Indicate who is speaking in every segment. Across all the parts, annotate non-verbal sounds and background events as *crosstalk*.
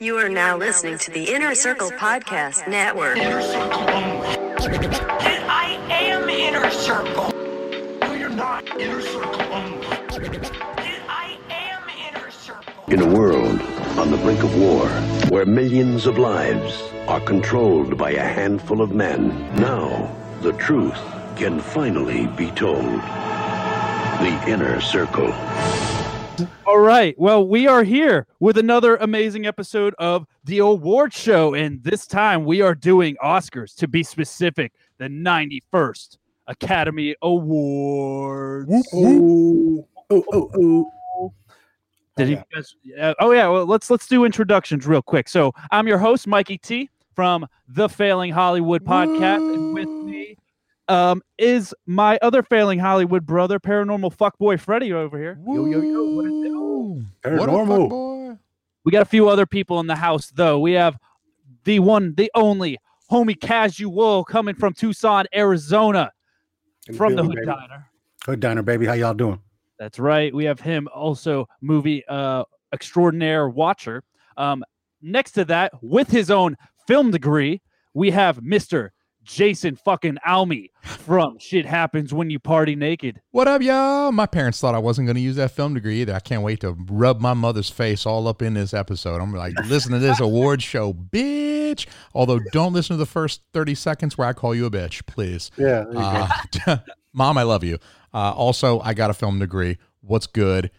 Speaker 1: You are now listening to the Inner Circle Podcast Network.
Speaker 2: Inner circle only. I am inner circle. No, you're not. Inner circle only. I am inner circle.
Speaker 3: In a world on the brink of war, where millions of lives are controlled by a handful of men, now the truth can finally be told. The Inner Circle.
Speaker 4: All right. Well, we are here with another amazing episode of the award show. And this time we are doing Oscars, to be specific, the 91st Academy Awards.
Speaker 5: Oh, oh, oh.
Speaker 4: Did you guys, uh, oh yeah, well let's let's do introductions real quick. So I'm your host, Mikey T from the Failing Hollywood podcast, and with me um, is my other failing Hollywood brother, paranormal fuckboy Freddy over here. Yo, yo, yo, what it do?
Speaker 5: Paranormal.
Speaker 6: boy.
Speaker 4: We got a few other people in the house, though. We have the one, the only homie casual coming from Tucson, Arizona, from the
Speaker 5: Billy,
Speaker 4: Hood
Speaker 5: baby.
Speaker 4: Diner.
Speaker 5: Hood Diner, baby. How y'all doing?
Speaker 4: That's right. We have him also, movie uh, extraordinaire watcher. Um, next to that, with his own film degree, we have Mr. Jason fucking Almy from Shit Happens When You Party Naked.
Speaker 6: What up, y'all? My parents thought I wasn't going to use that film degree either. I can't wait to rub my mother's face all up in this episode. I'm like, listen
Speaker 4: *laughs*
Speaker 6: to this award show, bitch. Although, don't listen to the first 30 seconds where I call you a bitch, please.
Speaker 5: Yeah.
Speaker 6: Uh, *laughs* Mom, I love you. Uh, also, I got a film degree. What's good?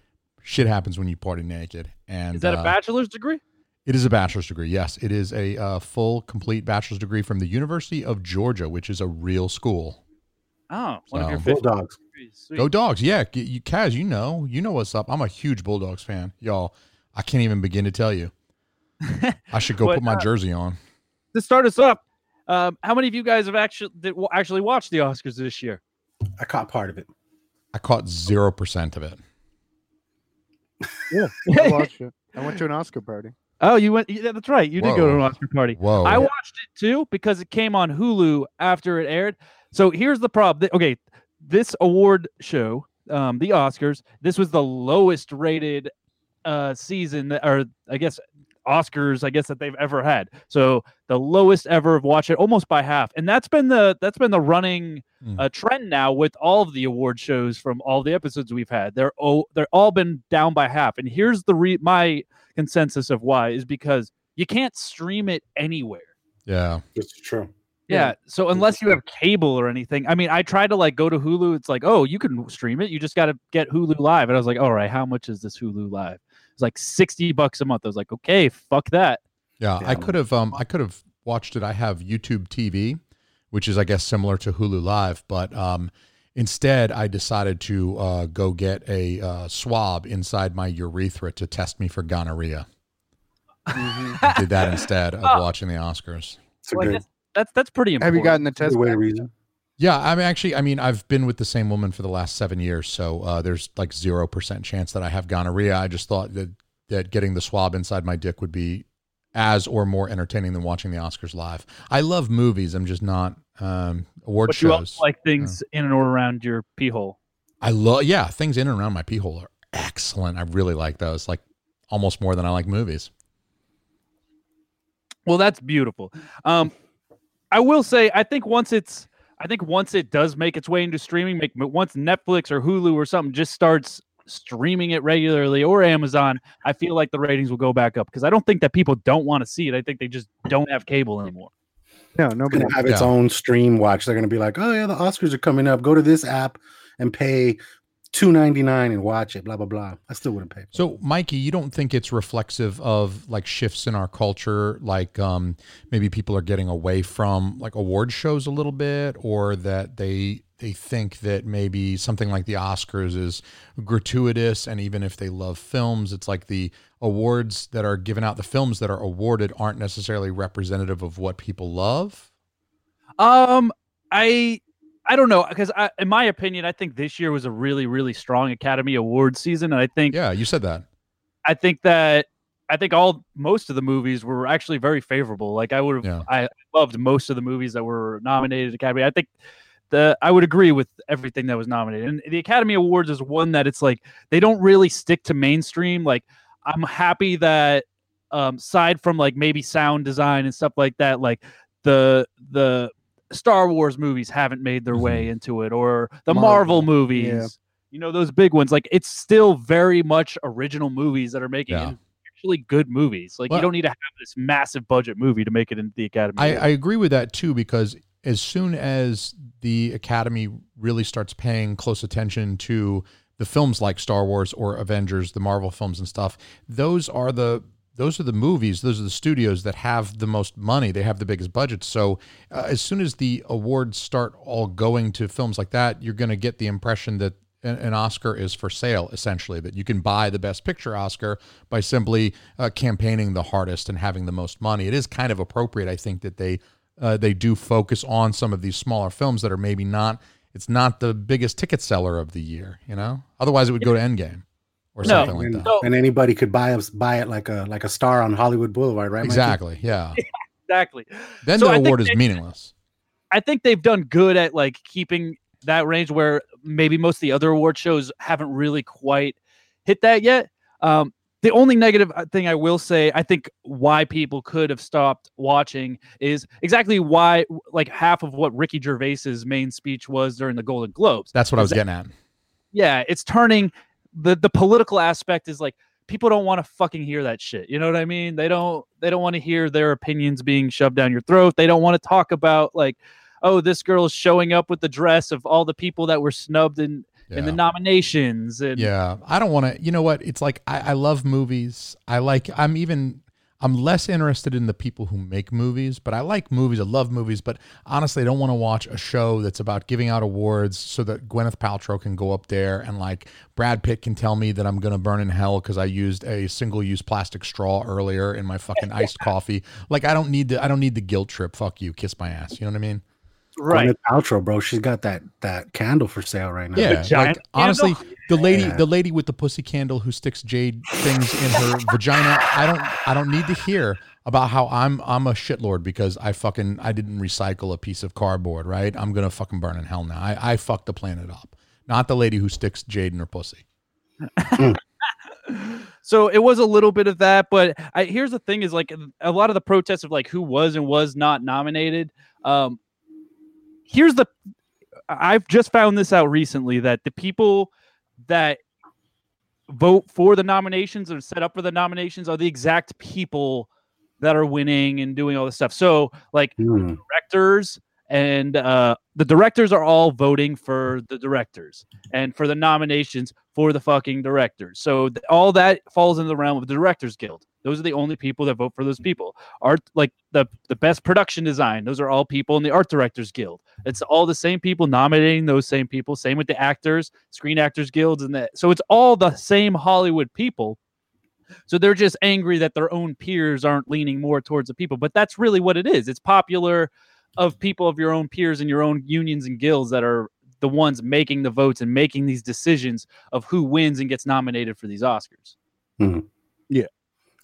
Speaker 6: Shit happens when you party naked. And
Speaker 4: Is that
Speaker 6: uh,
Speaker 4: a bachelor's degree?
Speaker 6: It is a bachelor's degree. Yes, it is a uh, full, complete bachelor's degree from the University of Georgia, which is a real school.
Speaker 4: Oh, one of your
Speaker 6: So-
Speaker 4: favorite
Speaker 5: Bulldogs.
Speaker 4: degrees. Sweet.
Speaker 6: Go dogs. Yeah. g- You, Kaz, you know, you know what's up. I'm a huge Bulldogs fan. Y'all, I can't even begin to tell you. I
Speaker 4: *laughs*
Speaker 6: should go
Speaker 4: What
Speaker 6: put my jersey on.
Speaker 4: to start us up, um, how many of you guys have actually that w- actually watched the Oscars this year?
Speaker 5: I caught part of it.
Speaker 6: I caught 0% of it.
Speaker 7: I watched it. I went to an Oscar party.
Speaker 4: Oh, you went. Yeah, that's right. You did go to an
Speaker 6: Whoa.
Speaker 4: Oscar party.
Speaker 6: Whoa.
Speaker 4: I watched it too because it came on Hulu after it aired. So here's the problem. Okay, this award show, um, the Oscars, this was the lowest rated uh, season, that- or I guess Oscars, I guess that they've ever had. So the lowest ever of watch it, almost by half, and that's been the that's been the running
Speaker 6: Hmm.
Speaker 4: uh, trend now with all of the award shows from all the episodes we've had. They're oh, they're all been down by half, and here's the re- my consensus of why is because you can't stream it anywhere.
Speaker 6: yeah.
Speaker 5: It's true.
Speaker 4: Yeah. So unless you have cable or anything, I mean, I tried to like go to Hulu. It's like, oh, you can stream it. You just got to get Hulu Live. And I was like, all right, how much is this Hulu Live? It's like sixty bucks a month. I was like, okay, fuck that.
Speaker 6: Yeah.
Speaker 5: Yeah.
Speaker 6: I could have, um, I could have watched it. I have YouTube TV, which is, I guess, similar to Hulu Live, but, um, instead I decided to, uh, go get a, uh, swab inside my urethra to test me for gonorrhea. I
Speaker 4: *laughs*
Speaker 6: did that instead of
Speaker 4: Oh.
Speaker 6: watching the Oscars.
Speaker 5: It's a
Speaker 4: Well, I
Speaker 5: good,
Speaker 4: guess that's that's pretty
Speaker 7: Have
Speaker 4: important.
Speaker 7: you gotten the
Speaker 5: it's a
Speaker 7: test?
Speaker 5: good way to
Speaker 7: back?
Speaker 5: reason.
Speaker 6: Yeah, I'm actually. I mean, I've been with the same woman for the last seven years, so uh, there's like zero percent chance that I have gonorrhea. I just thought that that getting the swab inside my dick would be as or more entertaining than watching the Oscars live. I love movies. I'm just not um, award
Speaker 4: But you
Speaker 6: shows.
Speaker 4: also like things in and around your pee hole.
Speaker 6: I love. Yeah, things in and around my pee hole are excellent. I really like those. Like almost more than I like movies.
Speaker 4: Well, that's beautiful. Um, I will say, I think once it's, I think once it does make its way into streaming, make but once Netflix or Hulu or something just starts streaming it regularly or Amazon, I feel like the ratings will go back up because I don't think that people don't want to see it. I think they just don't have cable anymore.
Speaker 7: No,
Speaker 5: It's
Speaker 7: nobody.
Speaker 5: going to have its
Speaker 6: Yeah.
Speaker 5: own stream watch. They're going to be like, oh, yeah, the Oscars are coming up. Go to this app and pay two ninety nine and watch it, blah, blah, blah. I still wouldn't pay. for
Speaker 6: So, Mikey, you don't think it's reflexive of like shifts in our culture, like um, maybe people are getting away from like award shows a little bit, or that they they think that maybe something like the Oscars is gratuitous, and even if they love films, it's like the awards that are given out, the films that are awarded aren't necessarily representative of what people love.
Speaker 4: Um, I I don't know because I, in my opinion, I think this year was a really really strong Academy Awards season, and I think
Speaker 6: Yeah, you said that.
Speaker 4: I think that I think all most of the movies were actually very favorable. Like I would have,
Speaker 6: Yeah.
Speaker 4: I loved most of the movies that were nominated at Academy. I think the I would agree with everything that was nominated. And the Academy Awards is one that it's like they don't really stick to mainstream. Like I'm happy that um, aside from like maybe sound design and stuff like that, like the the Star Wars movies haven't made their way into it, or the
Speaker 7: Marvel,
Speaker 4: Marvel, movies.
Speaker 7: yeah.
Speaker 4: You know those big ones. Like it's still very much original movies that are making
Speaker 6: Yeah.
Speaker 4: and actually good movies. Like
Speaker 6: Well-
Speaker 4: you don't need to have this massive budget movie to make it into the Academy.
Speaker 6: I,
Speaker 4: Award.
Speaker 6: I agree with that too because as soon as the Academy really starts paying close attention to the films like Star Wars or Avengers, the Marvel films and stuff, those are the those are the movies, those are the studios that have the most money. They have the biggest budgets. So uh, as soon as the awards start all going to films like that, you're going to get the impression that an, an Oscar is for sale, essentially, that you can buy the Best Picture Oscar by simply uh, campaigning the hardest and having the most money. It is kind of appropriate, I think, that they uh, they do focus on some of these smaller films that are maybe not. It's not the biggest ticket seller of the year, you know. Otherwise, it would go to Endgame or
Speaker 4: No.
Speaker 6: something like
Speaker 5: and,
Speaker 6: that.
Speaker 4: No.
Speaker 5: and anybody could buy us buy it like a like a star on Hollywood Boulevard, right? Mikey?
Speaker 6: Exactly.
Speaker 4: *laughs*
Speaker 6: Yeah.
Speaker 4: exactly.
Speaker 6: Then
Speaker 4: So I
Speaker 6: the
Speaker 4: think
Speaker 6: award is
Speaker 4: they-
Speaker 6: meaningless.
Speaker 4: I think they've done good at like keeping that range where maybe most of the other award shows haven't really quite hit that yet. Um, the only negative uh, thing I will say, I think why people could have stopped watching is exactly why like half of what Ricky Gervais's main speech was during the Golden Globes.
Speaker 6: That's what I
Speaker 4: Is
Speaker 6: was
Speaker 4: that-
Speaker 6: getting at.
Speaker 4: Yeah, it's turning the the political aspect is like people don't want to fucking hear that shit. You know what I mean? They don't they don't want to hear their opinions being shoved down your throat. They don't want to talk about like oh this girl's showing up with the dress of all the people that were snubbed in
Speaker 6: Yeah.
Speaker 4: in the nominations and
Speaker 6: Yeah, I don't want to. You know what? It's like I, I love movies. I like. I'm even. I'm less interested in the people who make movies, but I like movies. I love movies, but honestly, I don't want to watch a show that's about giving out awards so that Gwyneth Paltrow can go up there and like Brad Pitt can tell me that I'm gonna burn in hell because I used a single-use plastic straw earlier in my fucking iced coffee. Like I don't need the I don't need the guilt trip. Fuck you, kiss my ass. You know what I mean?
Speaker 4: right.
Speaker 5: Gwyneth Paltrow, bro. She's got that that candle for sale right now.
Speaker 6: Yeah,
Speaker 4: giant
Speaker 6: like, honestly, the lady,
Speaker 5: Yeah.
Speaker 6: the lady with the pussy candle who sticks jade things in her vagina. I don't, I don't need to hear about how I'm, I'm a shitlord because I fucking, I didn't recycle a piece of cardboard. Right? I'm gonna fucking burn in hell now. I, I fucked the planet up. Not the lady who sticks jade in her pussy.
Speaker 4: so it was a little bit of that but I, here's the thing is like a lot of the protests of like who was and was not nominated um here's the i've just found this out recently that the people that vote for the nominations or set up for the nominations are the exact people that are winning and doing all this stuff so like
Speaker 5: Hmm.
Speaker 4: directors and uh, the directors are all voting for the directors and for the nominations for the fucking directors. So th- all that falls into the realm of the directors guild. Those are the only people that vote for those people. Art like the the best production design. Those are all people in the art directors guild. It's all the same people nominating those same people. Same with the actors, screen actors guilds, and that. So it's all the same Hollywood people. So they're just angry that their own peers aren't leaning more towards the people. But that's really what it is. It's popular of people of your own peers and your own unions and guilds that are the ones making the votes and making these decisions of who wins and gets nominated for these Oscars.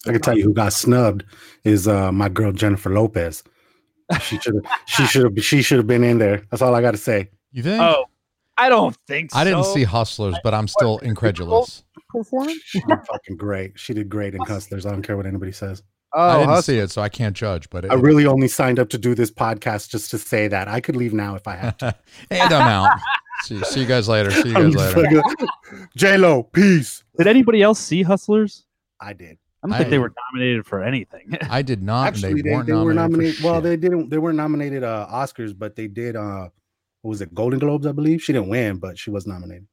Speaker 5: I can tell you who got snubbed is uh, my girl Jennifer Lopez. She should have. she should have. She should have been in there. That's all I got to say.
Speaker 6: You think?
Speaker 4: Oh, I don't think so.
Speaker 6: I didn't *laughs* see Hustlers, but I'm still incredulous.
Speaker 5: She did fucking great. She did great in Custlers. I don't care what anybody says.
Speaker 6: I
Speaker 7: Oh,
Speaker 6: didn't
Speaker 7: hustle.
Speaker 6: see it, so I can't judge. But it,
Speaker 5: I really only signed up to do this podcast just to say that. I could leave now if I had.
Speaker 6: *laughs* and I'm out. See, see you guys later. See *laughs* you guys later.
Speaker 5: *laughs* J Lo, peace.
Speaker 4: Did anybody else see Hustlers?
Speaker 5: I did.
Speaker 4: I don't
Speaker 6: I-
Speaker 4: think they were nominated for anything. *laughs*
Speaker 6: I did not. and
Speaker 5: Actually,
Speaker 6: they,
Speaker 5: they,
Speaker 6: weren't
Speaker 5: they were
Speaker 6: nominated. for
Speaker 5: nominated. Well,
Speaker 6: shit.
Speaker 5: they didn't. They weren't nominated uh, Oscars, but they did. Uh, what was it? Golden Globes, I believe. She didn't win, but she was nominated.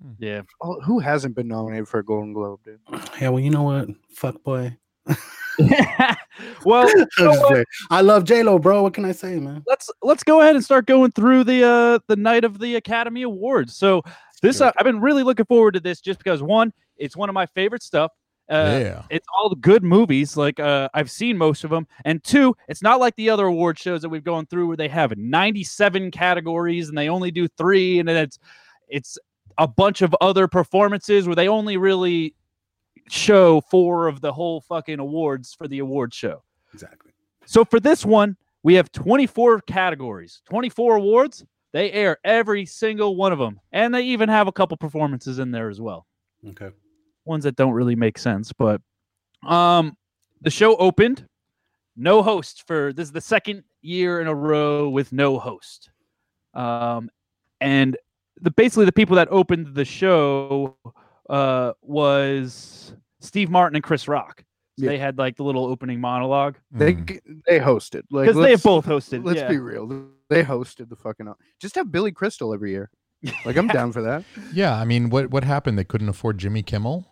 Speaker 6: Hmm.
Speaker 4: yeah. *laughs*
Speaker 7: Oh, who hasn't been nominated for a Golden Globe, dude?
Speaker 6: Mm-hmm.
Speaker 5: Yeah. Well, you know what? Fuck boy. *laughs*
Speaker 4: well, you know what?
Speaker 5: I love J Lo, bro. What can I say, man?
Speaker 4: let's let's go ahead and start going through the uh the night of the Academy Awards. So this
Speaker 5: do it.
Speaker 4: uh, I've been really looking forward to this just because one, it's one of my favorite stuff. Uh,
Speaker 6: yeah.
Speaker 4: it's all the good movies like uh, i've seen most of them and two it's not like the other award shows that we've gone through where they have 97 categories and they only do three and then it's it's a bunch of other performances where they only really show four of the whole fucking awards for the award show
Speaker 5: Exactly.
Speaker 4: so for this one we have 24 categories 24 awards they air every single one of them and they even have a couple performances in there as well
Speaker 5: Okay.
Speaker 4: ones that don't really make sense, but um the show opened, no host for this is the second year in a row with no host. Um, and the basically the people that opened the show uh, was Steve Martin and Chris Rock. So
Speaker 7: Yeah.
Speaker 4: They had like the little opening monologue
Speaker 7: They
Speaker 4: Mm-hmm.
Speaker 6: Mm.
Speaker 7: g- they hosted like
Speaker 4: because they
Speaker 7: let's-
Speaker 4: have both hosted.
Speaker 7: Let's
Speaker 4: yeah.
Speaker 7: be real. They hosted the fucking. o- Just have Billy Crystal every year. Like
Speaker 4: *laughs*
Speaker 7: I'm down for that.
Speaker 6: Yeah, I mean, what what happened? They couldn't afford Jimmy Kimmel.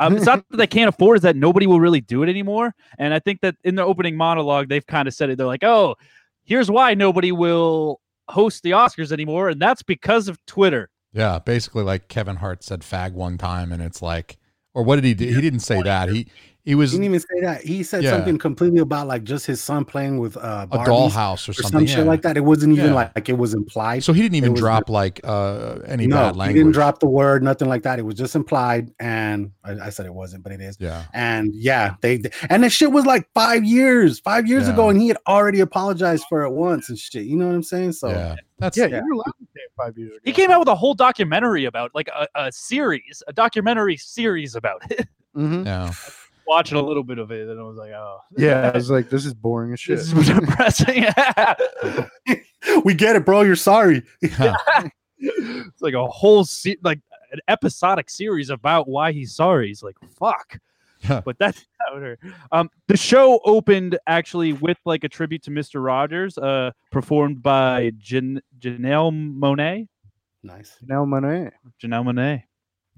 Speaker 4: Um, it's not that they can't afford; is that nobody will really do it anymore. And I think that in the opening monologue, they've kind of said it. They're like, "Oh, here's why nobody will host the Oscars anymore, and that's because of Twitter."
Speaker 6: Yeah, basically, like Kevin Hart said "fag" one time, and it's like, or what did he do? He didn't say that. He he
Speaker 5: He
Speaker 6: was
Speaker 5: didn't
Speaker 6: a
Speaker 5: even say that. He said
Speaker 6: Yeah.
Speaker 5: something completely about like just his son playing with uh, Barbies
Speaker 6: dollhouse or
Speaker 5: or
Speaker 6: something.
Speaker 5: some shit
Speaker 6: yeah.
Speaker 5: like that. It wasn't even
Speaker 6: Yeah.
Speaker 5: like, like it was implied.
Speaker 6: So he didn't even
Speaker 5: was
Speaker 6: drop like uh any
Speaker 5: no,
Speaker 6: bad
Speaker 5: he
Speaker 6: language.
Speaker 5: didn't drop the word, nothing like that. It was just implied, and I, I said it wasn't, but it is.
Speaker 6: Yeah,
Speaker 5: And yeah, they and the shit was like five years, five years
Speaker 6: Yeah.
Speaker 5: ago, and he had already apologized for it once and shit. You know what I'm saying? So
Speaker 6: yeah. That's
Speaker 7: Yeah,
Speaker 6: yeah.
Speaker 7: you were allowed to say it five years ago.
Speaker 4: He came out with a whole documentary about, like a, a series, a documentary series about it. *laughs*
Speaker 7: Mhm.
Speaker 4: Watching a little bit of it, and I was like, "Oh,
Speaker 7: Yeah, I was like, this is boring as shit. *laughs*
Speaker 4: this is *laughs* depressing." Yeah.
Speaker 5: *gasps* we get it, bro. You're sorry.
Speaker 4: it's like a whole se- like an episodic series about why he's sorry. He's like, fuck.
Speaker 6: Yeah.
Speaker 4: but that's *laughs* powder. Um, the show opened actually with like a tribute to Mister Rogers, uh, performed by Jan- Janelle Monet.
Speaker 5: Nice.
Speaker 7: Janelle Monáe.
Speaker 4: Janelle Monet.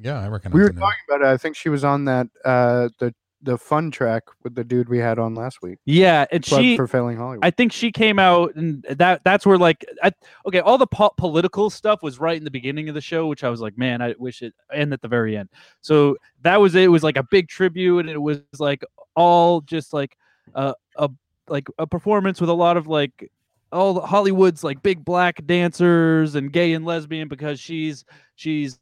Speaker 6: yeah, I recognize.
Speaker 7: We were
Speaker 6: the name.
Speaker 7: talking about it. I think she was on that uh the the fun track with the dude we had on last week.
Speaker 4: Yeah, and
Speaker 7: Plug
Speaker 4: she
Speaker 7: for failing Hollywood.
Speaker 4: I think she came out, and that that's where like, I, okay, all the po- political stuff was right in the beginning of the show, which I was like, man, I wish it and at the very end. So that was it. It was like a big tribute, and it was like all just like uh, a like a performance with a lot of like all the- Hollywood's like big black dancers and gay and lesbian because she's she's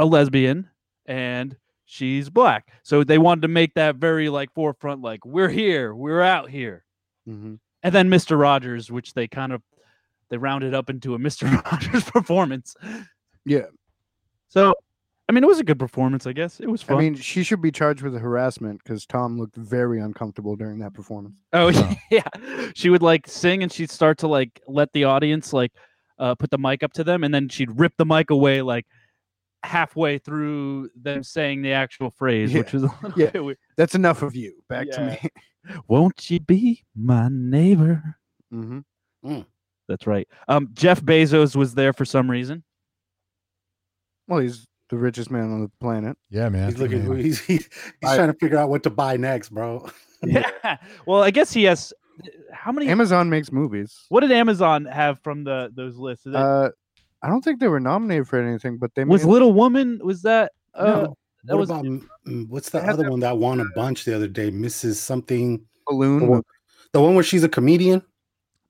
Speaker 4: a lesbian and she's black. So they wanted to make that very like forefront, like we're here, we're out here
Speaker 7: Mhm.
Speaker 4: and then Mr. Rogers, which they kind of they rounded up into a Mr. *laughs* Rogers performance.
Speaker 7: Yeah.
Speaker 4: So, I mean, it was a good performance, I guess. It was fun.
Speaker 7: I mean, she should be charged with harassment because Tom looked very uncomfortable during that performance.
Speaker 4: oh
Speaker 6: Yeah.
Speaker 4: *laughs* yeah, she would like sing and she'd start to like let the audience like uh, put the mic up to them, and then she'd rip the mic away like halfway through them saying the actual phrase,
Speaker 7: Yeah.
Speaker 4: which
Speaker 7: *laughs*
Speaker 4: was a little
Speaker 7: Yeah.
Speaker 4: bit weird.
Speaker 7: That's enough of you. Back to me. *laughs*
Speaker 4: Won't you be my neighbor?
Speaker 7: hmm
Speaker 4: That's right. Um, Jeff Bezos was there for some reason.
Speaker 7: Well, he's the richest man on the planet.
Speaker 6: Yeah, man.
Speaker 5: He's looking.
Speaker 6: man.
Speaker 5: *laughs* He's he's, he's
Speaker 7: I-
Speaker 5: trying to figure out what to buy next, bro.
Speaker 4: Yeah. Well, I guess he has. How many?
Speaker 7: Amazon makes movies.
Speaker 4: What did Amazon have from the those lists? Is it-
Speaker 7: Uh, I don't think they were nominated for anything, but they
Speaker 4: was
Speaker 7: made,
Speaker 4: Little Woman? Was that? Uh,
Speaker 5: No,
Speaker 4: that
Speaker 5: what
Speaker 4: was
Speaker 5: about mm, what's the
Speaker 7: They had
Speaker 5: other
Speaker 7: that-
Speaker 5: one that won a bunch the other day? Mrs. Something.
Speaker 7: balloon.
Speaker 6: Oh,
Speaker 5: The one,
Speaker 7: movie.
Speaker 5: the one where she's a comedian,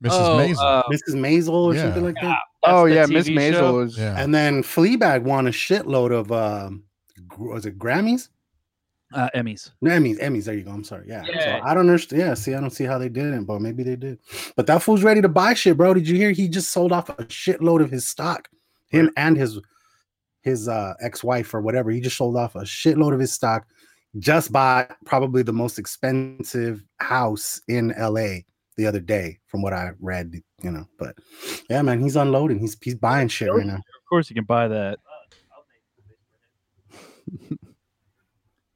Speaker 6: Mrs.
Speaker 4: Oh,
Speaker 6: Maisel.
Speaker 4: uh,
Speaker 5: Mrs. Maisel or
Speaker 6: yeah.
Speaker 5: something like that.
Speaker 4: that's
Speaker 7: Oh
Speaker 4: the
Speaker 7: yeah, Miss
Speaker 4: TV show?
Speaker 7: Maisel is.
Speaker 6: yeah.
Speaker 5: And then Fleabag won a shitload of um, gr- was it Grammys?
Speaker 4: Uh, Emmys.
Speaker 5: No, Emmys, Emmys. There you go. I'm sorry. Yeah.
Speaker 4: Yeah.
Speaker 5: So I don't understand. Yeah. See, I don't see how they didn't, but maybe they did. But that fool's ready to buy shit, bro. Did you hear? He just sold off a shitload of his stock. Him and his his uh, ex-wife or whatever. He just sold off a shitload of his stock. Just bought probably the most expensive house in LA the other day, from what I read. You know, but yeah, man, he's unloading. He's he's buying shit right now.
Speaker 4: Of course, you can buy that.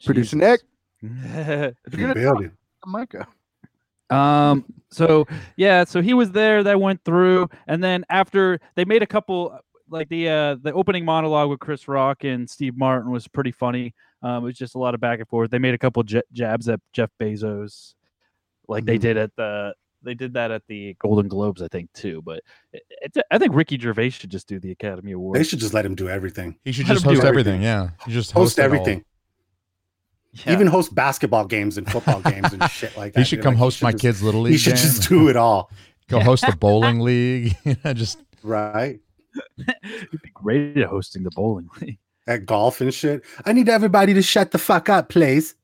Speaker 7: Producer Nick,
Speaker 4: *laughs* Jeez.
Speaker 7: you're gonna
Speaker 5: Build it.
Speaker 7: the mic up.
Speaker 4: um. So yeah. So he was there. That went through, and then after they made a couple like the uh the opening monologue with Chris Rock and Steve Martin was pretty funny. Um, it was just a lot of back and forth. They made a couple j- jabs at Jeff Bezos, like they
Speaker 5: Mhm.
Speaker 4: did at the they did that at the Golden Globes, I think too. But it, it, I think Ricky Gervais should just do the Academy Awards.
Speaker 5: They should just let him do everything.
Speaker 6: he should
Speaker 4: Let
Speaker 6: just
Speaker 4: him do
Speaker 6: host everything. Yeah, he just
Speaker 5: Host
Speaker 6: it all.
Speaker 5: everything.
Speaker 4: Yeah.
Speaker 5: Even host basketball games
Speaker 6: *laughs*
Speaker 5: and football games and shit like that.
Speaker 6: He should
Speaker 5: dude.
Speaker 6: come
Speaker 5: Like,
Speaker 6: host
Speaker 5: should
Speaker 6: my
Speaker 5: just-
Speaker 6: kids' little league.
Speaker 5: *laughs* He should
Speaker 6: game.
Speaker 5: just do it all,
Speaker 6: Go host
Speaker 5: *laughs*
Speaker 6: the bowling league. *laughs* You know, just
Speaker 5: right?
Speaker 4: *laughs* He'd be great at hosting the bowling league.
Speaker 5: At golf and shit. I need everybody to shut the fuck up, please.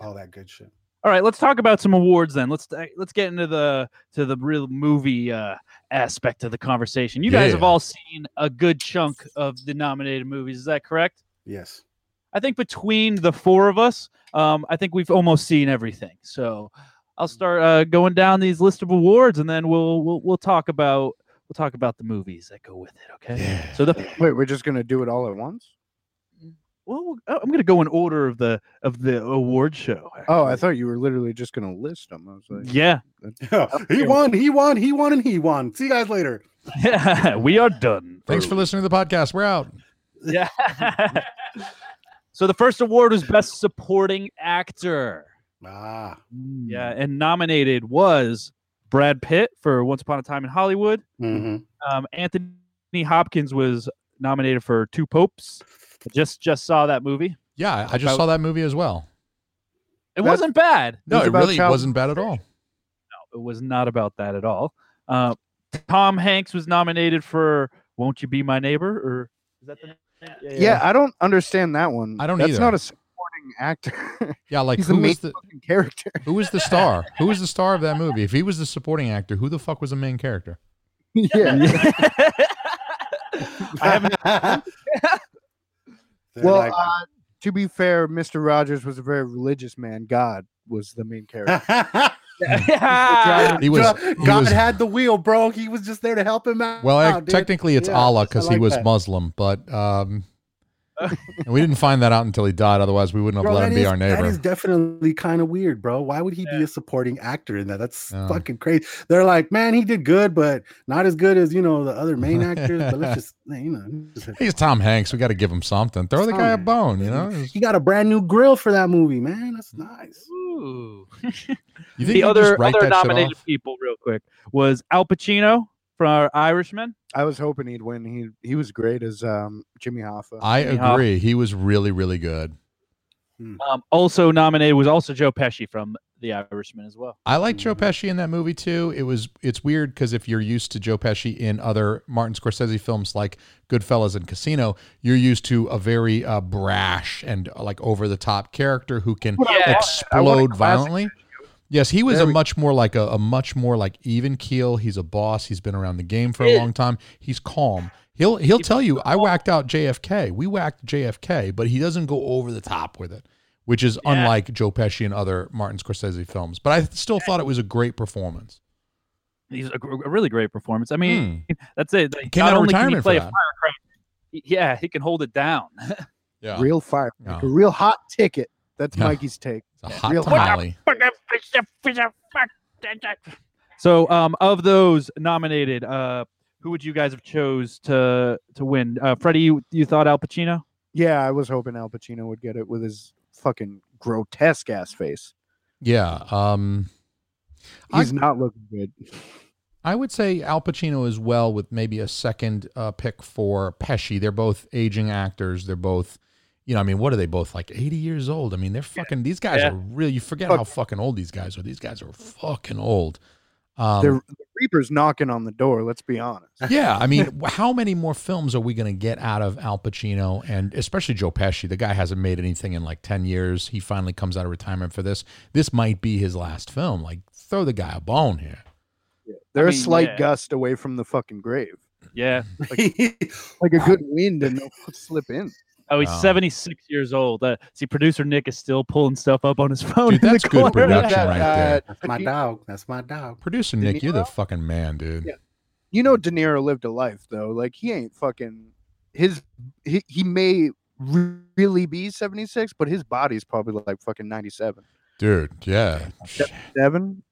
Speaker 5: All that good shit.
Speaker 4: All right, let's talk about some awards then. Let's uh, let's get into the to the real movie uh, aspect of the conversation. You guys have
Speaker 6: Yeah.
Speaker 4: all seen a good chunk of the nominated movies. Is that correct?
Speaker 5: Yes. *laughs*
Speaker 4: I think between the four of us, um, I think we've almost seen everything. So I'll start uh, going down these list of awards, and then we'll we'll, we'll talk about we'll talk about the movies that go with it. Okay.
Speaker 6: Yeah.
Speaker 4: So the
Speaker 7: Wait, we're just gonna do it all at once?
Speaker 4: well, we'll- oh, I'm going to go in order of the of the award show.
Speaker 7: Oh, I
Speaker 4: actually.
Speaker 7: thought you were literally just gonna list them. I was like,
Speaker 4: yeah. *laughs*
Speaker 6: Oh,
Speaker 5: he won, he won, he won, and he won. See you guys later.
Speaker 4: Yeah, we are done.
Speaker 6: Thanks for listening to the podcast. We're out.
Speaker 4: Yeah. *laughs* so the first award was Best Supporting Actor.
Speaker 5: Ah,
Speaker 4: Yeah, and nominated was Brad Pitt for Once Upon a Time in Hollywood.
Speaker 6: *laughs*
Speaker 5: mhm.
Speaker 4: Um, Anthony Hopkins was nominated for Two Popes. I just just saw that movie.
Speaker 6: Yeah, I- I just saw that movie as well.
Speaker 4: It
Speaker 7: That-
Speaker 4: wasn't bad.
Speaker 6: No,
Speaker 7: was
Speaker 6: it
Speaker 7: about
Speaker 6: really
Speaker 7: child-
Speaker 6: wasn't bad at all.
Speaker 4: No, it was not about that at all. Uh, Tom Hanks was nominated for Won't You Be My Neighbor? Or is that the name?
Speaker 7: yeah. I don't understand that one.
Speaker 6: I don't
Speaker 7: That's
Speaker 6: either.
Speaker 7: not a supporting actor. *laughs*
Speaker 6: Yeah, like
Speaker 7: He's the
Speaker 6: who
Speaker 7: main
Speaker 6: was the
Speaker 7: fucking
Speaker 4: *laughs*
Speaker 7: character.
Speaker 6: who was the star? who was the star of that movie? If he was the supporting actor, who the fuck was the main character?
Speaker 7: yeah.
Speaker 4: *laughs* I haven't
Speaker 5: *laughs* They're
Speaker 7: Well,
Speaker 5: like-
Speaker 7: uh, to be fair, Mr. Rogers was a very religious man. God was the main
Speaker 4: *laughs*
Speaker 7: character.
Speaker 4: yeah.
Speaker 6: *laughs* He was.
Speaker 5: *laughs* God,
Speaker 6: he
Speaker 5: God
Speaker 6: was-
Speaker 5: had the wheel, bro. He was just there to help him out.
Speaker 6: Well, ac-
Speaker 5: Oh, dude.
Speaker 6: technically it's
Speaker 5: Yeah,
Speaker 6: Allah
Speaker 5: I
Speaker 6: because he
Speaker 5: like
Speaker 6: was
Speaker 5: that.
Speaker 6: Muslim, but
Speaker 5: *laughs*
Speaker 6: um, and we didn't find that out until he died. Otherwise, we wouldn't have
Speaker 5: Bro,
Speaker 6: let him
Speaker 5: that
Speaker 6: be
Speaker 5: is-
Speaker 6: our
Speaker 5: That
Speaker 6: neighbor.
Speaker 5: is definitely kind of weird, bro. Why would he be a supporting actor in that? That's
Speaker 6: Yeah.
Speaker 5: fucking crazy. They're like, man, he did good, but not as good as you know the other
Speaker 6: *laughs*
Speaker 5: main actors. but let's just, you know, just-
Speaker 6: He's Tom Hanks. We got to give him something. Throw the guy a
Speaker 5: Tom.
Speaker 6: bone, you know.
Speaker 5: he got a brand new grill for that movie, man. That's nice.
Speaker 4: Ooh.
Speaker 6: You think
Speaker 4: the
Speaker 6: you
Speaker 4: other
Speaker 6: just write
Speaker 4: other
Speaker 6: that shit
Speaker 4: nominated
Speaker 6: off?
Speaker 4: people, real quick, was Al Pacino from our Irishman.
Speaker 7: I was hoping he'd win. He he was great as um, Jimmy Hoffa.
Speaker 6: I
Speaker 4: Jimmy Hoffa.
Speaker 6: agree. He was really, really good.
Speaker 4: Um, also nominated was also Joe Pesci from The Irishman as well.
Speaker 6: I like Joe Pesci in that movie too. It was it's weird because if you're used to Joe Pesci in other Martin Scorsese films like Goodfellas and Casino, you're used to a very uh, brash and uh, like over the top character who can
Speaker 7: I want
Speaker 4: Yeah.
Speaker 7: a
Speaker 6: explode
Speaker 7: classic
Speaker 6: violently. Yes, he was
Speaker 7: There
Speaker 6: a
Speaker 7: we-
Speaker 6: much more like a, a much more like even keel. He's a boss. He's been around the game for a
Speaker 4: Yeah.
Speaker 6: long time. He's calm. He'll he'll tell you, I whacked out JFK. We whacked JFK, but he doesn't go over the top with it, which is
Speaker 4: Yeah.
Speaker 6: unlike Joe Pesci and other Martin Scorsese films. But I still thought it was a great performance. Hmm.
Speaker 4: He's a, gr- a really great performance. I mean, that's it. Like,
Speaker 6: Came
Speaker 4: not
Speaker 6: out of
Speaker 4: only can he
Speaker 6: retirement for
Speaker 4: play a
Speaker 6: that.
Speaker 4: firecracker, yeah, he can hold it down.
Speaker 6: Yeah,
Speaker 7: real fire,
Speaker 6: Yeah.
Speaker 7: like a real hot ticket. That's
Speaker 6: Yeah.
Speaker 7: Mikey's take.
Speaker 6: it's a hot
Speaker 7: real-
Speaker 6: tamale.
Speaker 4: so, um, of those nominated, uh, who would you guys have chose to to win? Uh, Freddie, you, you thought Al Pacino?
Speaker 7: Yeah, I was hoping Al Pacino would get it with his fucking grotesque ass face.
Speaker 6: Yeah. Um, I-
Speaker 7: He's not looking good.
Speaker 6: I would say Al Pacino as well, with maybe a second uh, pick for Pesci. They're both aging actors. They're both, you know, I mean, what are they both like? Eighty years old. I mean, they're fucking. These guys
Speaker 4: Yeah.
Speaker 6: are really. You forget
Speaker 7: Fuck.
Speaker 6: how fucking old these guys are. These guys are fucking old.
Speaker 4: *laughs*
Speaker 6: Um,
Speaker 7: They're the Reaper's knocking on the door. Let's be honest.
Speaker 6: yeah, I mean, w- how many more films are we going to get out of Al Pacino and especially Joe Pesci? The guy hasn't made anything in like 10 years. He finally comes out of retirement for this. This might be his last film. Like, throw the guy a bone here.
Speaker 7: They're
Speaker 4: mean,
Speaker 7: a slight
Speaker 4: yeah.
Speaker 7: gust away from the fucking grave.
Speaker 4: Yeah,
Speaker 5: *laughs*
Speaker 7: Like a good wind, and they'll *laughs* slip in.
Speaker 4: Oh, he's
Speaker 6: Wow.
Speaker 4: 76 years old. Uh, see, producer Nick is still pulling stuff up on his phone.
Speaker 6: Dude,
Speaker 4: in the
Speaker 6: that's good
Speaker 4: *laughs* corner.
Speaker 6: production. right there.
Speaker 4: uh,
Speaker 5: That's my dog. That's my dog.
Speaker 6: Producer
Speaker 7: De
Speaker 6: Nick, you're the fucking man, dude.
Speaker 7: Yeah. you know De Niro lived a life though. Like he ain't fucking his he, he may re- really be 76, but his body's probably like fucking 97.
Speaker 6: Dude, yeah.
Speaker 7: Seven?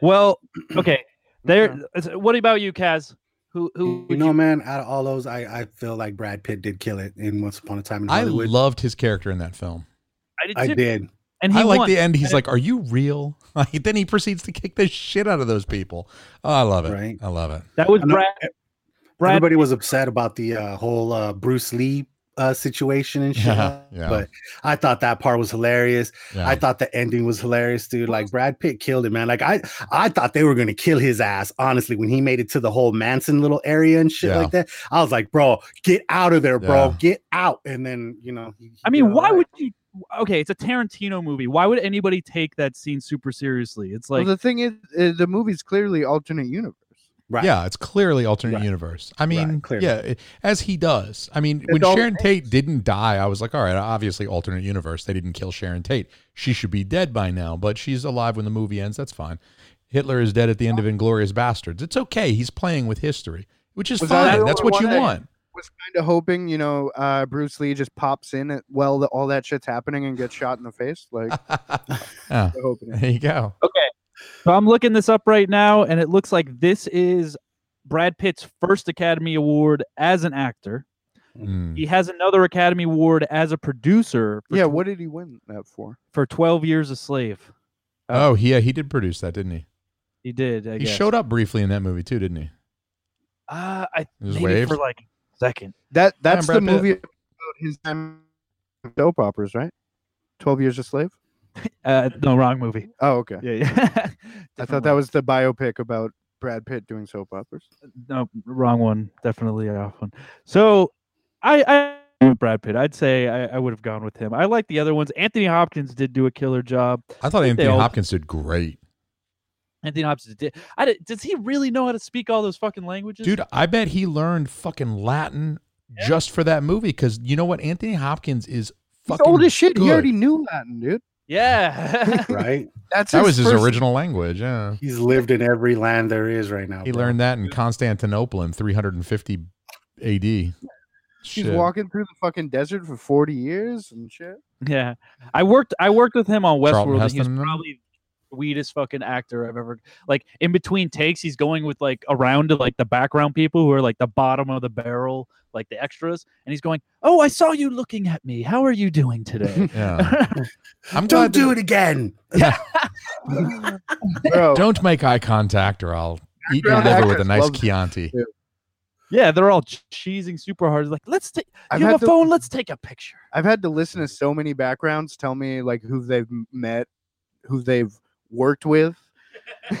Speaker 4: Well, *clears throat* okay. There. is- What about you, Kaz? Who? Who?
Speaker 5: You
Speaker 4: would
Speaker 5: know, man, out of all those, I, I feel like Brad Pitt did kill it in Once Upon a Time in
Speaker 6: I
Speaker 5: Hollywood.
Speaker 6: loved his character in that film.
Speaker 4: did
Speaker 5: I
Speaker 4: too.
Speaker 5: did.
Speaker 4: And he
Speaker 6: I like
Speaker 4: won.
Speaker 6: the end. He's like, "Are you real?" *laughs* Like, then he proceeds to kick the shit out of those people. Oh, I love it.
Speaker 5: Right.
Speaker 6: I love it.
Speaker 4: That was
Speaker 5: I know- e-,
Speaker 4: Brad. Brad.
Speaker 5: Everybody was upset about the uh, whole uh, Bruce Lee uh, situation and shit.
Speaker 6: Yeah, yeah.
Speaker 5: But I thought that part was hilarious.
Speaker 6: Yeah.
Speaker 5: I thought the ending was hilarious, dude. Like Brad Pitt killed it, man. Like I, I thought they were gonna kill his ass. Honestly, when he made it to the whole Manson little area and shit
Speaker 6: Yeah.
Speaker 5: like that, I was like, bro, get out of there, bro,
Speaker 6: Yeah.
Speaker 5: get out. And then you know, he, he
Speaker 4: I
Speaker 5: did
Speaker 4: mean,
Speaker 5: all
Speaker 4: why
Speaker 5: right.
Speaker 4: would you? Okay, it's a Tarantino movie. Why would anybody take that scene super seriously? It's
Speaker 7: Well,
Speaker 4: like,
Speaker 7: eh, the thing is, uh, the movie's clearly alternate universe.
Speaker 5: Right.
Speaker 6: Yeah, it's clearly alternate
Speaker 5: Right.
Speaker 6: universe. I mean,
Speaker 5: clearly.
Speaker 6: yeah, it, as he does. I mean, when
Speaker 7: all
Speaker 6: Sharon Tate didn't die, I was like, all right, obviously alternate universe. They didn't kill Sharon Tate. She should be dead by now, but she's alive when the movie ends. That's fine. Hitler is dead at the end of Inglorious Bastards. It's okay. He's playing with history, which is
Speaker 7: Was that
Speaker 6: fine.
Speaker 7: the
Speaker 6: That's what
Speaker 7: one
Speaker 6: you
Speaker 7: that-
Speaker 6: want. *laughs*
Speaker 7: was kind of hoping, you know, uh, Bruce Lee just pops in at, well, all that shit's happening and gets shot in the face.
Speaker 6: *laughs*
Speaker 7: Like,
Speaker 6: Yeah,
Speaker 7: kinda hoping it-
Speaker 6: there you go.
Speaker 4: So I'm looking this up right now, and it looks like this is Brad Pitt's first Academy Award as an actor.
Speaker 6: Mm.
Speaker 4: He has another Academy Award as a producer for,
Speaker 7: yeah.
Speaker 4: tw-
Speaker 7: What did he win that for?
Speaker 4: for 12 Years a Slave.
Speaker 6: Oh, yeah, he did produce that, didn't he?
Speaker 4: He did. I
Speaker 6: He
Speaker 4: guess.
Speaker 6: showed up briefly in that movie too, didn't he?
Speaker 4: Uh, I
Speaker 6: His
Speaker 4: maybe
Speaker 6: waves.
Speaker 4: for like a second.
Speaker 7: That that's
Speaker 6: Brad
Speaker 7: the
Speaker 6: Pitt.
Speaker 7: movie about his time of dope operas, right? Twelve Years a Slave.
Speaker 4: Uh, no, wrong movie.
Speaker 7: Oh, okay.
Speaker 4: Yeah, *laughs* yeah.
Speaker 7: I thought that was the biopic about Brad Pitt doing soap operas.
Speaker 4: no wrong one. Definitely off one. So I, I Brad Pitt. I'd say I, I would have gone with him. I like the other ones. Anthony Hopkins did do a killer job.
Speaker 6: I thought
Speaker 4: think they
Speaker 6: Anthony
Speaker 4: all-
Speaker 6: Hopkins did great.
Speaker 4: Anthony Hopkins did. I did, does he really know how to speak all those fucking languages?
Speaker 6: Dude, I bet he learned fucking Latin just for that movie because you know what? Anthony Hopkins is
Speaker 7: He's
Speaker 6: fucking
Speaker 7: old as shit. He
Speaker 6: good.
Speaker 7: already knew Latin, dude.
Speaker 4: Yeah. *laughs*
Speaker 5: Right?
Speaker 7: That's
Speaker 6: that was his
Speaker 7: first-
Speaker 6: original language. Yeah,
Speaker 5: He's lived in every land there is right now.
Speaker 6: he
Speaker 5: bro.
Speaker 6: learned that in Constantinople in 350 A.D.
Speaker 7: He's
Speaker 6: Shit.
Speaker 7: walking through the fucking desert for forty years and
Speaker 6: *laughs*
Speaker 7: shit.
Speaker 4: yeah. I worked I worked with him on
Speaker 6: Charlton
Speaker 4: Westworld and he's
Speaker 6: Heston and them?
Speaker 4: probably the sweetest fucking actor I've ever like in between takes he's going with like around to like the background people who are like the bottom of the barrel, like the extras, and he's going, Oh, I saw you looking at me. How are you doing
Speaker 7: *laughs*
Speaker 4: today?
Speaker 6: Yeah,
Speaker 4: *laughs*
Speaker 6: I'm glad.
Speaker 5: Don't do it again. *laughs*
Speaker 7: Bro,
Speaker 6: Don't make eye contact, or I'll eat your
Speaker 7: Background
Speaker 6: liver with a
Speaker 7: actors
Speaker 6: nice
Speaker 7: love that.
Speaker 6: Chianti.
Speaker 4: yeah, they're all ch- cheesing super hard. Like, let's take
Speaker 7: I've
Speaker 4: you
Speaker 7: had
Speaker 4: have a
Speaker 7: to-
Speaker 4: phone, let's take a picture.
Speaker 7: I've had to listen to so many backgrounds tell me like who they've m- met, who they've worked with.
Speaker 4: *laughs*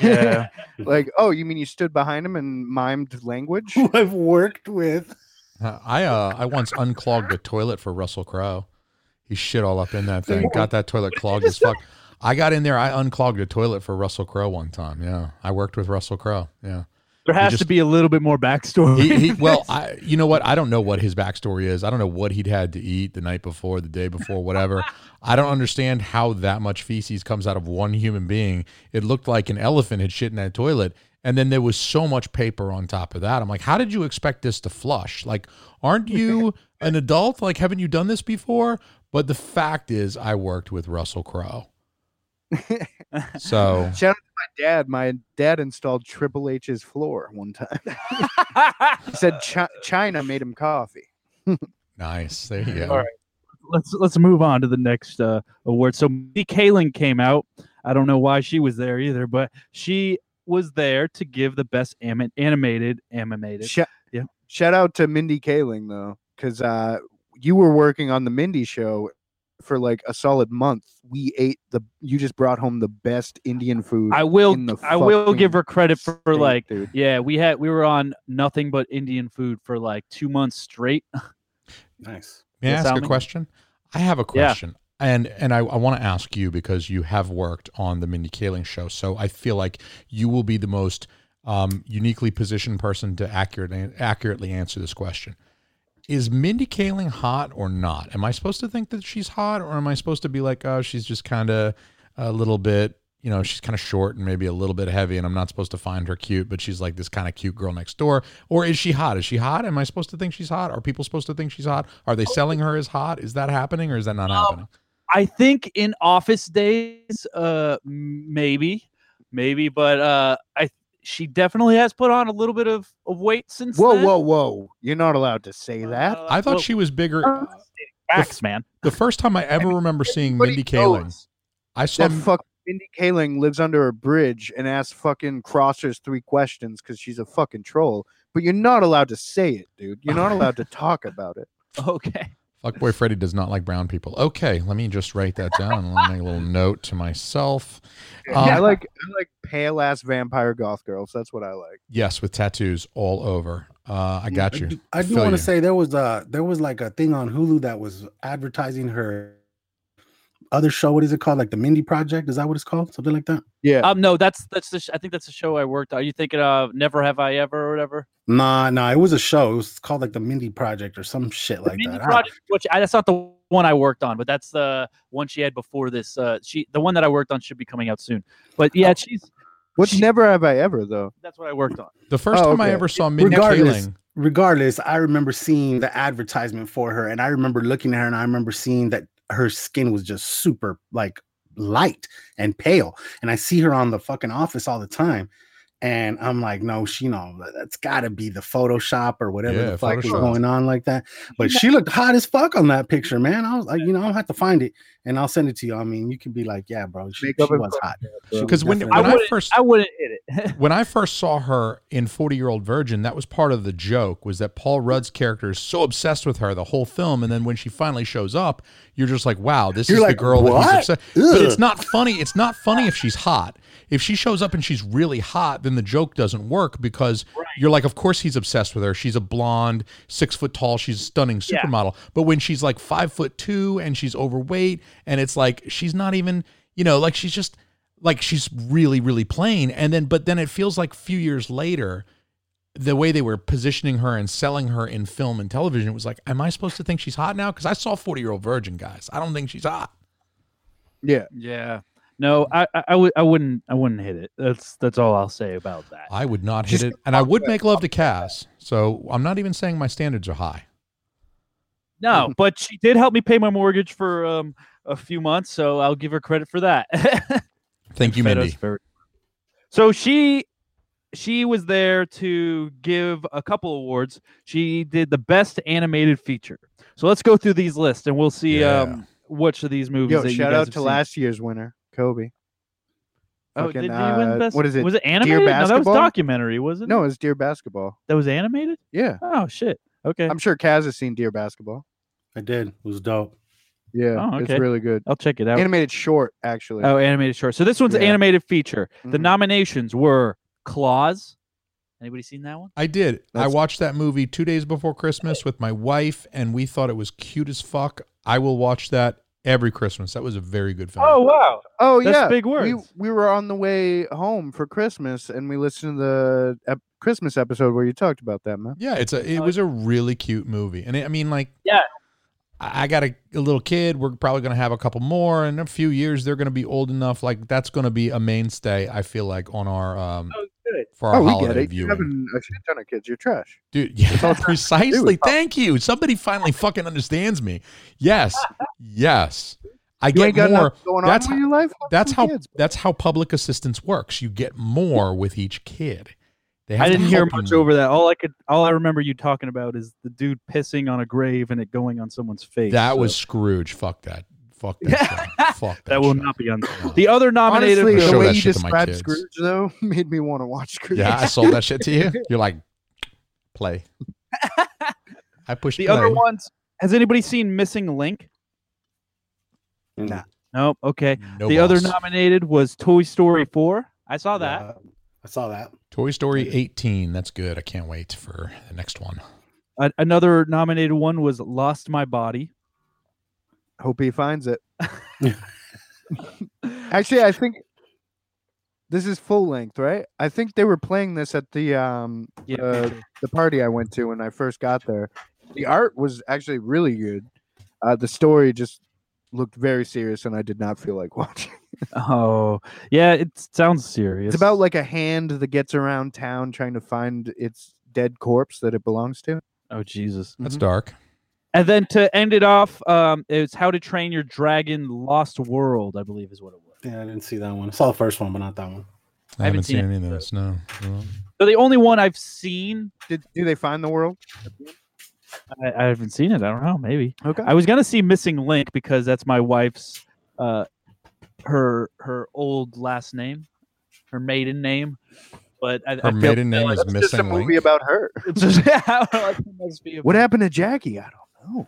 Speaker 4: Yeah.
Speaker 6: Mm-hmm.
Speaker 7: like, oh, you mean you stood behind him and mimed language?
Speaker 5: Who I've worked with.
Speaker 6: Uh, I uh, I once unclogged a toilet for Russell Crowe. He shit all up in that
Speaker 7: Dude,
Speaker 6: thing. Got that toilet clogged as fuck. I got in there. I unclogged a toilet for Russell Crowe one time. Yeah, I worked with Russell Crowe. Yeah,
Speaker 4: There has to
Speaker 6: just-
Speaker 4: be a little bit more backstory.
Speaker 6: he,
Speaker 4: *laughs*
Speaker 6: he well, I you know what? I don't know what his backstory is. I don't know what he'd had to eat the night before, the day before, whatever. I don't understand how that much feces comes out of one human being. It looked like an elephant had shit in that toilet, and then there was so much paper on top of that. I'm like, how did you expect this to flush? Like, aren't you an adult? Like, haven't you done this before? But the fact is, I worked with Russell Crowe, so
Speaker 7: Shout out to my dad. My dad installed Triple H's floor one time. he said Chi- China made him coffee.
Speaker 6: nice. There you go.
Speaker 4: All right. let's let's move on to the next uh, award. So Mindy Kaling came out. I don't know why she was there either, but she was there to give the best ami- animated animated.
Speaker 7: Shou-
Speaker 4: Yeah.
Speaker 7: Shout out to Mindy Kaling though, because uh, you were working on the Mindy show for like a solid month. We ate the. You just brought home the best Indian food.
Speaker 4: I will
Speaker 7: in the
Speaker 4: I will give
Speaker 7: fucking
Speaker 4: her credit for, for
Speaker 7: state,
Speaker 4: like
Speaker 7: dude.
Speaker 4: yeah, we had we were on nothing but Indian food for like 2 months straight.
Speaker 5: Nice.
Speaker 6: May I
Speaker 4: Yes,
Speaker 6: ask a
Speaker 4: Alvin?
Speaker 6: question? I have a question. And and I, I want to ask you because you have worked on the Mindy Kaling show. So I feel like you will be the most um, uniquely positioned person to accurately accurately answer this question. Is Mindy Kaling hot or not? Am I supposed to think that she's hot or am I supposed to be like, oh, she's just kind of a little bit, you know, she's kind of short and maybe a little bit heavy and I'm not supposed to find her cute, but she's like this kind of cute girl next door? Or is she hot? Is she hot? Am I supposed to think she's hot? Are people supposed to think she's hot? Are they selling her as hot? Is that happening or is that not happening?
Speaker 4: I think in office days uh m- maybe maybe but uh I she definitely has put on a little bit of, of weight since
Speaker 7: Whoa,
Speaker 4: then.
Speaker 7: whoa, whoa! You're not allowed to say that.
Speaker 6: I thought
Speaker 4: Well,
Speaker 6: she was bigger.
Speaker 4: facts, man. *laughs*
Speaker 6: The first time I ever remember seeing
Speaker 7: Everybody
Speaker 6: Mindy Kaling,
Speaker 7: knows
Speaker 6: I
Speaker 7: That
Speaker 6: saw
Speaker 7: fuck Mindy Kaling lives under a bridge and asks fucking crossers three questions because she's a fucking troll. But you're not allowed to say it, dude. You're not allowed to talk about it.
Speaker 4: Okay.
Speaker 6: Fuckboy Freddy does not like brown people. Okay, let me just write that down. Let me make a little note to myself. Um,
Speaker 7: I like I like pale ass vampire goth girls. That's what I like.
Speaker 6: Yes, with tattoos all over. Uh, I got you.
Speaker 5: do- I do
Speaker 6: feel
Speaker 5: want
Speaker 6: you.
Speaker 5: uh, to say there was a there was like a thing on Hulu that was advertising her other show. What is it called? Like the Mindy Project? Is that what it's called? Something like that?
Speaker 7: Yeah.
Speaker 4: Um, no, that's that's the sh- I think that's the show I worked. Are you thinking of Never Have I Ever or whatever?
Speaker 5: Nah, nah. It was a show. It was called like the Mindy Project or some shit like
Speaker 4: Mindy
Speaker 5: that. I don't-
Speaker 4: Project, which I, that's not the one I worked on, but that's the one she had before this. Uh, she the one that I worked on should be coming out soon. But
Speaker 5: Oh.
Speaker 4: yeah, she's
Speaker 7: What's
Speaker 4: Shit.
Speaker 7: never have I ever though?
Speaker 4: that's what I worked on.
Speaker 6: The first
Speaker 7: Oh,
Speaker 6: time I
Speaker 7: okay.
Speaker 6: ever saw Mindy
Speaker 5: Regardless-
Speaker 6: Kaling,
Speaker 5: regardless, I remember seeing the advertisement for her, and I remember looking at her, and I remember seeing that her skin was just super like light and pale. And I see her on the fucking office all the time, and I'm like, no, she, you know, that's got to be the Photoshop or whatever
Speaker 6: Yeah,
Speaker 5: the fuck was
Speaker 6: Photoshop.
Speaker 5: going on like that. But she looked hot as fuck on that picture, man. I was like, you know, I'll have to find it and I'll send it to you. I mean, you can be like, yeah, bro, she, she
Speaker 7: Makeup and
Speaker 5: was hot. She was
Speaker 6: because when,
Speaker 5: definitely
Speaker 6: when
Speaker 5: hot.
Speaker 4: I
Speaker 6: I,
Speaker 4: wouldn't-
Speaker 6: first
Speaker 4: I wouldn't hit it.
Speaker 6: *laughs* when I first saw her in Forty Year Old Virgin, that was part of the joke was that Paul Rudd's character is so obsessed with her the whole film, and then when she finally shows up, you're just like, wow, this
Speaker 5: You're
Speaker 6: is the
Speaker 5: like,
Speaker 6: girl that
Speaker 5: "What?
Speaker 6: he's obsessed. But it's
Speaker 5: Ugh."
Speaker 6: not funny. It's not funny if she's hot. If she shows up and she's really hot, then the joke doesn't work because you're like, of course he's obsessed with her. She's a blonde, six foot tall. She's a stunning
Speaker 4: Yeah.
Speaker 6: supermodel. But when she's like five foot two and she's overweight, and it's like she's not even, you know, like she's just like she's really really plain and then but then it feels like a few years later the way they were positioning her and selling her in film and television was like am i supposed to think she's hot now because i saw 40 year old virgin guys i don't think she's hot
Speaker 7: Yeah.
Speaker 4: yeah. No, I, I, I would I wouldn't I wouldn't hit it. That's that's all I'll say about that.
Speaker 6: i would not hit
Speaker 7: She's
Speaker 6: it and i would make love to cass so i'm not even saying my standards are high
Speaker 4: No, but she did help me pay my mortgage for um a few months, so I'll give her credit for that. *laughs*
Speaker 6: thank you
Speaker 4: Fedor's
Speaker 6: mindy
Speaker 4: favorite. So she she was there to give a couple awards. She did the best animated feature. So let's go through these lists and we'll see
Speaker 6: Yeah.
Speaker 4: um which of these movies.
Speaker 7: Yo,
Speaker 4: that you
Speaker 7: shout
Speaker 4: guys
Speaker 7: out
Speaker 4: have
Speaker 7: to
Speaker 4: seen.
Speaker 7: last year's winner, Kobe.
Speaker 4: Oh,
Speaker 7: fucking,
Speaker 4: did he win
Speaker 7: uh,
Speaker 4: best?
Speaker 7: what is it,
Speaker 4: Was it animated? No, that was
Speaker 7: Basketball?
Speaker 4: documentary, wasn't
Speaker 7: No,
Speaker 4: it?
Speaker 7: it's Deer Basketball.
Speaker 4: that was animated.
Speaker 7: Yeah.
Speaker 4: Oh shit. Okay,
Speaker 7: I'm sure Kaz has seen Deer Basketball.
Speaker 5: I did. It was dope.
Speaker 7: Yeah.
Speaker 4: Oh, okay.
Speaker 7: It's really good.
Speaker 4: I'll check it out.
Speaker 7: Animated short, actually.
Speaker 4: Oh, animated short. So this one's
Speaker 7: Yeah.
Speaker 4: animated feature. The
Speaker 7: Mhm.
Speaker 4: nominations were Claws. Anybody seen that one?
Speaker 6: i did i
Speaker 7: That's-
Speaker 6: watched that movie two days before christmas with my wife and we thought it was cute as fuck i will watch that every christmas that was a very good film
Speaker 4: wow.
Speaker 7: Oh
Speaker 4: That's
Speaker 7: yeah,
Speaker 4: big
Speaker 7: We
Speaker 4: words.
Speaker 7: we were on the way home for Christmas, and we listened to the ep- Christmas episode where you talked about that, man.
Speaker 6: Yeah, it's a it
Speaker 4: Uh,
Speaker 6: was a really cute movie, and it, I mean like
Speaker 4: Yeah.
Speaker 6: I, I got a, a little kid. We're probably gonna have a couple more in a few years. They're gonna be old enough. Like that's gonna be a mainstay. I feel like on our um
Speaker 4: Oh, good.
Speaker 6: for our
Speaker 7: oh, we get
Speaker 6: holiday
Speaker 7: it. You're
Speaker 6: viewing,
Speaker 7: having a shit ton of kids. You're trash.
Speaker 6: dude. Yeah, *laughs*
Speaker 7: all trying
Speaker 6: precisely.
Speaker 7: Pop.
Speaker 6: Thank you. Somebody finally fucking understands me. Yes, yes. I
Speaker 7: You ain't got
Speaker 6: get more.
Speaker 7: nothing going on
Speaker 6: that's
Speaker 7: with your life. Have
Speaker 6: That's
Speaker 7: some
Speaker 6: how
Speaker 7: kids.
Speaker 6: that's how public assistance works. You get more with each kid. They have
Speaker 4: I
Speaker 6: to
Speaker 4: didn't hear
Speaker 6: help you
Speaker 4: much
Speaker 6: more.
Speaker 4: over that. All I could, all I remember you talking about is the dude pissing on a grave and it going on someone's face.
Speaker 6: That
Speaker 4: so
Speaker 6: was Scrooge. Fuck that. Fuck
Speaker 4: *laughs*
Speaker 6: that. show. Fuck that.
Speaker 4: that, will
Speaker 6: show.
Speaker 4: not be on.
Speaker 6: No.
Speaker 4: *laughs* The other nominated.
Speaker 7: Honestly,
Speaker 6: for
Speaker 7: the
Speaker 6: sure.
Speaker 7: way
Speaker 6: that
Speaker 7: you
Speaker 6: shit to my
Speaker 7: described
Speaker 6: kids.
Speaker 7: Scrooge though *laughs* made me want to watch Scrooge.
Speaker 6: Yeah, I sold that shit
Speaker 4: *laughs*
Speaker 6: to you. You're like, play. I pushed
Speaker 4: the
Speaker 6: play.
Speaker 4: other ones. Has anybody seen Missing Link?
Speaker 5: Nah.
Speaker 4: No. Okay.
Speaker 6: No
Speaker 4: the other
Speaker 6: boss.
Speaker 4: nominated was Toy Story Four. I saw that.
Speaker 5: Yeah, I saw that.
Speaker 6: Toy Story 18. That's good. I can't wait for the next one.
Speaker 4: A- another nominated one was Lost My Body.
Speaker 7: Hope he finds it. *laughs* Actually, I think this is full length, right? I think they were playing this at the um
Speaker 4: Yeah.
Speaker 7: uh, the party I went to when I first got there. The art was actually really good. Uh, the story just looked very serious, and I did not feel like *laughs* watching.
Speaker 4: Oh, yeah. It sounds serious.
Speaker 7: It's about like a hand that gets around town trying to find its dead corpse that it belongs to.
Speaker 4: Oh Jesus.
Speaker 6: That's
Speaker 7: Mhm.
Speaker 6: dark.
Speaker 4: And then to end it off, um, it's How to Train Your Dragon Lost World, I believe is what it was.
Speaker 5: Yeah, I didn't see that one. I saw the first one, but not that one.
Speaker 6: I, haven't seen, any of those. No. No.
Speaker 4: So the only one I've seen,
Speaker 7: Did do they find the world?
Speaker 4: I, I haven't seen it. I don't know. Maybe
Speaker 7: Okay.
Speaker 4: I was gonna see Missing Link because that's my wife's, uh, her her old last name, her maiden name. But I,
Speaker 6: Her
Speaker 4: I feel-
Speaker 6: maiden name
Speaker 4: like
Speaker 6: is
Speaker 7: It's just a
Speaker 6: Missing
Speaker 7: movie
Speaker 6: Link.
Speaker 7: about her.
Speaker 4: it's just- *laughs* I don't know, it must be a-
Speaker 7: What happened to Jackie? I don't know.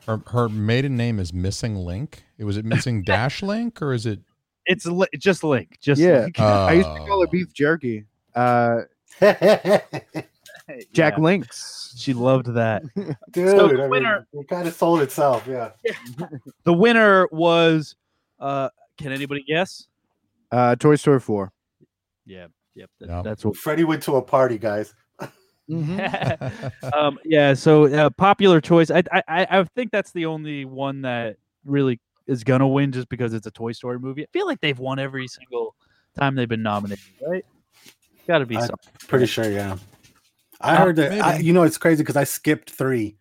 Speaker 6: Her, her maiden name is Missing Link. It was it
Speaker 7: *laughs*
Speaker 6: Missing Dash Link or is it?
Speaker 4: It's li- just Link. Just
Speaker 7: Yeah.
Speaker 4: Link.
Speaker 7: *laughs*
Speaker 4: *laughs*
Speaker 7: I used to call
Speaker 6: Oh.
Speaker 7: it beef jerky. Uh, Jack
Speaker 4: Jack.
Speaker 7: Links.
Speaker 4: She loved that.
Speaker 5: Dude,
Speaker 4: So the winner-
Speaker 5: it kind of sold itself. Yeah.
Speaker 4: The winner was Uh, can anybody guess?
Speaker 7: Uh, Toy Story 4.
Speaker 4: Yeah, yep, that-
Speaker 6: No.
Speaker 4: that's what.
Speaker 5: Freddie went to a party, guys.
Speaker 4: Mm-hmm.
Speaker 6: *laughs*
Speaker 4: um, yeah, so uh, popular choice. I, I I I think that's the only one that really is gonna win, just because it's a Toy Story movie. I feel like they've won every single time they've been nominated, right? Got to be
Speaker 5: I-
Speaker 4: something.
Speaker 5: Pretty sure, yeah. I
Speaker 6: Uh,
Speaker 5: heard that. I,
Speaker 6: maybe.
Speaker 5: you know, it's crazy because I skipped three,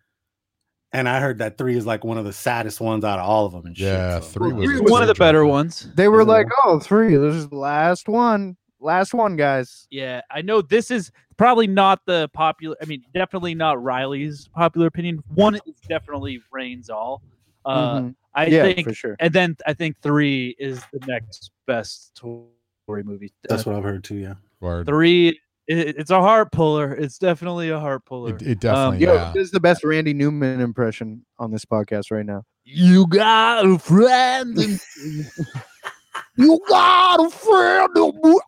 Speaker 5: and I heard that three is like one of the saddest ones out of all of them. And
Speaker 6: Yeah,
Speaker 5: shit, so-
Speaker 6: three was
Speaker 7: three
Speaker 6: a
Speaker 7: was
Speaker 4: One of the
Speaker 6: tearjerker.
Speaker 4: better ones.
Speaker 7: They were
Speaker 5: Yeah.
Speaker 7: like, oh, three. This is the last one. Last one, guys.
Speaker 4: Yeah, I know this is probably not the popular. I mean, definitely not Riley's popular opinion. One is definitely reigns all. Uh,
Speaker 7: Mhm.
Speaker 4: I
Speaker 7: yeah,
Speaker 4: think,
Speaker 7: for sure.
Speaker 4: and then I think three is the next best story movie. Uh,
Speaker 5: That's what I've heard too. Yeah.
Speaker 6: *laughs* Word.
Speaker 4: three, it, it's a heart puller. It's definitely a heart puller.
Speaker 6: It, it definitely.
Speaker 7: Yo,
Speaker 6: yeah.
Speaker 7: this is the best Randy Newman impression on this podcast right now.
Speaker 6: You got a friend.
Speaker 4: *laughs*
Speaker 6: you got a friend.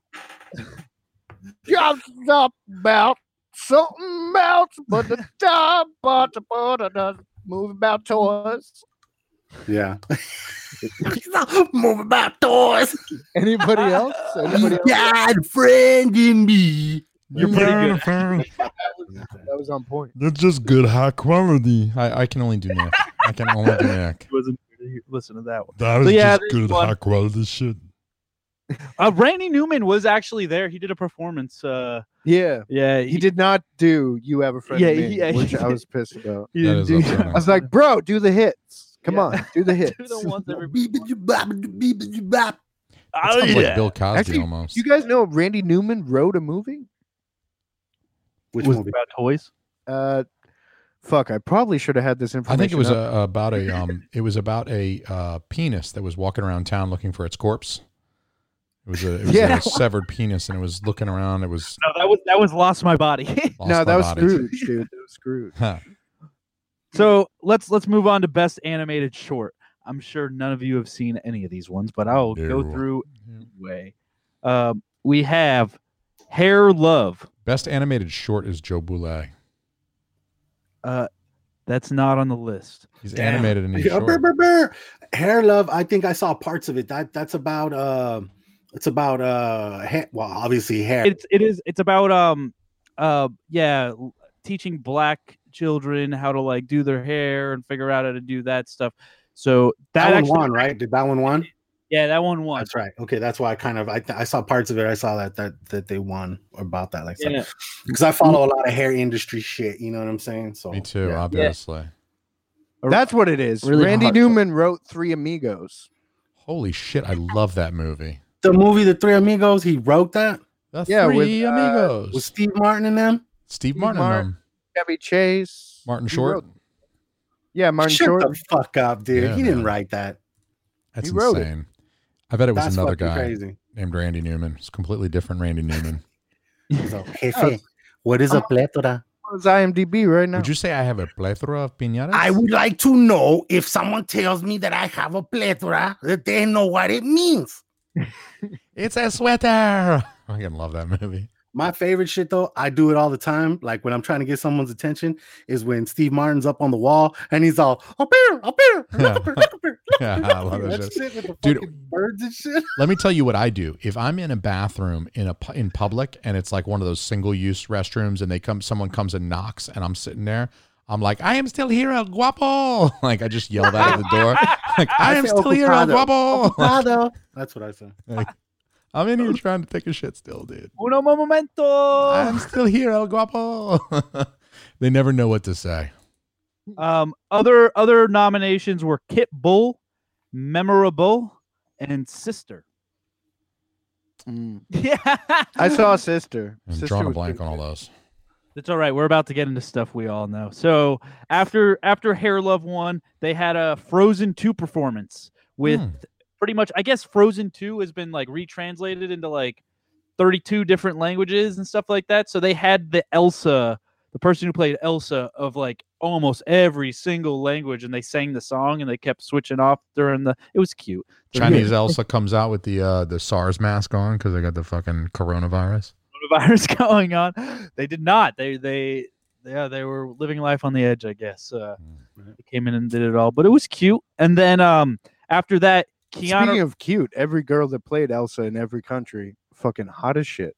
Speaker 7: Just up about something else, but
Speaker 4: *laughs*
Speaker 7: the time, but the but the move about toys.
Speaker 5: Yeah. Move about doors.
Speaker 4: *laughs*
Speaker 7: Anybody else? Anybody else?
Speaker 5: God, friend in me.
Speaker 4: You're pretty good.
Speaker 7: *laughs* That was on point.
Speaker 6: That's just good, high quality. I, I can only do Nick. I can only do
Speaker 7: *laughs*
Speaker 6: Nick.
Speaker 4: Wasn't listen to that one.
Speaker 6: That
Speaker 4: So is yeah, just this good, one- high
Speaker 6: quality shit.
Speaker 4: Uh, Randy Newman was actually there. He did a performance. Uh,
Speaker 7: Yeah.
Speaker 4: yeah,
Speaker 7: He did not do You Have a Friend
Speaker 4: Yeah,
Speaker 7: in *laughs* Me,
Speaker 4: yeah,
Speaker 7: which
Speaker 4: yeah.
Speaker 7: I was pissed about.
Speaker 6: *laughs*
Speaker 4: He
Speaker 6: That
Speaker 4: didn't
Speaker 6: is
Speaker 4: do-
Speaker 7: *laughs*
Speaker 6: upsetting.
Speaker 7: I was like, bro, do the hits. Come
Speaker 4: Yeah.
Speaker 7: on, *laughs* do the hits.
Speaker 4: *laughs* do the ones *laughs* Oh, everybody.
Speaker 5: Bibbidi-bobbidi-bibbidi-bop.
Speaker 6: That sounds like Bill Cosby
Speaker 7: Actually,
Speaker 6: almost.
Speaker 7: You guys know Randy Newman wrote a movie?
Speaker 5: Which
Speaker 4: was
Speaker 5: movie?
Speaker 4: about toys.
Speaker 7: Uh, fuck, I probably should have had this
Speaker 6: I
Speaker 7: information.
Speaker 6: think it was
Speaker 7: up.
Speaker 6: a, about a um. It was about a uh, penis that was walking around town looking for its corpse. It was a, it was
Speaker 7: Yeah.
Speaker 6: a severed penis, and it was looking around. It was
Speaker 4: No, that was that was lost my body. *laughs*
Speaker 6: lost
Speaker 7: no,
Speaker 6: my
Speaker 7: that was
Speaker 6: body.
Speaker 7: Scrooge, dude. *laughs* That was Scrooge.
Speaker 6: Huh.
Speaker 4: So let's let's move on to best animated short. I'm sure none of you have seen any of these ones, but I'll go
Speaker 6: No.
Speaker 4: through anyway. Um, we have Hair Love.
Speaker 6: Best animated short is Joe Boulay.
Speaker 4: Uh, that's not on the list.
Speaker 6: He's
Speaker 5: Damn.
Speaker 6: animated in his
Speaker 5: Yeah, brr,
Speaker 6: short.
Speaker 5: brr, brr. Hair love. I think I saw parts of it. That that's about uh, it's about uh, hair. Well, obviously hair.
Speaker 4: It's it is it's about um uh yeah l- teaching black children how to like do their hair and figure out how to do that stuff. So that,
Speaker 5: that one
Speaker 4: actually,
Speaker 5: won, right? Did that one won?
Speaker 4: yeah, that one won.
Speaker 5: That's right. Okay, that's why I kind of I, th- I saw parts of it. I saw that that that they won about that, like
Speaker 4: Yeah. Mm-hmm.
Speaker 5: because I follow a lot of hair industry shit. You know what I'm saying? So
Speaker 6: Me too,
Speaker 5: yeah.
Speaker 6: obviously.
Speaker 7: That's what it is.
Speaker 4: Really
Speaker 7: Randy
Speaker 4: heartfelt.
Speaker 7: Newman wrote Three Amigos.
Speaker 6: Holy shit, I love that movie.
Speaker 5: The movie The Three Amigos. He wrote that
Speaker 6: The
Speaker 7: Yeah,
Speaker 6: Three
Speaker 7: with, uh,
Speaker 6: Amigos.
Speaker 5: with Steve Martin in them.
Speaker 6: Steve
Speaker 7: Steve
Speaker 6: Martin, in
Speaker 7: Martin.
Speaker 6: them.
Speaker 7: Chevy Chase.
Speaker 6: Martin
Speaker 7: He
Speaker 6: Short.
Speaker 7: wrote- yeah, Martin
Speaker 5: Shut
Speaker 7: Short.
Speaker 5: the fuck up, dude.
Speaker 6: Yeah,
Speaker 5: he didn't
Speaker 6: man.
Speaker 5: write that.
Speaker 6: That's
Speaker 7: He wrote it.
Speaker 6: insane. I bet it was
Speaker 5: that's
Speaker 6: another
Speaker 5: fucking
Speaker 6: guy
Speaker 5: crazy.
Speaker 6: named Randy Newman. It's a completely different Randy Newman.
Speaker 5: So, Jefe, what is a plethora?
Speaker 7: It was IMDb right now.
Speaker 6: Would you say I have a plethora of pinatas?
Speaker 5: I would like to know if someone tells me that I have a plethora, that they know what it means.
Speaker 6: It's a sweater. *laughs* I fucking love that movie. *laughs*
Speaker 5: My favorite shit though, I do it all the time. Like when I'm trying to get someone's attention, is when Steve Martin's up on the wall and he's all up here, up here, look up here, look up *laughs* here.
Speaker 6: Yeah,
Speaker 5: look up
Speaker 6: I
Speaker 5: here."
Speaker 6: love that
Speaker 5: That
Speaker 6: shit.
Speaker 5: shit with the
Speaker 6: Dude.
Speaker 5: fucking birds and shit. *laughs*
Speaker 6: Let me tell you what I do. If I'm in a bathroom in a pu- in public and it's like one of those single use restrooms and they come someone comes and knocks and I'm sitting there, I'm like, I am still here, El Guapo. *laughs* Like I just yell that at the door. Like I,
Speaker 5: I
Speaker 6: am
Speaker 5: say
Speaker 6: still here, El
Speaker 5: "Ocupado,
Speaker 6: *laughs* Guapo.
Speaker 7: *laughs*
Speaker 5: Ocupado. That's what I said.
Speaker 6: I'm in here trying to take a shit still, dude.
Speaker 4: Uno momento.
Speaker 6: I'm still here, El Guapo. *laughs* they never know what to say.
Speaker 4: Um, other other nominations were Kit Bull, Memorable, and Sister. *laughs*
Speaker 7: Mm.
Speaker 4: Yeah,
Speaker 7: I *laughs* saw Sister.
Speaker 6: I'm
Speaker 7: Sister
Speaker 6: drawing a
Speaker 7: was
Speaker 6: blank
Speaker 7: pretty
Speaker 6: on all
Speaker 7: good.
Speaker 6: those.
Speaker 4: It's all right. We're about to get into stuff we all know. So after after Hair Love won, they had a Frozen Two performance with
Speaker 6: Hmm.
Speaker 4: pretty much. I guess Frozen Two has been like retranslated into like thirty two different languages and stuff like that. So they had the Elsa, the person who played Elsa of like almost every single language, and they sang the song and they kept switching off during the. It was cute.
Speaker 6: Chinese Elsa comes out with the uh, the SARS mask on because they got the fucking coronavirus.
Speaker 4: Coronavirus *laughs* going on. They did not. They they yeah they were living life on the edge. I guess. Uh,
Speaker 6: Mm.
Speaker 4: They came in and did it all, but it was cute. And then um, after that, Keanu.
Speaker 7: Speaking of cute, every girl that played Elsa in every country, fucking hot as shit.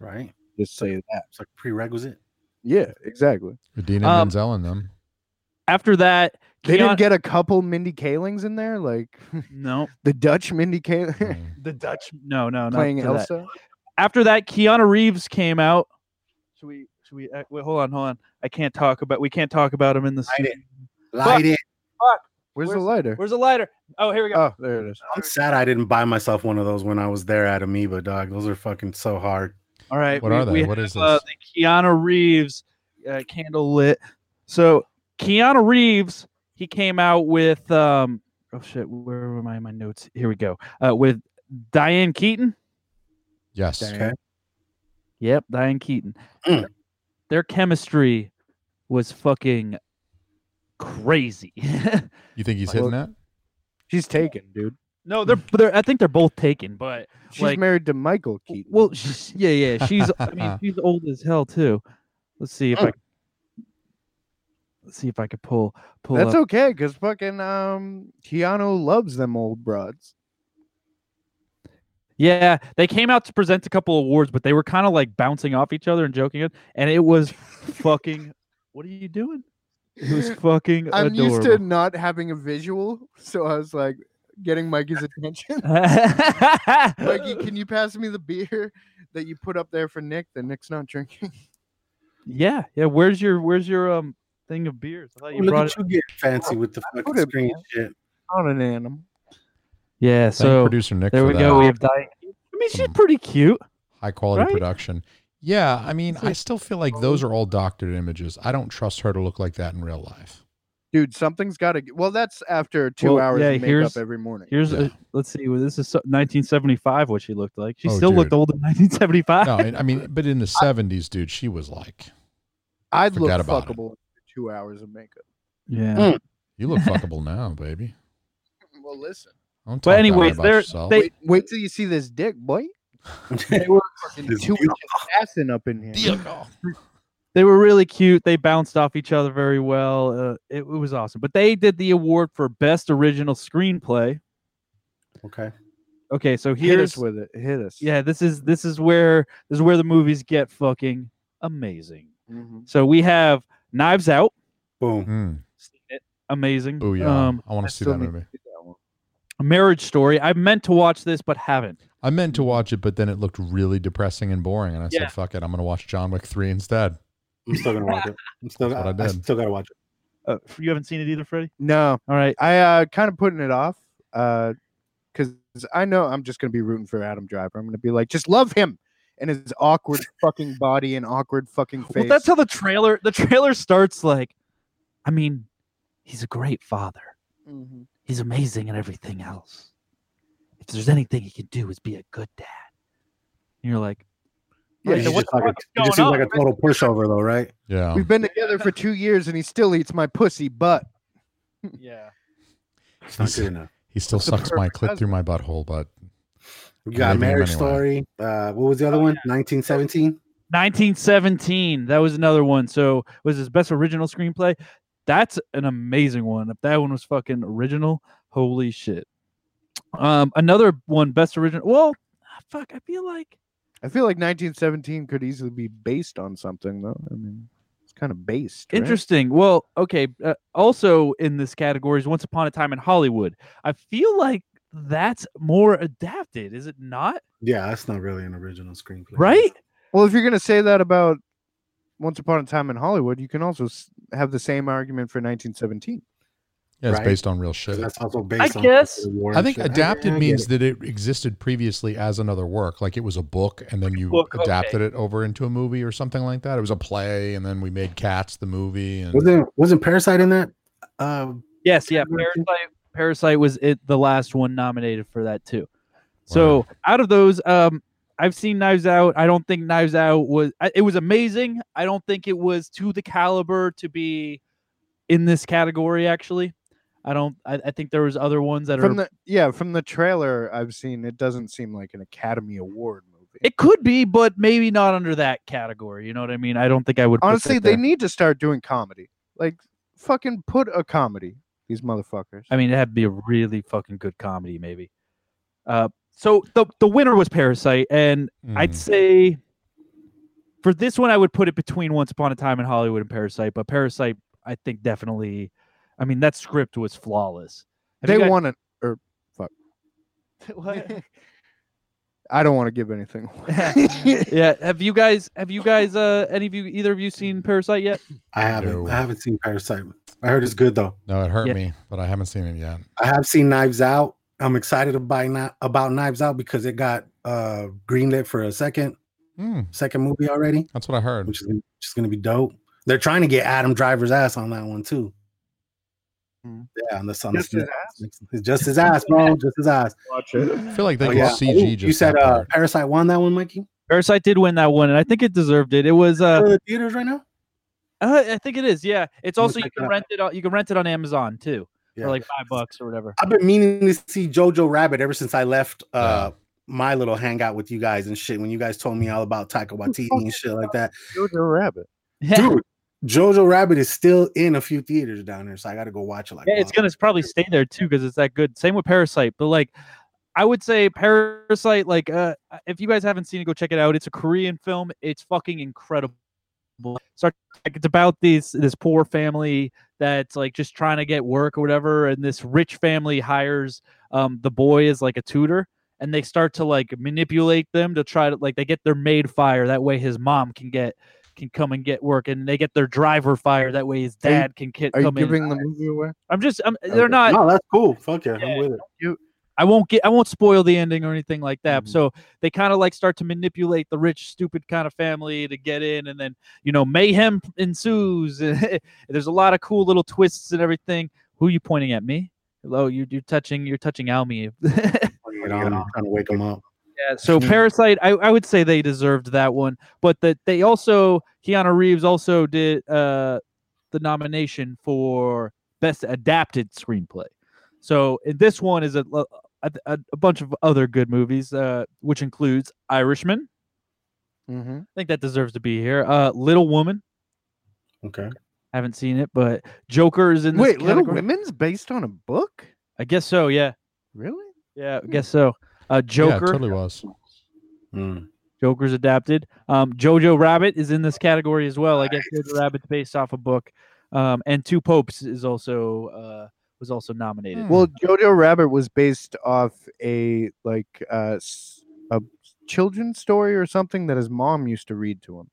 Speaker 5: right?
Speaker 7: Just say that.
Speaker 5: It's like prerequisite.
Speaker 7: Yeah, exactly.
Speaker 6: Adina
Speaker 4: Um,
Speaker 6: Menzel and them.
Speaker 4: after that,
Speaker 7: They
Speaker 4: Keanu,
Speaker 7: didn't get a couple Mindy Kalings in there, like *laughs*
Speaker 4: no
Speaker 7: the Dutch Mindy *laughs* Kaling
Speaker 6: Mm.
Speaker 4: the Dutch. No, no, no.
Speaker 7: playing Elsa.
Speaker 4: After that, Keanu Reeves came out. Should we? Should we? Uh, wait, hold on, hold on. I can't talk about. We can't talk about him in this.
Speaker 5: Light it. Light it.
Speaker 7: Where's, the
Speaker 4: Where's-
Speaker 7: lighter?
Speaker 4: Where's the lighter? Oh, here we go.
Speaker 7: Oh, there it is.
Speaker 5: I'm sad I didn't buy myself one of those when I was there at Amoeba, dog. Those are fucking so hard.
Speaker 4: All right.
Speaker 6: What
Speaker 4: we-
Speaker 6: are they?
Speaker 4: we
Speaker 6: What is
Speaker 4: uh,
Speaker 6: this?
Speaker 4: the Keanu Reeves uh, candle lit. So Keanu Reeves, he came out with um oh shit, where were my my notes? Here we go. Uh, with Diane Keaton.
Speaker 6: Yes.
Speaker 5: Okay.
Speaker 4: Yep, Diane Keaton.
Speaker 5: Mm.
Speaker 4: Their chemistry was fucking crazy. *laughs*
Speaker 6: You think he's hitting that?
Speaker 7: She's taken, dude.
Speaker 4: no, they're they're I think they're both taken, but
Speaker 7: She's
Speaker 4: Like-
Speaker 7: married to Michael Keaton.
Speaker 4: well, she's, yeah, yeah, she's I mean she's old as hell too. Let's see if I let's see if I could pull pull
Speaker 7: that's
Speaker 4: up.
Speaker 7: okay, because fucking um Keanu loves them old broads.
Speaker 4: Yeah, they came out to present a couple awards, but they were kind of like bouncing off each other and joking it, and it was fucking. What are you doing? It *laughs* was
Speaker 7: *laughs*
Speaker 4: fucking
Speaker 7: I'm
Speaker 4: adorable.
Speaker 7: used to not having a visual, so I was like getting Mikey's attention.
Speaker 4: *laughs*
Speaker 7: *laughs* Mikey, can you pass me the beer *laughs* that you put up there for Nick that Nick's not drinking?
Speaker 4: yeah, yeah. Where's your Where's your um thing of beers? I thought you
Speaker 5: Oh, Look
Speaker 4: brought
Speaker 5: at
Speaker 4: it.
Speaker 5: you getting fancy with the fucking
Speaker 7: put it,
Speaker 5: screen shit.
Speaker 7: Not an animal.
Speaker 4: Yeah,
Speaker 6: Thank
Speaker 4: so
Speaker 6: producer Nick
Speaker 4: there
Speaker 6: for
Speaker 4: we
Speaker 6: that.
Speaker 4: go. We have Diane. I mean, she's
Speaker 6: Some-
Speaker 4: pretty cute.
Speaker 6: High quality
Speaker 4: Right?
Speaker 6: production. Yeah, I mean,
Speaker 4: It's
Speaker 6: I
Speaker 4: like-
Speaker 6: still feel like those are all doctored images. I don't trust her to look like that in real life.
Speaker 7: Dude, something's got to. Well, that's after two
Speaker 4: Well,
Speaker 7: hours
Speaker 4: yeah,
Speaker 7: of
Speaker 4: here's-
Speaker 7: makeup every morning.
Speaker 4: Here's
Speaker 6: Yeah.
Speaker 4: a, let's see. Well, this is so- 1975. What she looked like. She
Speaker 6: Oh,
Speaker 4: still looked
Speaker 6: dude.
Speaker 4: old in *laughs* 1975.
Speaker 6: No, I I mean, but in the '70s, dude, she was like,
Speaker 7: I'd look
Speaker 6: forgot about it.
Speaker 7: fuckable after two hours of makeup.
Speaker 4: yeah.
Speaker 6: "You look fuckable now, baby."
Speaker 7: *laughs* Well, listen.
Speaker 6: Don't
Speaker 4: But
Speaker 6: talk that way
Speaker 4: anyways,
Speaker 6: about
Speaker 4: they're-
Speaker 6: yourself.
Speaker 4: they-
Speaker 7: Wait, wait till you see this dick,
Speaker 6: *laughs*
Speaker 7: boy.
Speaker 5: They
Speaker 7: were fucking
Speaker 5: This
Speaker 7: two
Speaker 5: dick.
Speaker 7: inches assing up in here.
Speaker 4: they were really cute. They bounced off each other very well. Uh, it, it was awesome. But they did the award for best original screenplay.
Speaker 5: *laughs* Okay.
Speaker 4: Okay, so
Speaker 7: Hit us
Speaker 4: here's
Speaker 7: with it. Hit us.
Speaker 4: yeah, this is this is where this is where the movies get fucking amazing.
Speaker 7: Mhm.
Speaker 4: So we have Knives Out,
Speaker 5: Boom.
Speaker 6: Mm,
Speaker 4: seen it, amazing.
Speaker 6: booyah!
Speaker 4: Um,
Speaker 6: I want
Speaker 7: I
Speaker 6: to see that
Speaker 7: still need to
Speaker 6: movie.
Speaker 7: see that one.
Speaker 4: Marriage Story. I meant to watch this but haven't.
Speaker 6: I meant to watch it, but then it looked really depressing and boring, and I
Speaker 4: Yeah.
Speaker 6: said, "Fuck it, I'm going to watch John Wick three instead."
Speaker 5: I'm still gonna watch it. I'm still.
Speaker 6: That's
Speaker 5: I,
Speaker 6: what I
Speaker 5: I
Speaker 6: did.
Speaker 5: still gotta watch it.
Speaker 4: Uh, you haven't seen it either, Freddie.
Speaker 7: No,
Speaker 4: All right.
Speaker 7: I uh, kind of putting it off because I know I'm just going to be rooting for Adam Driver. I'm going to be like, just love him and his
Speaker 4: *laughs*
Speaker 7: awkward fucking body and awkward fucking face.
Speaker 4: Well, that's how the trailer the trailer starts. Like, I mean, he's a great father.
Speaker 7: Mhm.
Speaker 4: He's amazing at everything else. If there's anything he can do, is be a good dad. And you're like,
Speaker 5: Yeah,
Speaker 4: "Alright,
Speaker 5: he's
Speaker 4: then what
Speaker 5: just like a,
Speaker 4: the
Speaker 5: he
Speaker 4: fuck is
Speaker 5: just seems
Speaker 4: going
Speaker 5: like a
Speaker 4: on?"
Speaker 5: total pushover, though, right?
Speaker 6: Yeah,
Speaker 7: We've been together for two years and he still eats my pussy butt.
Speaker 4: Yeah.
Speaker 5: It's not good enough.
Speaker 6: he still
Speaker 7: It's a
Speaker 6: sucks my
Speaker 7: perfect
Speaker 6: clip through my butthole, but I'm
Speaker 5: We got
Speaker 6: leaving him
Speaker 5: Marriage
Speaker 6: anyway.
Speaker 5: Story. Uh, what was the
Speaker 4: Oh,
Speaker 5: other one? 1917.
Speaker 4: 1917. That was another one. So was his best original screenplay. That's an amazing one. If that one was fucking original, holy shit. Um, another one, best original. Well, ah, fuck. I feel like
Speaker 7: I feel like 1917 could easily be based on something, though. I mean, it's kind of based. right?
Speaker 4: Interesting. Well, okay. Uh, also in this category is Once Upon a Time in Hollywood. I feel like that's more adapted, is it not?
Speaker 5: Yeah, that's not really an original screenplay,
Speaker 4: Right?
Speaker 7: Well, if you're going to say that about Once Upon a Time in Hollywood, you can also s- have the same argument for 1917.
Speaker 6: yeah, it's
Speaker 5: Right?
Speaker 6: based on real shit.
Speaker 5: 'Cause That's also based. on
Speaker 4: guess.
Speaker 5: the war
Speaker 6: I
Speaker 5: and
Speaker 6: think
Speaker 5: shit.
Speaker 6: adapted
Speaker 5: I- I get
Speaker 6: means
Speaker 5: it.
Speaker 6: that it existed previously as another work, like it was a book, and then you
Speaker 4: Book,
Speaker 6: adapted it over into a movie or something like that. It was a play, and then we made Cats the movie, and
Speaker 5: wasn't wasn't Parasite in that?
Speaker 6: Um,
Speaker 5: Uh,
Speaker 4: Yes, yeah.
Speaker 5: Category two.
Speaker 4: Parasite, Parasite was it the last one nominated for that too. So out of those, um, I've seen Knives Out. I don't think Knives Out was I- it was amazing. I don't think it was to the caliber to be in this category. Actually, I don't. I, I think there was other ones that are.
Speaker 7: From the yeah, from the trailer I've seen, it doesn't seem like an Academy Award movie.
Speaker 4: it could be, but maybe not under that category. You know what I mean? I don't think I would. put that
Speaker 7: Honestly, they
Speaker 4: there.
Speaker 7: need to start doing comedy. Like fucking put a comedy. These motherfuckers.
Speaker 4: I mean, it had to be a really fucking good comedy, maybe. Uh, so the the winner was Parasite, and I'd
Speaker 6: Mm.
Speaker 4: say for this one I would put it between Once Upon a Time in Hollywood and Parasite, but Parasite I think definitely. I mean that script was flawless. Have you
Speaker 7: they *laughs*
Speaker 4: guys-
Speaker 7: want to.
Speaker 4: What?
Speaker 7: *laughs* I don't want to give anything. away.
Speaker 4: *laughs* yeah. Have you guys? Have you guys? Uh, any of you? Either of you seen Parasite yet?
Speaker 5: I haven't.
Speaker 6: No.
Speaker 5: I haven't seen Parasite. I heard it's good though.
Speaker 6: No, it hurt
Speaker 4: Yeah.
Speaker 6: me, but I haven't seen it yet.
Speaker 5: I have seen Knives Out. I'm excited about Kni- about Knives Out because it got uh greenlit for a second
Speaker 6: Mm,
Speaker 5: second movie already,
Speaker 6: that's what I heard.
Speaker 5: which is just gonna be dope. They're trying to get Adam Driver's ass on that one too.
Speaker 4: Hmm.
Speaker 5: Yeah, on the
Speaker 7: *laughs*
Speaker 5: sun.
Speaker 7: Just
Speaker 5: *laughs*
Speaker 7: his
Speaker 5: Just his ass, bro. Just his ass.
Speaker 7: Watch it.
Speaker 6: I feel like they
Speaker 5: Oh,
Speaker 6: can
Speaker 5: yeah.
Speaker 6: CG
Speaker 5: Ooh,
Speaker 6: just
Speaker 5: you said
Speaker 6: that
Speaker 5: uh,
Speaker 6: part.
Speaker 5: Parasite won that one, Mikey.
Speaker 4: Parasite did win that one, and I think it deserved it. It was. Uh,
Speaker 5: For the theaters right now.
Speaker 4: uh I think it is. Yeah. It's also
Speaker 5: Looks
Speaker 4: you
Speaker 5: like
Speaker 4: can
Speaker 5: that.
Speaker 4: rent it. On, you can rent it on Amazon too
Speaker 5: Yeah.
Speaker 4: for like five bucks or whatever. *laughs*
Speaker 5: I've been meaning to see Jojo Rabbit ever since I left uh
Speaker 6: Yeah.
Speaker 5: my little hangout with you guys and shit when you guys told me all about Taika Waititi and shit like that.
Speaker 7: Jojo Rabbit.
Speaker 4: Yeah.
Speaker 5: Dude, Jojo Rabbit is still in a few theaters down there, so I got to go watch it like
Speaker 4: Yeah, it's
Speaker 5: wild.
Speaker 4: gonna probably stay there too because it's that good. Same with Parasite, but like, I would say Parasite. Like, uh, if you guys haven't seen it, go check it out. It's a Korean film. It's fucking incredible. Start. Like, it's about these this poor family that's like just trying to get work or whatever, and this rich family hires um the boy as like a tutor. And they start to like manipulate them to try to like they get their maid fire that way his mom can get can come and get work and they get their driver fire that way his
Speaker 7: Are you-
Speaker 4: dad can ki-
Speaker 7: Are you
Speaker 4: come in.
Speaker 7: giving the movie away?
Speaker 4: I'm just I'm,
Speaker 7: Okay.
Speaker 4: they're not
Speaker 5: No, that's cool. Fuck yeah,
Speaker 4: Yeah.
Speaker 5: I'm with it.
Speaker 4: I won't get I won't spoil the ending or anything like that.
Speaker 5: Mhm.
Speaker 4: So they kind of like start to manipulate the rich stupid kind of family to get in and then you know mayhem ensues. *laughs* There's a lot of cool little twists and everything. Who you pointing at me? Hello, you you're touching you're touching Almi.
Speaker 5: Bring it on. I'm um, trying to wake him up.
Speaker 4: Yeah, so Parasite, I, I would say they deserved that one, but that they also Keanu Reeves also did uh, the nomination for best adapted screenplay. So and this one is a, lo- a, a- a bunch of other good movies, uh, which includes Irishman.
Speaker 7: Mm-hmm.
Speaker 4: I think that deserves to be here. Uh, Little Woman,
Speaker 5: Okay.
Speaker 4: haven't seen it, but Joker is in. This
Speaker 7: Wait, Little
Speaker 4: category.
Speaker 7: Women's based on a book?
Speaker 4: I guess so. Yeah,
Speaker 7: Really?
Speaker 4: yeah, I guess so. Uh,
Speaker 6: Yeah, it
Speaker 4: Joker,
Speaker 6: totally was.
Speaker 5: Mm.
Speaker 4: Joker's adapted. Um, Jojo Rabbit is in this category as well. I guess Jojo Rabbit's based off a book. Um, and Two Popes is also uh, was also nominated.
Speaker 6: Hmm.
Speaker 7: Well, Jojo Rabbit was based off a like uh, s- a children's story or something that his mom used to read to him.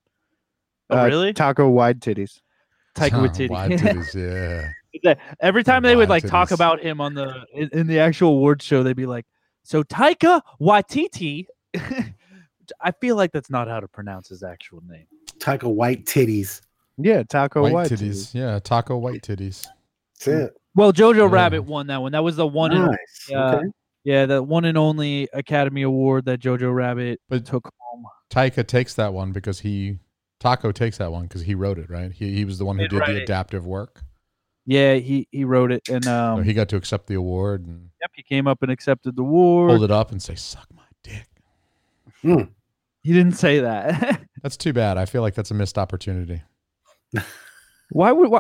Speaker 4: Oh,
Speaker 7: Uh,
Speaker 4: really?
Speaker 7: Taco wide titties.
Speaker 6: *laughs*
Speaker 4: Taika
Speaker 6: Huh,
Speaker 4: Waititi. *laughs*
Speaker 6: wide titties, yeah.
Speaker 4: That- Every time they would like talk
Speaker 6: Wide titties.
Speaker 4: about him on the in, in the actual award show, they'd be like, "So Taika Waititi." *laughs* I feel like that's not how to pronounce his actual name.
Speaker 5: Taika White titties.
Speaker 7: Yeah, taco
Speaker 6: White
Speaker 7: wide,
Speaker 6: titties. Yeah, taco white titties.
Speaker 5: That's it.
Speaker 4: Well, Jojo
Speaker 6: Yeah.
Speaker 4: Rabbit won that one. That was the one. And,
Speaker 5: Nice.
Speaker 4: yeah.
Speaker 5: Okay.
Speaker 4: yeah, the one and only Academy Award that Jojo Rabbit
Speaker 6: But-
Speaker 4: took home.
Speaker 6: Taika takes that one because he Taco takes that one because he wrote it, right? He he was the one who
Speaker 4: Did
Speaker 6: did
Speaker 4: write
Speaker 6: the
Speaker 4: it.
Speaker 6: adaptive work.
Speaker 4: Yeah, he he wrote it, and um,
Speaker 6: so he got to accept the award and
Speaker 4: Yep, he came up and accepted the award.
Speaker 6: hold it up and say, "Suck my dick."
Speaker 4: He didn't say that. *laughs*
Speaker 6: That's too bad. I feel like that's a missed opportunity.
Speaker 4: why *laughs* would why?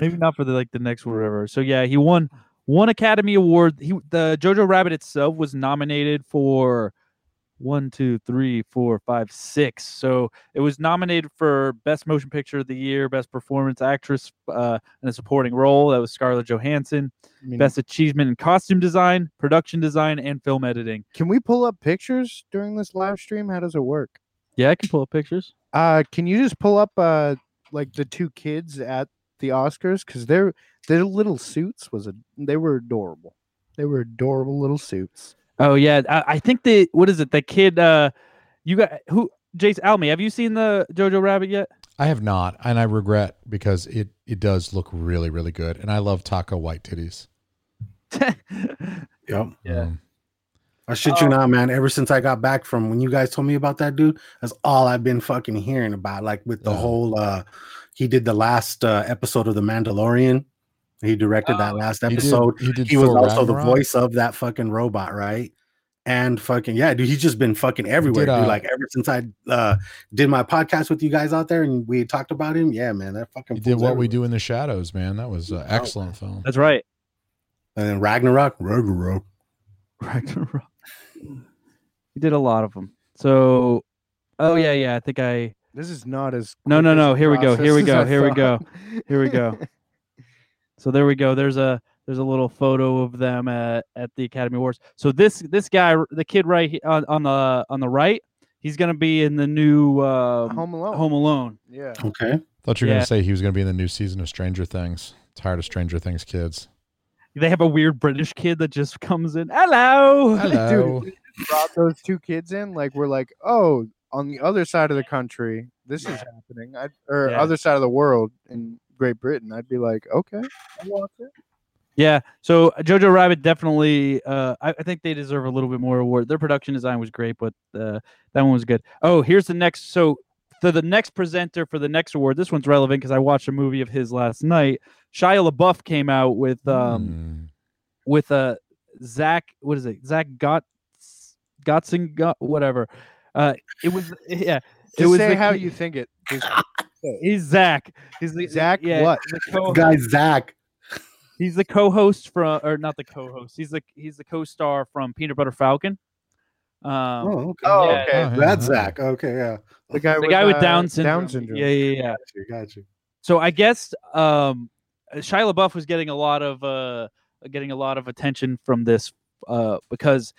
Speaker 4: Maybe not for the like the next whatever. So yeah, he won one Academy Award. He the Jojo Rabbit itself was nominated for one, two, three, four, five, six. So it was nominated for Best Motion Picture of the Year, Best Performance Actress uh, in a Supporting Role. That was Scarlett Johansson.
Speaker 7: I mean,
Speaker 4: Best Achievement in Costume Design, Production Design, and Film Editing.
Speaker 7: Can we pull up pictures during this live stream? How does it work?
Speaker 4: Yeah, I can pull up pictures.
Speaker 7: Uh, can you just pull up uh like the two kids at the Oscars because their their little suits was a they were adorable. They were adorable little suits.
Speaker 4: Oh yeah, I, I think the what is it? The kid, uh, you got who? Jace Alme, have you seen the Jojo Rabbit yet? *laughs*
Speaker 6: I have not, and I regret because it it does look really really good, and I love taco white titties.
Speaker 5: Yep.
Speaker 4: Yeah.
Speaker 6: Um,
Speaker 5: I shit you not, man. Ever since I got back from when you guys told me about that dude, that's all I've been fucking hearing about. Like with the
Speaker 6: Yeah.
Speaker 5: whole uh he did the last uh episode of The Mandalorian. He directed that last
Speaker 6: Oh, he did-
Speaker 5: episode.
Speaker 6: He, did
Speaker 5: he was
Speaker 6: Thor
Speaker 5: also the
Speaker 6: Ragnarok.
Speaker 5: voice of that fucking robot, right? And fucking yeah, dude, he's just been fucking everywhere,
Speaker 6: did,
Speaker 5: dude.
Speaker 6: uh,
Speaker 5: Like ever since I uh did my podcast with you guys out there and we talked about him, yeah, man, that fucking
Speaker 6: He did
Speaker 5: fool's
Speaker 6: what we
Speaker 5: everywhere.
Speaker 6: do in the
Speaker 5: Oh.
Speaker 6: shadows, man. That was an excellent film.
Speaker 4: That's right.
Speaker 5: And then Ragnarok, Ragnarok,
Speaker 4: Ragnarok. He did a lot of them. So, oh yeah, yeah. I think I.
Speaker 7: This is not as
Speaker 4: No,
Speaker 7: quick
Speaker 4: no,
Speaker 7: as
Speaker 4: no,
Speaker 7: a
Speaker 4: here we go, here
Speaker 7: process
Speaker 4: we
Speaker 7: as
Speaker 4: go,
Speaker 7: I
Speaker 4: here we
Speaker 7: *laughs*
Speaker 4: go,
Speaker 7: thought.
Speaker 4: here we go. So there we go. There's a there's a little photo of them at, at the Academy Awards. So this this guy, r- the kid right he- on, on the on the right, he's gonna be in the new um, Home,
Speaker 7: Home Alone.
Speaker 4: Alone.
Speaker 7: Yeah.
Speaker 5: Okay.
Speaker 6: Thought you were
Speaker 4: Yeah.
Speaker 6: gonna say he was gonna be in the new season of Stranger Things. Tired of Stranger Things kids.
Speaker 4: They have a weird British kid that just comes in. Hello. *laughs*
Speaker 6: Hello.
Speaker 7: Dude, if we brought those two kids in. Like we're like, oh, on the other side of the country, this is happening. I, or
Speaker 4: Yeah.
Speaker 7: other side of the world in Great Britain. I'd be like, okay, I'll watch it.
Speaker 4: Yeah. So uh, Jojo Rabbit definitely. Uh, I, I think they deserve a little bit more award. Their production design was great, but uh, that one was good. Oh, here's the next. So the, the next presenter for the next award. This one's relevant because I watched a movie of his last night. Shia LaBeouf came out with
Speaker 7: Mm.
Speaker 4: um with a Zach. What is it? Zach Gotz Gotson Got whatever. Uh, it was yeah.
Speaker 7: Just
Speaker 4: was
Speaker 7: say
Speaker 4: the
Speaker 7: how
Speaker 4: key-
Speaker 7: you think it.
Speaker 4: *coughs*
Speaker 7: Just
Speaker 4: He's Zach. He's the,
Speaker 7: Zach
Speaker 4: yeah,
Speaker 7: what?
Speaker 4: the co-
Speaker 5: Guy Zach.
Speaker 4: He's the co-host from, or not the co-host. He's the he's the co-star from Peanut Butter Falcon. Um,
Speaker 5: Oh, okay.
Speaker 7: Oh,
Speaker 4: yeah,
Speaker 7: okay.
Speaker 5: That's Zach. Okay, yeah.
Speaker 7: The guy,
Speaker 4: the guy with
Speaker 7: uh,
Speaker 4: Down syndrome.
Speaker 7: Down syndrome.
Speaker 4: Yeah, yeah, yeah.
Speaker 5: Got you. Got you.
Speaker 4: So I guess um, Shia LaBeouf was getting a lot of uh, getting a lot of attention from this uh, because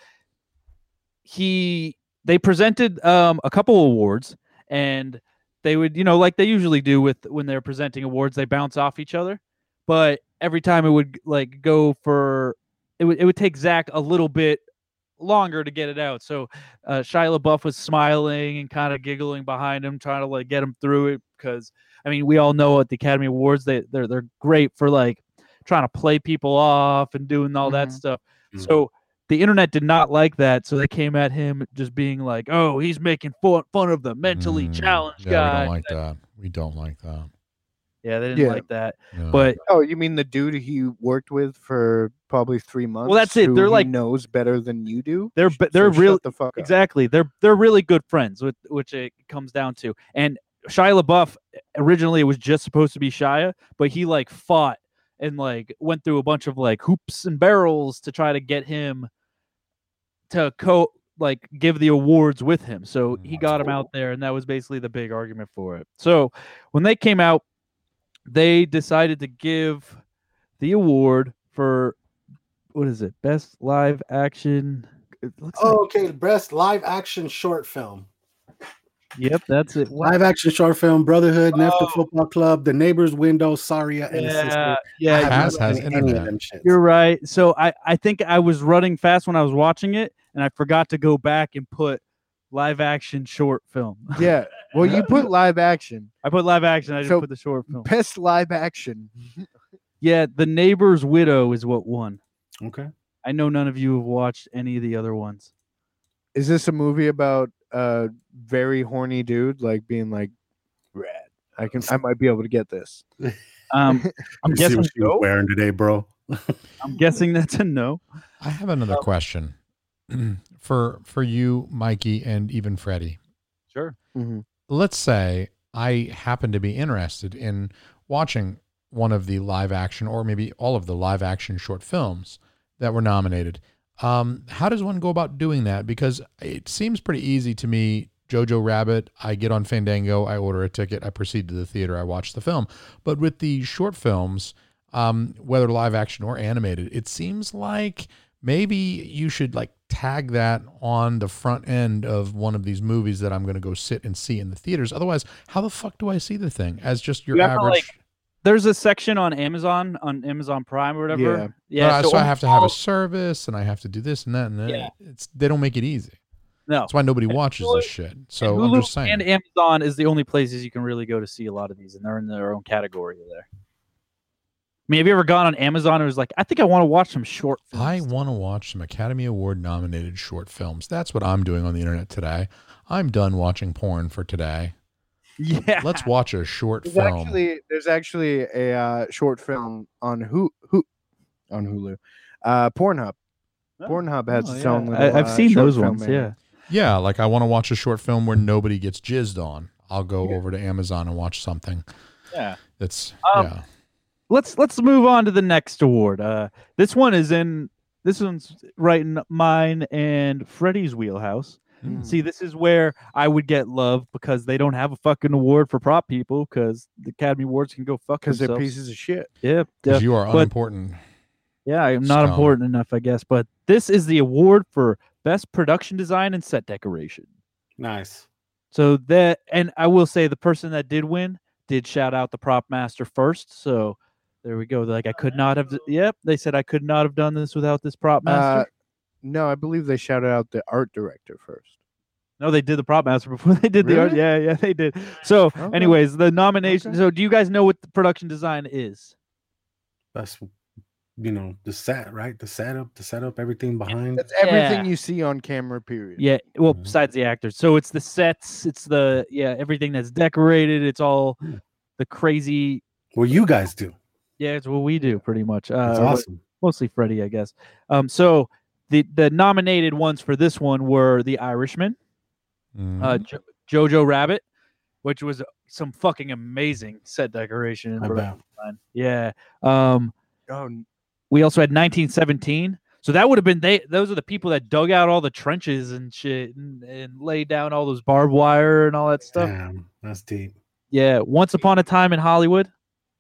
Speaker 4: he they presented um, a couple awards and they would you know like they usually do with when they're presenting awards they bounce off each other but every time it would like go for it would it would take Zach a little bit longer to get it out so uh, Shia LaBeouf was smiling and kind of giggling behind him trying to like get him through it because I mean we all know at the Academy Awards they they're they're great for like trying to play people off and doing all that
Speaker 7: Mhm.
Speaker 4: stuff
Speaker 6: Mm-hmm.
Speaker 5: Mhm.
Speaker 4: so the internet did not like that so they came at him just being like oh he's making fun, fun of the mentally
Speaker 6: Mm.
Speaker 4: challenged
Speaker 6: yeah,
Speaker 4: guy
Speaker 6: We don't like that. We don't like that.
Speaker 4: yeah, they didn't
Speaker 7: Yeah.
Speaker 4: like that.
Speaker 6: Yeah.
Speaker 4: But
Speaker 7: Oh, you mean the dude he worked with for probably three months?
Speaker 4: that's it.
Speaker 7: who
Speaker 4: They're
Speaker 7: he
Speaker 4: like-
Speaker 7: knows better than you do.
Speaker 4: they're but they're
Speaker 7: so
Speaker 4: real
Speaker 7: Shut the fuck up.
Speaker 4: exactly. They're they're really good friends, with which it comes down to. And Shia LaBeouf originally it was just supposed to be Shia, but he like fought and like went through a bunch of like hoops and barrels to try to get him to co like give the awards with him. So he
Speaker 6: Mm.
Speaker 4: got him out there, and that was basically the big argument for it. So when they came out, they decided to give the award for what is it? Best live action. It looks like-
Speaker 5: Oh, okay, best live action short film.
Speaker 4: yep, that's it.
Speaker 5: *laughs* Live action short film, Brotherhood, Nefta
Speaker 4: Oh.
Speaker 5: Football Club, The Neighbor's Window, Saria, and the
Speaker 4: Yeah,
Speaker 5: Sister. I
Speaker 4: yeah,
Speaker 5: have
Speaker 6: Has-
Speaker 5: not
Speaker 6: has
Speaker 5: seen
Speaker 6: internet.
Speaker 5: shits.
Speaker 4: you're right. So I, I think I was running fast when I was watching it, and I forgot to go back and put live action short film.
Speaker 7: Yeah. Well, you put live action.
Speaker 4: *laughs* I put live action. I didn't
Speaker 7: So-
Speaker 4: put the short film.
Speaker 7: Best live action.
Speaker 4: Yeah, the neighbor's widow is what won.
Speaker 5: Okay.
Speaker 4: I know none of you have watched any of the other ones.
Speaker 7: Is this a movie about a very horny dude like being like, rad? I can. I might be able to get this.
Speaker 4: Um, I'm
Speaker 5: You see
Speaker 4: guessing.
Speaker 5: what she was wearing today, bro.
Speaker 4: I'm guessing that's a no.
Speaker 6: I have another
Speaker 4: um,
Speaker 6: question *clears throat* for for you, Mikey, and even Freddie.
Speaker 4: Sure.
Speaker 6: Let's say I happen to be interested in watching one of the live action, or maybe all of the live action short films that were nominated. Um, how does one go about doing that? Because it seems pretty easy to me. Jojo Rabbit, I get on Fandango, I order a ticket, I proceed to the theater, I watch the film. But with the short films, um, whether live action or animated, it seems like maybe you should like tag that on the front end of one of these movies that I'm going to go sit and see in the theaters. Otherwise, how the fuck do I see the thing as just your
Speaker 4: You have to,
Speaker 6: average?
Speaker 4: like, There's a section on Amazon on Amazon Prime or whatever. Yeah.
Speaker 6: Uh, so, I
Speaker 4: only
Speaker 6: have to have
Speaker 4: all-
Speaker 6: a service and I have to do this and that and that.
Speaker 4: Yeah.
Speaker 6: It's they don't make it easy.
Speaker 4: no.
Speaker 6: That's why nobody
Speaker 4: And
Speaker 6: watches
Speaker 4: Hulu-
Speaker 6: this shit. So
Speaker 4: and
Speaker 6: I'm
Speaker 4: Hulu
Speaker 6: just saying.
Speaker 4: And Amazon is the only places you can really go to see a lot of these, and they're in their own category there. I mean, have you ever gone on Amazon and was like, I think I want to watch some short films?
Speaker 6: I want to watch some Academy Award nominated short films. That's what I'm doing on the internet today. I'm done watching porn
Speaker 4: *laughs*
Speaker 6: for today.
Speaker 4: yeah.
Speaker 7: *laughs*
Speaker 6: Let's watch a short
Speaker 7: There's
Speaker 6: film.
Speaker 7: actually there's actually a uh, short film on who who on Hulu, uh, Pornhub.
Speaker 4: Oh,
Speaker 7: Pornhub has
Speaker 4: Oh,
Speaker 7: its
Speaker 4: yeah.
Speaker 7: own. Little,
Speaker 4: I, have
Speaker 7: uh,
Speaker 4: seen
Speaker 7: short
Speaker 4: those
Speaker 7: film
Speaker 4: ones.
Speaker 7: area.
Speaker 4: Yeah.
Speaker 6: yeah, like I want to watch a short film where nobody gets jizzed on. I'll go over to Amazon and watch something
Speaker 4: Yeah.
Speaker 6: that's
Speaker 4: Um,
Speaker 6: yeah.
Speaker 4: Let's let's move on to the next award. Uh, this one is in This one's right in mine and Freddie's wheelhouse.
Speaker 7: Hmm.
Speaker 4: See, this is where I would get love because they don't have a fucking award for prop people because the Academy Awards can go fuck
Speaker 7: because they're
Speaker 4: themselves.
Speaker 7: pieces of shit.
Speaker 4: yeah, yeah,
Speaker 6: Because you are
Speaker 4: but-
Speaker 6: unimportant.
Speaker 4: yeah, I'm not
Speaker 6: Scum.
Speaker 4: important enough, I guess. But this is the award for best production design and set decoration.
Speaker 5: Nice.
Speaker 4: So that, and I will say, the person that did win did shout out the prop master first. So there we go. Like I could not have. Yep, they said I could not have done this without this prop master.
Speaker 7: Uh, no, I believe they shouted out the art director first.
Speaker 4: no, they did the prop master *laughs* before they did the art.
Speaker 7: Really?
Speaker 4: Yeah, yeah, they did. So,
Speaker 7: Okay.
Speaker 4: anyways, the nomination.
Speaker 7: Okay.
Speaker 4: So, do you guys know what the production design is?
Speaker 5: That's you know the set right, the setup, the setup, everything behind.
Speaker 7: That's everything
Speaker 4: Yeah.
Speaker 7: you see on camera. Period.
Speaker 4: Yeah, well,
Speaker 7: Mm-hmm.
Speaker 5: Mhm.
Speaker 4: besides the actors. So it's the sets, it's the yeah, everything that's decorated, it's all
Speaker 7: Hmm.
Speaker 5: Yeah.
Speaker 4: the crazy
Speaker 5: What you guys do.
Speaker 4: yeah, it's what we do pretty much. Uh
Speaker 5: That's
Speaker 4: but
Speaker 5: awesome.
Speaker 4: mostly Freddie, I guess. Um so the the nominated ones for this one were The Irishman,
Speaker 6: Mhm.
Speaker 5: Mm-hmm.
Speaker 4: uh jo- Jojo Rabbit, which was some fucking amazing set decoration and
Speaker 5: I
Speaker 4: production
Speaker 5: bet.
Speaker 4: design. Yeah. Um
Speaker 7: Oh, n-
Speaker 4: we also had 1917. So that would have been they. Those are the people that dug out all the trenches and shit, and, and laid down all those barbed wire and all that stuff.
Speaker 5: Damn, that's deep.
Speaker 4: Yeah, Once Upon a Time in Hollywood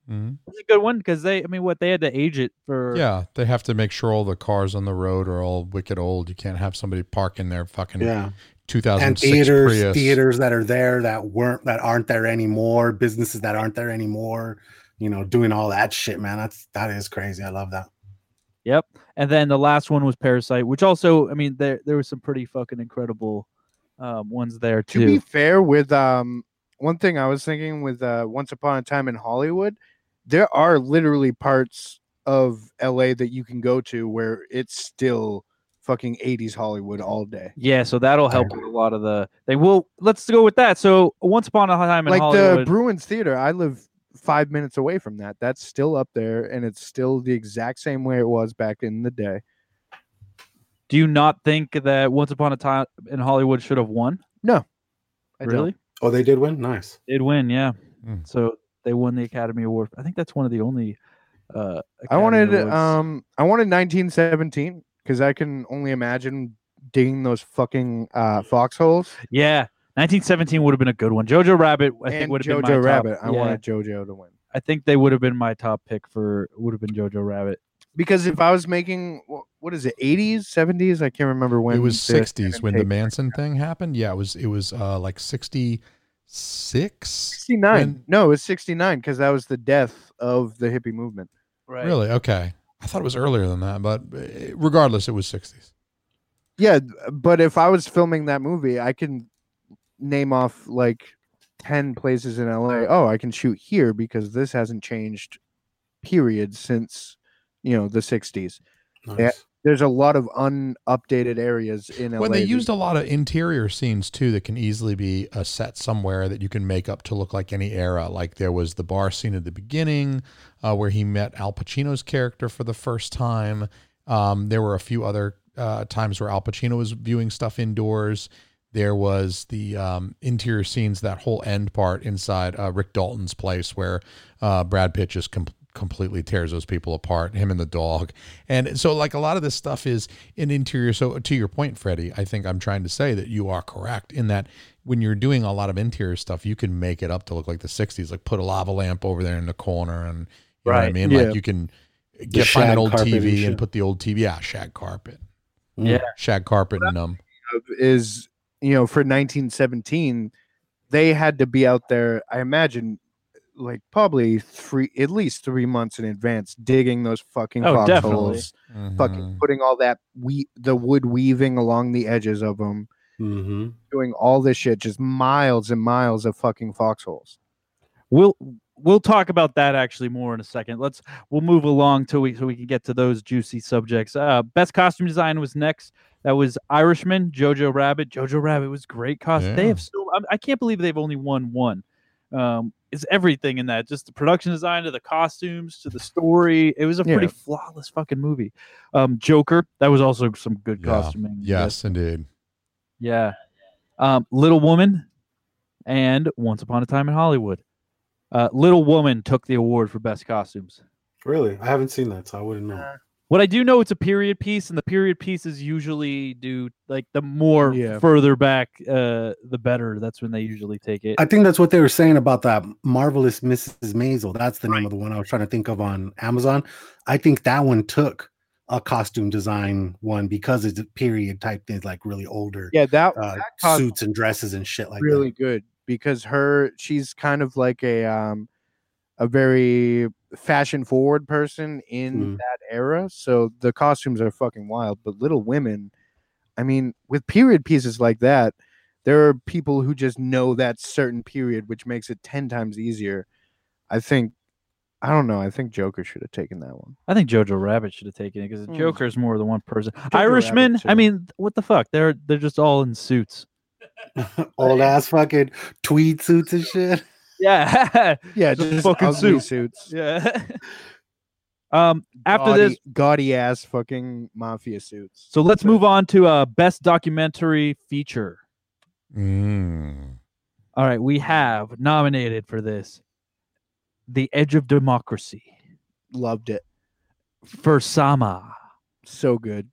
Speaker 6: Mhm.
Speaker 4: was a good one because they, I mean, what they had to age it for.
Speaker 6: Yeah, they have to make sure all the cars on the road are all wicked old. You can't have somebody park in their fucking
Speaker 5: Yeah. And
Speaker 6: 2006
Speaker 5: theaters,
Speaker 6: Prius.
Speaker 5: theaters that are there that weren't that aren't there anymore, businesses that aren't there anymore, you know, doing all that shit, man. That's that is crazy. I love that.
Speaker 4: Yep. And then the last one was Parasite, which also, I mean, there there was some pretty fucking incredible um, ones there
Speaker 7: to be
Speaker 4: too.
Speaker 7: fair, with um, one thing I was thinking with uh, Once Upon a Time in Hollywood, there are literally parts of LA that you can go to where it's still fucking 80s Hollywood all day.
Speaker 4: Yeah, so that'll help with a lot of the. They will. Let's go with that. So Once Upon a Time in
Speaker 7: like
Speaker 4: Hollywood.
Speaker 7: the Bruins Theater, I live five minutes away from that. That's still up there, and it's still the exact same way it was back in the day.
Speaker 4: Do you not think that Once Upon a Time in Hollywood should have won?
Speaker 7: I don't-
Speaker 4: really?
Speaker 5: Oh, they did win? Nice.
Speaker 4: Did win, yeah.
Speaker 6: Mm.
Speaker 4: So they won the Academy Award. I think that's one of the only. Uh,
Speaker 7: I
Speaker 4: Academy
Speaker 7: wanted
Speaker 4: Awards.
Speaker 7: um I wanted 1917 because I can only imagine digging those fucking uh, foxholes.
Speaker 4: Yeah, 1917 would have been a good one. Jojo Rabbit, I think
Speaker 7: and
Speaker 4: would have
Speaker 7: Jojo
Speaker 4: been my
Speaker 7: Rabbit.
Speaker 4: Top,
Speaker 7: I
Speaker 4: yeah,
Speaker 7: wanted Jojo to win
Speaker 4: I think they would have been my top pick for would have been Jojo Rabbit.
Speaker 7: because if I was making wh- what is it 80s 70s I can't remember when
Speaker 6: it was
Speaker 7: the
Speaker 6: 60s when the
Speaker 7: take-
Speaker 6: Manson thing happened. Yeah, it was it was uh like 66.
Speaker 7: 69
Speaker 6: when-
Speaker 7: no it was 69 because that was the death of the hippie movement
Speaker 4: Right.
Speaker 6: Really? Okay. I thought it was earlier than that, but eh, regardless, it was 60s.
Speaker 7: yeah th- but if I was filming that movie I can name off like 10 places in LA oh I can shoot here because this hasn't changed period since you know the 60s
Speaker 5: Nice.
Speaker 7: Yeah. there's a lot of unupdated areas in LA
Speaker 6: When they
Speaker 7: that-
Speaker 6: used a lot of interior scenes too, that can easily be a set somewhere that you can make up to look like any era. Like there was the bar scene at the beginning uh, where he met Al Pacino's character for the first time. Um, there were a few other uh, times where Al Pacino was viewing stuff indoors. There was the um, interior scenes, that whole end part inside uh, Rick Dalton's place where uh, Brad Pitt just com- completely tears those people apart, him and the dog. And so, like, a lot of this stuff is in interior. So, to your point, Freddie, I think I'm trying to say that you are correct in that when you're doing a lot of interior stuff, you can make it up to look like the 60s, like put a lava lamp over there in the corner and, you know what I
Speaker 4: Right,
Speaker 6: mean?
Speaker 7: yeah.
Speaker 6: Like, you can get find
Speaker 5: shag
Speaker 6: an old
Speaker 5: carpet and
Speaker 6: TV and
Speaker 5: shit. Mm.
Speaker 6: put the old TV, yeah, shag carpet.
Speaker 4: Yeah.
Speaker 6: Shag carpet and um,
Speaker 7: of is you know for 1917 they had to be out there i imagine like probably three at least three months in advance digging those fucking
Speaker 4: Oh, definitely.
Speaker 7: foxholes fucking
Speaker 6: mhm.
Speaker 7: putting all that we the wood weaving along the edges of them
Speaker 5: Mm-hmm.
Speaker 7: doing all this shit just miles and miles of fucking foxholes
Speaker 4: We'll we'll talk about that actually more in a second. Let's we'll move along till we so we can get to those juicy subjects. Uh, best costume design was next. That was Irishman, Jojo Rabbit. Jojo Rabbit was great costume. They
Speaker 6: Yeah.
Speaker 4: have so I, I can't believe they've only won one. Um, it's everything in that, just the production design to the costumes to the story. It was a pretty
Speaker 7: Yeah.
Speaker 4: flawless fucking movie. Um, Joker, that was also some good
Speaker 6: Yeah.
Speaker 4: costuming. I guess.
Speaker 6: Yes, indeed.
Speaker 4: Yeah. Um, Little Woman and Once Upon a Time in Hollywood. Uh, Little Woman took the award for best costumes.
Speaker 7: Uh,
Speaker 5: Really? I haven't seen that, so I wouldn't know.
Speaker 4: What I do know, it's a period piece, and the period pieces usually do like the more
Speaker 7: Yeah.
Speaker 4: further back, uh, the better. That's when they usually take it.
Speaker 5: I think that's what they were saying about that marvelous Mrs. Maisel. That's the name of the one I was trying to think of on Amazon. I think that one took a costume design one because it's a period type things like really older
Speaker 7: Yeah, that,
Speaker 5: uh,
Speaker 7: that cost
Speaker 5: suits and dresses and shit like
Speaker 7: really good because her she's kind of like a um a very fashion forward person in
Speaker 5: Mm.
Speaker 7: that era so the costumes are fucking wild but little women i mean with period pieces like that there are people who just know that certain period which makes it 10 times easier i think i don't know i think joker should have taken that one
Speaker 4: I think Jojo Rabbit should have taken it because the
Speaker 7: Mm.
Speaker 4: Joker's more than one person.
Speaker 7: Jojo
Speaker 4: Irishman,
Speaker 7: Rabbit
Speaker 4: I
Speaker 7: too.
Speaker 4: mean, what the fuck? They're they're just all in suits. *laughs*
Speaker 5: that. *laughs* Old ass fucking tweed suits and shit.
Speaker 4: Yeah, *laughs*
Speaker 7: yeah
Speaker 4: Just
Speaker 7: just fucking
Speaker 4: fucking suit.
Speaker 7: suits
Speaker 4: yeah. um, after
Speaker 7: gaudy-
Speaker 4: this,
Speaker 7: gaudy ass fucking mafia suits
Speaker 4: so let's move on to uh, best documentary feature.
Speaker 6: Mm.
Speaker 4: All right, we have nominated for this The Edge of Democracy,
Speaker 7: loved it
Speaker 4: For Sama,
Speaker 7: so good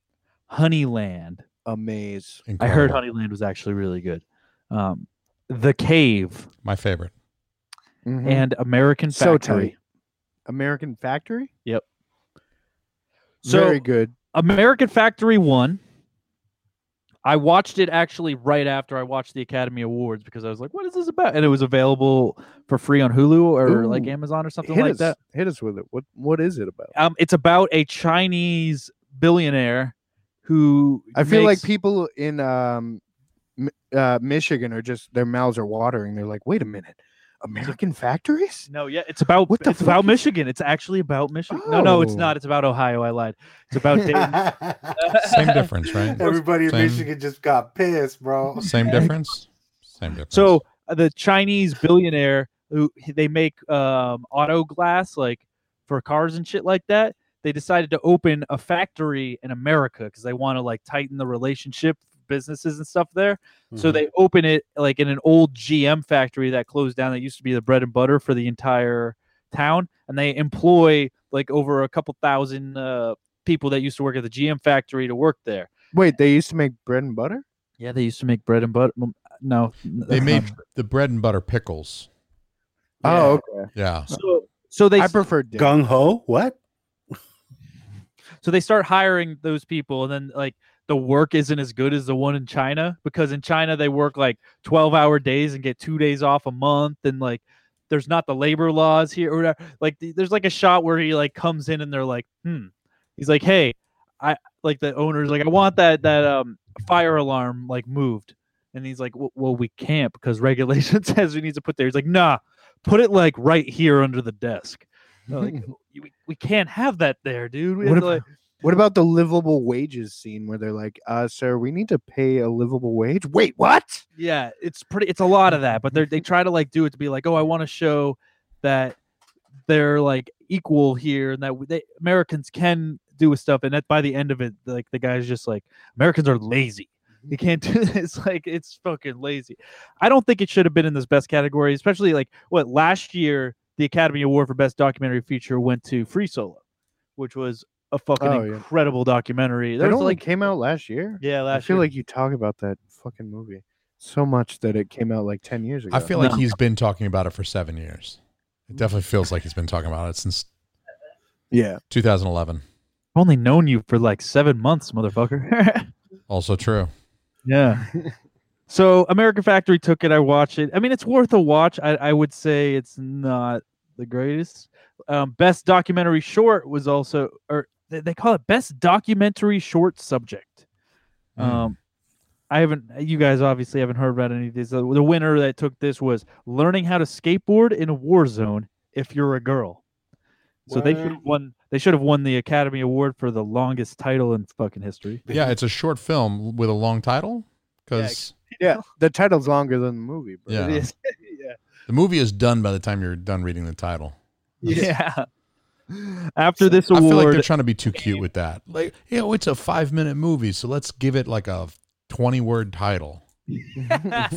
Speaker 4: Honeyland.
Speaker 7: a maze.
Speaker 4: I heard
Speaker 6: Incredible.
Speaker 4: Honeyland was actually really good. Um, the Cave
Speaker 6: my favorite.
Speaker 4: and American
Speaker 7: Mm. So
Speaker 4: Factory.
Speaker 7: tight. American Factory.
Speaker 4: So,
Speaker 7: Very good.
Speaker 4: American Factory won. I watched it actually right after I watched the Academy Awards because I was like, "What is this about?" And it was available for free on Hulu or like
Speaker 7: Ooh,
Speaker 4: Amazon or something
Speaker 7: Hit
Speaker 4: like
Speaker 7: us.
Speaker 4: that.
Speaker 7: Hit us with it. What What is it about?
Speaker 4: Um, it's about a Chinese billionaire who
Speaker 7: I feel
Speaker 4: makes-
Speaker 7: like people in um, Mi- uh, Michigan are just their mouths are watering. They're like, wait a minute, American factories?
Speaker 4: No, yeah, it's about
Speaker 7: What the
Speaker 4: it's about
Speaker 7: fuck is-
Speaker 4: Michigan. It's actually about Michigan. No, no, it's
Speaker 7: Oh.
Speaker 4: not. It's about Ohio. I lied. It's about
Speaker 7: *laughs*
Speaker 4: Dayton.
Speaker 5: *laughs*
Speaker 6: Same
Speaker 4: *laughs*
Speaker 6: difference, right?
Speaker 5: Everybody in
Speaker 6: Same.
Speaker 5: Michigan just got pissed, bro.
Speaker 6: Same difference. Same difference.
Speaker 4: So uh, the Chinese billionaire who he- they make um, auto glass like for cars and shit like that. They decided to open a factory in America because they want to like tighten the relationship businesses and stuff there. So they open it like in an old GM factory that closed down that used to be the bread and butter for the entire town, and they employ like over a couple thousand uh, people that used to work at the GM factory to work there.
Speaker 7: Wait, they used to make bread and butter.
Speaker 4: Yeah, they used to make bread and butter. mm, No,
Speaker 6: they
Speaker 4: uh-huh.
Speaker 6: made the bread and butter pickles.
Speaker 7: Oh, okay.
Speaker 6: Yeah.
Speaker 4: so. So they
Speaker 7: I prefer dip.
Speaker 5: gung ho. What?
Speaker 4: So they start hiring those people, and then like the work isn't as good as the one in China because in China they work like twelve hour days and get two days off a month, and like there's not the labor laws here. Or whatever. like th- there's like a shot where he like comes in and they're like, hmm. He's like, hey, I like the owner's like, I want that that um fire alarm like moved, and he's like, "W- well, we can't because *laughs* regulation says we need to put there. He's like, nah, put it like right here under the desk. They're like, we, we can't have that there, dude. We
Speaker 7: What
Speaker 4: have to,
Speaker 7: ab-
Speaker 4: like,
Speaker 7: What about the livable wages scene where they're like, uh, sir, we need to pay a livable wage? Wait, what?
Speaker 4: Yeah, it's pretty. It's a lot of that, but
Speaker 7: *laughs*
Speaker 4: they they try to like do it to be like, oh, I want to show that they're like equal here, and that w- they, Americans can do with stuff. And that by the end of it, like the guy's just like, Americans are lazy. You
Speaker 7: Mm-hmm.
Speaker 4: can't do *laughs* this. Like it's fucking lazy. I don't think it should have been in this best category, especially like what last year the Academy Award for Best Documentary Feature went to Free Solo, which was a fucking
Speaker 7: Oh, yeah.
Speaker 4: incredible documentary. There
Speaker 7: That
Speaker 4: was
Speaker 7: only
Speaker 4: like
Speaker 7: came out last year.
Speaker 4: yeah,
Speaker 7: I
Speaker 4: last
Speaker 7: feel
Speaker 4: year.
Speaker 7: like you talk about that fucking movie so much that it came out like 10 years ago.
Speaker 6: I feel like he's been talking about it for seven years. It definitely feels like he's been talking about it since
Speaker 7: yeah.
Speaker 6: 2011.
Speaker 4: I've only known you for like seven months, motherfucker. *laughs*
Speaker 6: Also true.
Speaker 4: yeah. *laughs* so American Factory took it. I watch it. I mean, it's worth a watch. I, I would say it's not the greatest. Um, best documentary short was also, or they, they call it best documentary short subject.
Speaker 6: Mm.
Speaker 4: Um, I haven't. You guys obviously haven't heard about any of these. The the winner that took this was learning how to skateboard in a war zone. If you're a girl, so they should
Speaker 5: Word.
Speaker 4: have won. They should have won the Academy Award for the longest title in fucking history.
Speaker 6: Yeah, it's a short film with a long title because
Speaker 7: Yeah. The title's longer than the movie. Bro. *laughs*
Speaker 6: *laughs* Yeah.
Speaker 4: It is.
Speaker 6: the movie is done by the time you're done reading the title.
Speaker 4: yeah. *laughs* After this
Speaker 6: I feel like
Speaker 4: award, *laughs*
Speaker 6: they're trying to be too cute with that. Like, you know, it's a five minute movie, so let's give it like a 20 word title.
Speaker 4: *laughs*
Speaker 7: *laughs*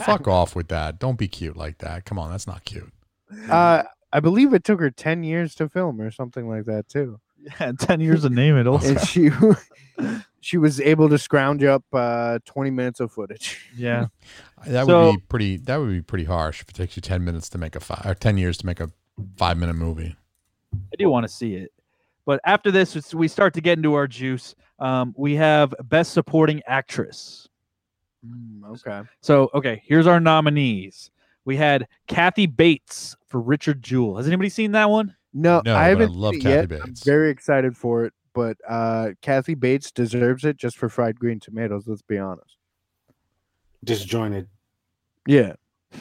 Speaker 6: Fuck off with that. Don't be cute like that. Come on, that's not cute. *laughs*
Speaker 7: Uh, I believe it took her 10 years to film or something like that, too.
Speaker 4: Yeah, *laughs* ten years to name it. Also.
Speaker 7: and she *laughs* she was able to scrounge up uh, 20 minutes of footage.
Speaker 4: yeah,
Speaker 6: That
Speaker 4: So-
Speaker 6: would be pretty. That would be pretty harsh if it takes you ten minutes to make a five or ten years to make a five minute movie.
Speaker 4: I do want to see it. But after this, it's, we start to get into our juice. Um, we have best supporting actress.
Speaker 6: Mm,
Speaker 7: Mm, okay.
Speaker 4: So, okay, here's our nominees. We had Kathy Bates for Richard Jewell. Has anybody seen that one?
Speaker 7: No,
Speaker 6: No, but
Speaker 7: I
Speaker 6: I
Speaker 7: haven't
Speaker 6: love
Speaker 7: seen it
Speaker 6: Kathy
Speaker 7: yet. I'm
Speaker 6: Bates.
Speaker 7: very excited for it, but uh, Kathy Bates deserves it just for fried green tomatoes. Let's be honest.
Speaker 5: Disjointed.
Speaker 7: Yeah,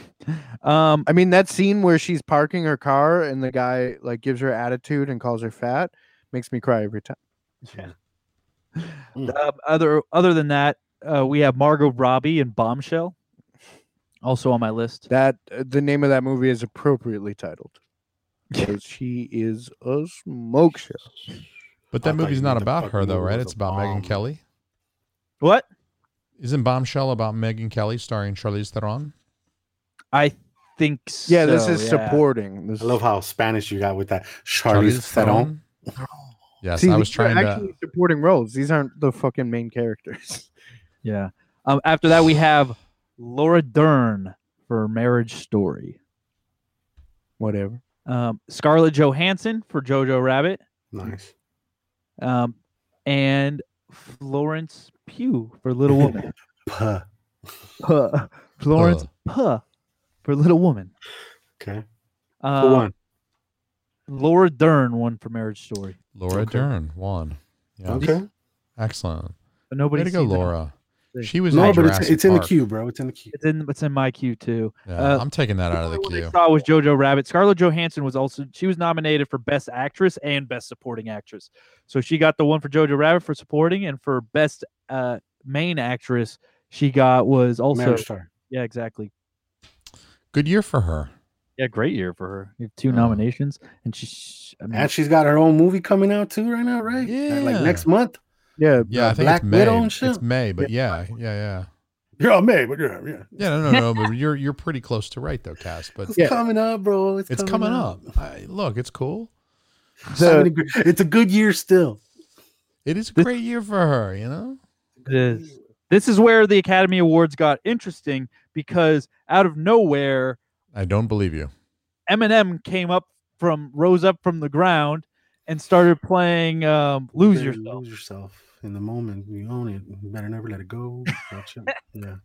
Speaker 4: *laughs* Um,
Speaker 7: I mean that scene where she's parking her car and the guy like gives her attitude and calls her fat makes me cry every time.
Speaker 4: uh, other other than that, uh, we have Margot Robbie in Bombshell, also on my list.
Speaker 7: That uh, the name of that movie is appropriately titled. Because she is a smoke show.
Speaker 6: But
Speaker 5: I
Speaker 6: that
Speaker 5: thought
Speaker 6: movie's
Speaker 5: you
Speaker 6: not
Speaker 5: meant the
Speaker 6: about
Speaker 5: fucking
Speaker 6: her though,
Speaker 5: movie
Speaker 6: right?
Speaker 5: was
Speaker 6: It's
Speaker 5: a
Speaker 6: about Megan
Speaker 5: bomb.
Speaker 6: Kelly.
Speaker 4: What?
Speaker 6: Isn't Bombshell about Megan Kelly starring Charlize Theron?
Speaker 4: I think.
Speaker 7: Yeah, this
Speaker 4: so,
Speaker 7: is
Speaker 4: yeah.
Speaker 7: supporting. This
Speaker 5: I love how Spanish you got with that. Charlize Theron.
Speaker 6: Yes,
Speaker 7: See,
Speaker 6: I was
Speaker 7: these are
Speaker 6: trying to.
Speaker 7: actually supporting roles. These aren't the fucking main characters. *laughs*
Speaker 4: Yeah. Um, after that, we have Laura Dern for Marriage Story.
Speaker 7: Whatever.
Speaker 4: Um, Scarlett Johansson for Jojo Rabbit,
Speaker 5: Nice.
Speaker 4: um, and Florence Pugh for
Speaker 7: *laughs*
Speaker 4: Little Woman.
Speaker 5: Puh.
Speaker 4: Puh. Florence
Speaker 6: Ugh.
Speaker 4: Puh for Little Woman.
Speaker 5: Okay.
Speaker 4: Uh,
Speaker 5: Who won?
Speaker 4: Laura Dern won for Marriage Story.
Speaker 6: Laura
Speaker 5: Okay.
Speaker 6: Dern won. Yeah,
Speaker 5: Okay.
Speaker 6: excellent.
Speaker 4: But
Speaker 6: Way
Speaker 4: nobody
Speaker 6: to go, Laura.
Speaker 4: Thing.
Speaker 6: She was
Speaker 5: No,
Speaker 6: in
Speaker 5: but it's,
Speaker 6: Jurassic
Speaker 5: it's in the
Speaker 6: Park.
Speaker 5: queue, bro. It's in the queue.
Speaker 4: It's in it's in my queue too.
Speaker 6: Yeah,
Speaker 4: Uh,
Speaker 6: I'm taking that out of
Speaker 4: only
Speaker 6: the
Speaker 4: one
Speaker 6: queue.
Speaker 4: I saw was Jojo Rabbit. Scarlett Johansson was also she was nominated for Best Actress and Best Supporting Actress. So she got the one for Jojo Rabbit for supporting, and for Best uh, Main Actress she got was also
Speaker 5: Marriage Star.
Speaker 4: yeah exactly
Speaker 6: Good year for her.
Speaker 4: yeah great year for her. You have two
Speaker 6: Oh.
Speaker 4: nominations, and she I mean,
Speaker 5: And she's got her own movie coming out too right now, right? That, Like
Speaker 6: Yeah.
Speaker 5: next month.
Speaker 7: Yeah.
Speaker 6: Yeah,
Speaker 5: Uh,
Speaker 6: I think
Speaker 5: Black
Speaker 6: it's May.
Speaker 5: Widow and shit?
Speaker 6: It's May, but yeah, yeah, yeah,
Speaker 5: Yeah, May, but yeah, yeah.
Speaker 6: yeah. No, no, no. but you're you're pretty close to right though, Cass. But
Speaker 5: It's
Speaker 7: Yeah.
Speaker 5: coming up, bro. It's,
Speaker 6: it's coming up. I, look, it's cool.
Speaker 5: So
Speaker 7: The-
Speaker 5: many gr- it's a good year still.
Speaker 6: It is a
Speaker 4: This-
Speaker 6: great year for her. You know,
Speaker 4: this. This is where the Academy Awards got interesting because out of nowhere
Speaker 6: I don't believe
Speaker 4: *laughs*
Speaker 6: you.
Speaker 4: Eminem came up from rose up from the ground and started playing um, "Lose
Speaker 5: Better
Speaker 4: Yourself."
Speaker 5: Lose yourself in the moment. You own it. You better never let it go. That's it.
Speaker 4: *laughs*
Speaker 5: yeah.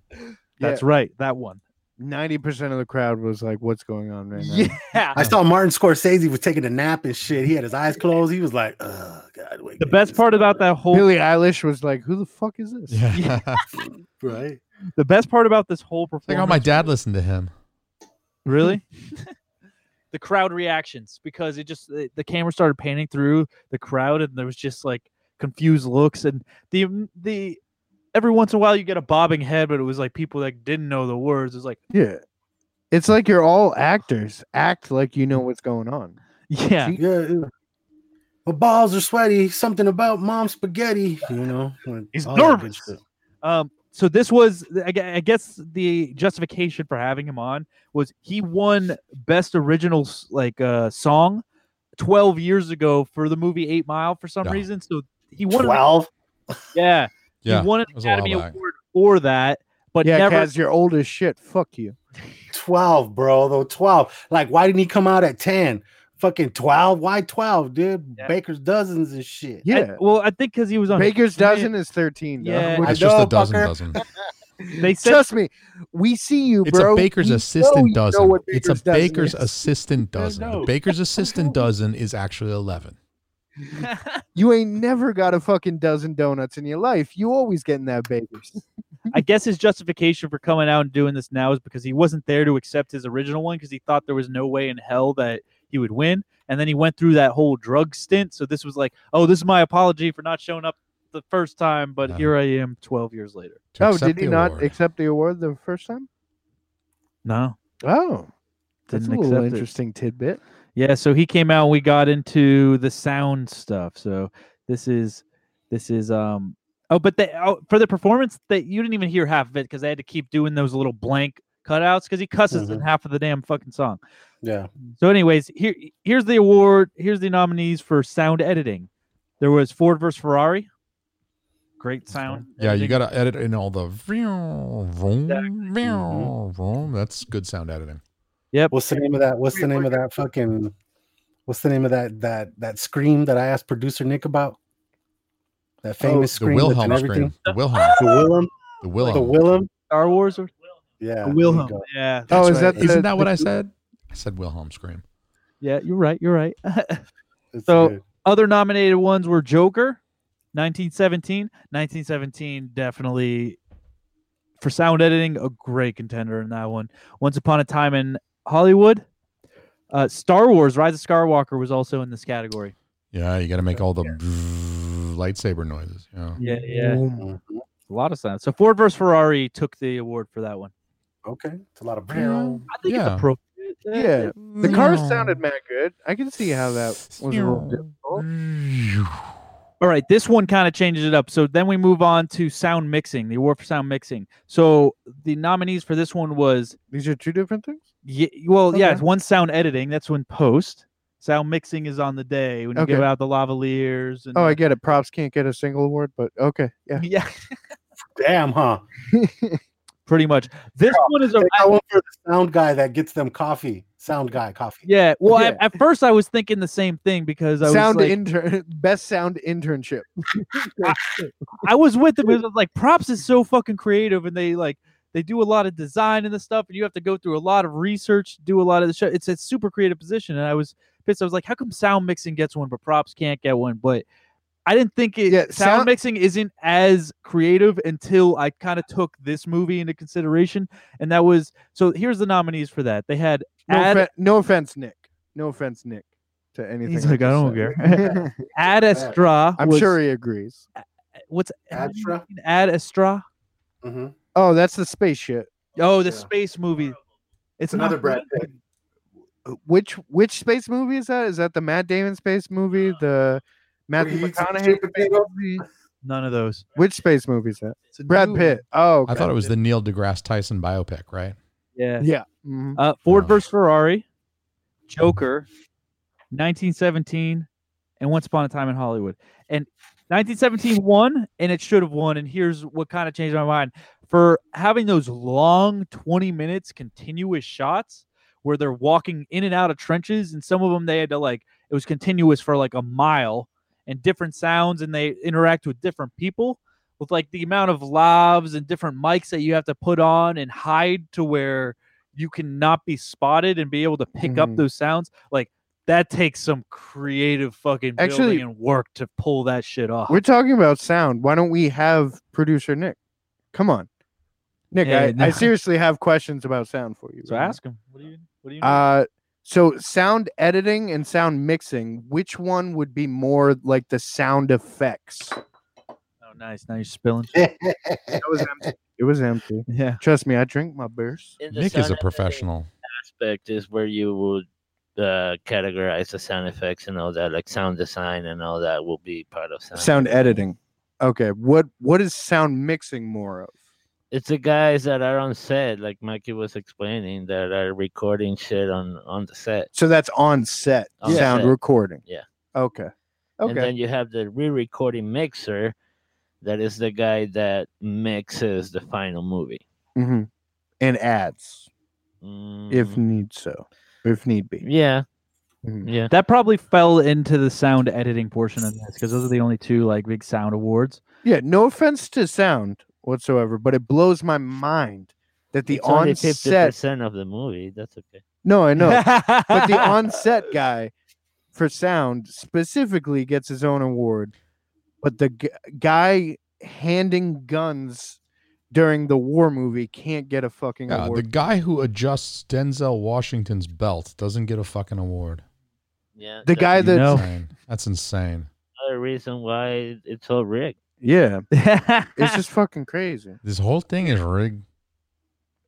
Speaker 4: That's right, that one.
Speaker 7: Ninety percent of the crowd was like, "What's going on right now?"
Speaker 4: *laughs* Yeah,
Speaker 5: I saw Martin Scorsese was taking a nap and shit. He had his eyes closed. He was like, "Oh God, wait."
Speaker 4: the best part about that whole
Speaker 7: Billie Eilish was like, "Who the fuck is this?"
Speaker 6: Yeah. *laughs*
Speaker 5: right?
Speaker 4: the best part about this whole
Speaker 6: I think all
Speaker 4: performance.
Speaker 6: my dad listened to him.
Speaker 4: really. *laughs* the crowd reactions because it just the, the camera started panning through the crowd and there was just like confused looks and the the every once in a while you get a bobbing head but it was like people that didn't know the words it was like *laughs*
Speaker 7: Yeah. It's like you're all actors. Act like you know what's going on.
Speaker 4: yeah
Speaker 5: Yeah. it- My balls are sweaty. Something about mom spaghetti. You know, like,
Speaker 4: He's
Speaker 5: all that good
Speaker 4: nervous.
Speaker 5: shit.
Speaker 4: Um, so this was, I gue- I guess, the justification for having him on was he won best original s- like uh, song twelve years ago for the movie Eight Mile for some
Speaker 6: Yeah.
Speaker 4: reason. So he won, an-
Speaker 5: Twelve.
Speaker 4: yeah,
Speaker 6: Yeah,
Speaker 4: he won an
Speaker 6: it was a while
Speaker 4: Academy
Speaker 6: back.
Speaker 4: Award for that, but
Speaker 7: yeah,
Speaker 4: never.
Speaker 7: Kaz, you're old as shit. Fuck you.
Speaker 5: 12, bro. Though 12. Like, why didn't he come out at 10? Fucking 12. Why 12, dude?
Speaker 4: Yeah.
Speaker 5: Baker's dozens and shit.
Speaker 4: I-
Speaker 7: Yeah.
Speaker 4: well, I think because he was on
Speaker 7: Baker's
Speaker 4: Yeah.
Speaker 7: dozen is 13. though.
Speaker 4: Yeah.
Speaker 5: I
Speaker 6: It's just
Speaker 5: know,
Speaker 6: a dozen
Speaker 5: fucker.
Speaker 6: dozen.
Speaker 4: They said
Speaker 7: Trust me. We see you,
Speaker 6: It's
Speaker 7: bro.
Speaker 6: a baker's
Speaker 7: We know
Speaker 6: assistant
Speaker 7: you know
Speaker 6: dozen.
Speaker 7: what
Speaker 6: it's a
Speaker 7: Baker's dozen
Speaker 6: baker's
Speaker 7: is.
Speaker 6: assistant dozen. The *laughs*
Speaker 5: know.
Speaker 6: baker's assistant dozen is actually eleven.
Speaker 7: You ain't never got a fucking dozen donuts in your life. You always getting that baker's.
Speaker 4: *laughs* I guess his justification for coming out and doing this now is because he wasn't there to accept his original one because he thought there was no way in hell that he would win. And then he went through that whole drug stint. So this was like, oh, this is my apology for not showing up the first time, but
Speaker 6: Yeah.
Speaker 4: here I am 12 years later.
Speaker 6: to
Speaker 7: Oh,
Speaker 6: accept
Speaker 7: did he
Speaker 6: the
Speaker 7: not
Speaker 6: award.
Speaker 7: accept the award the first time?
Speaker 4: No,
Speaker 7: Oh, that's
Speaker 4: didn't
Speaker 7: a little
Speaker 4: accept it.
Speaker 7: interesting tidbit.
Speaker 4: Yeah, so he came out and we got into the sound stuff. So this is, this is, um, oh, but they, oh, for the performance that you didn't even hear half of it because they had to keep doing those little blank cutouts because he cusses in
Speaker 5: Mhm.
Speaker 4: half of the damn fucking song.
Speaker 5: Yeah.
Speaker 4: So, anyways, here here's the award. Here's the nominees for sound editing. There was Ford versus Ferrari. Great sound.
Speaker 6: Yeah, you
Speaker 4: editing.
Speaker 6: got to edit in all the vroom, vroom, vroom, vroom. That's good sound editing.
Speaker 4: Yep.
Speaker 5: What's the name of that? What's the name of that fucking? What's the name of that that that scream that I asked producer Nick about? That famous
Speaker 6: Oh, The
Speaker 5: scream. that's in
Speaker 6: Wilhelm
Speaker 5: everything?
Speaker 6: scream. The Wilhelm.
Speaker 5: The Willem.
Speaker 6: *laughs* The
Speaker 5: The
Speaker 6: Wilhelm.
Speaker 5: Willem.
Speaker 4: Star Wars. Or,
Speaker 5: Yeah. there
Speaker 8: The
Speaker 5: you
Speaker 8: Wilhelm.
Speaker 5: go.
Speaker 4: yeah.
Speaker 7: Oh,
Speaker 6: That's
Speaker 7: is
Speaker 6: right.
Speaker 7: that the-
Speaker 6: Isn't that what
Speaker 7: the-
Speaker 6: I said? I said Wilhelm scream.
Speaker 4: Yeah. You're right. You're right.
Speaker 5: It's
Speaker 4: So-
Speaker 5: good.
Speaker 4: Other nominated ones were Joker, 1917. 1917 definitely for sound editing a great contender in that one. Once upon a time in Hollywood. Uh, Star Wars: Rise of Skywalker was also in this category.
Speaker 6: Yeah, you got to make all the *laughs* lightsaber noises. Yeah.
Speaker 4: Yeah,
Speaker 7: Vroom.
Speaker 4: a lot of sound. So Ford versus Ferrari took the award for that one.
Speaker 5: okay, it's a lot of.
Speaker 4: I think
Speaker 6: Yeah.
Speaker 4: it's appropriate.
Speaker 7: Yeah.
Speaker 4: Mm.
Speaker 7: The cars sounded mad good. I can see how that was a little difficult.
Speaker 4: Mm. All right, this one kind of changes it up. So then we move on to sound mixing, the award for sound mixing. So the nominees for this one was
Speaker 7: These are two different things.
Speaker 4: yeah, well, yeah,
Speaker 7: Okay.
Speaker 4: it's one sound editing. That's when post sound mixing is on the day when you give
Speaker 7: Okay.
Speaker 4: out the lavaliers. And
Speaker 7: Oh,
Speaker 4: the-
Speaker 7: I get it. Props can't get a single award, but okay. Yeah.
Speaker 4: *laughs* yeah,
Speaker 5: Damn, huh?
Speaker 4: pretty much. This
Speaker 7: Oh,
Speaker 4: one is a
Speaker 5: Take that one for the sound guy that gets them coffee. Sound guy, coffee.
Speaker 4: yeah. Well, I-
Speaker 7: Yeah.
Speaker 4: At, first I was thinking the same thing because I
Speaker 7: Sound
Speaker 4: was like,
Speaker 7: intern, *laughs* best sound internship.
Speaker 4: I was with them because I was like, props is so fucking creative, and they like they do a lot of design and the stuff, and you have to go through a lot of research, do a lot of the show. It's a super creative position, and I was pissed. I was like, how come sound mixing gets one, but props can't get one? But I didn't think it.
Speaker 7: Yeah,
Speaker 4: sound,
Speaker 7: sound-
Speaker 4: mixing isn't as creative until I kind of took this movie into consideration, and that was so. Here's the nominees for that. They had
Speaker 7: No,
Speaker 4: Ad- *laughs*
Speaker 7: offen- no offense, Nick. No offense, Nick, to anything.
Speaker 4: like, "I
Speaker 7: just
Speaker 4: don't
Speaker 7: said." *laughs*
Speaker 4: Ad Astra.
Speaker 7: I'm
Speaker 4: was-
Speaker 7: sure he agrees.
Speaker 4: What's
Speaker 5: Astra?
Speaker 4: Ad Astra.
Speaker 5: Mm-hmm.
Speaker 7: Oh, that's the space shit.
Speaker 4: Oh, the
Speaker 5: Yeah.
Speaker 4: space movie. It's
Speaker 5: It's another
Speaker 4: not-
Speaker 5: *laughs* Brad Pitt.
Speaker 7: Which which space movie is that? Is that the Matt Damon space movie? The Matthew
Speaker 5: Where he eats a
Speaker 7: McConaughey
Speaker 5: stupid
Speaker 7: space
Speaker 5: potato?
Speaker 7: movie?
Speaker 4: None of those.
Speaker 7: Which space movie is that?
Speaker 4: It's a
Speaker 7: Brad
Speaker 4: new-
Speaker 7: Pitt. Oh,
Speaker 6: I
Speaker 7: okay.
Speaker 6: thought it was the Neil deGrasse Tyson biopic, right?
Speaker 4: Yeah.
Speaker 7: Yeah. Mhm.
Speaker 4: Uh, Ford
Speaker 6: Oh.
Speaker 4: versus Ferrari, Joker, 1917, and Once Upon a Time in Hollywood. And 1917 won, and it should have won. And here's what kind of changed my mind for having those long 20 minutes continuous shots where they're walking in and out of trenches, and some of them they had to like it was continuous for like a mile and different sounds, and they interact with different people. With like the amount of lavs and different mics that you have to put on and hide to where you cannot be spotted and be able to pick up
Speaker 7: Mhm.
Speaker 4: those sounds, like that takes some creative fucking building
Speaker 7: Actually-
Speaker 4: and work to pull that shit off.
Speaker 7: We're talking about sound. Why don't we have producer Nick? Come on, Nick.
Speaker 4: Yeah,
Speaker 7: I,
Speaker 4: no.
Speaker 9: *laughs*
Speaker 7: I seriously have questions about sound for you.
Speaker 4: So
Speaker 7: right now.
Speaker 4: ask him. What do you? What do you? know?
Speaker 7: Uh, so sound editing and sound mixing, which one would be more like the sound effects?
Speaker 4: oh, nice. Now you're spilling.
Speaker 7: That was empty. *laughs* It was empty.
Speaker 4: *laughs* Yeah.
Speaker 7: Trust me, I drink my beers.
Speaker 9: In the
Speaker 6: Nick is
Speaker 9: sound
Speaker 6: a
Speaker 9: editing
Speaker 6: professional.
Speaker 9: Aspect is where you would uh, categorize the sound effects and all that, like sound design and all that, will be part of sound.
Speaker 7: Sound editing. Okay, what what is sound mixing more of?
Speaker 9: It's the guys that are on set, like Mikey was explaining, that are recording shit on on the set.
Speaker 7: So that's on set
Speaker 9: On
Speaker 7: sound
Speaker 9: set.
Speaker 7: recording.
Speaker 9: Yeah.
Speaker 7: Okay.
Speaker 9: And
Speaker 7: Okay.
Speaker 9: then you have the re-recording mixer, that is the guy that mixes the final movie.
Speaker 7: hmm And ads if
Speaker 9: Mm,
Speaker 4: Mm-hmm.
Speaker 7: need so, if need be.
Speaker 9: yeah,
Speaker 7: Mhm.
Speaker 9: yeah.
Speaker 4: That probably fell into the sound editing portion of this because those are the only two like big sound awards.
Speaker 7: Yeah. No offense to sound whatsoever, but it blows my mind that the
Speaker 9: It's only
Speaker 7: on set.
Speaker 9: percent of the movie. That's okay.
Speaker 7: No, I know. but *laughs*
Speaker 4: *laughs*
Speaker 7: the
Speaker 4: on-
Speaker 7: on-set guy for sound specifically gets his own award but the g- guy handing guns during the war movie can't get a fucking
Speaker 4: Ah,
Speaker 6: Yeah, the
Speaker 7: award
Speaker 6: guy who adjusts Denzel Washington's belt doesn't get a fucking award.
Speaker 9: Yeah.
Speaker 7: the,
Speaker 9: that's
Speaker 7: guy
Speaker 4: you
Speaker 7: that
Speaker 4: know.
Speaker 6: Insane. That's insane.
Speaker 9: another reason why it's all rigged.
Speaker 7: yeah it's
Speaker 4: *laughs* it's
Speaker 7: just fucking crazy
Speaker 6: This whole thing is rigged.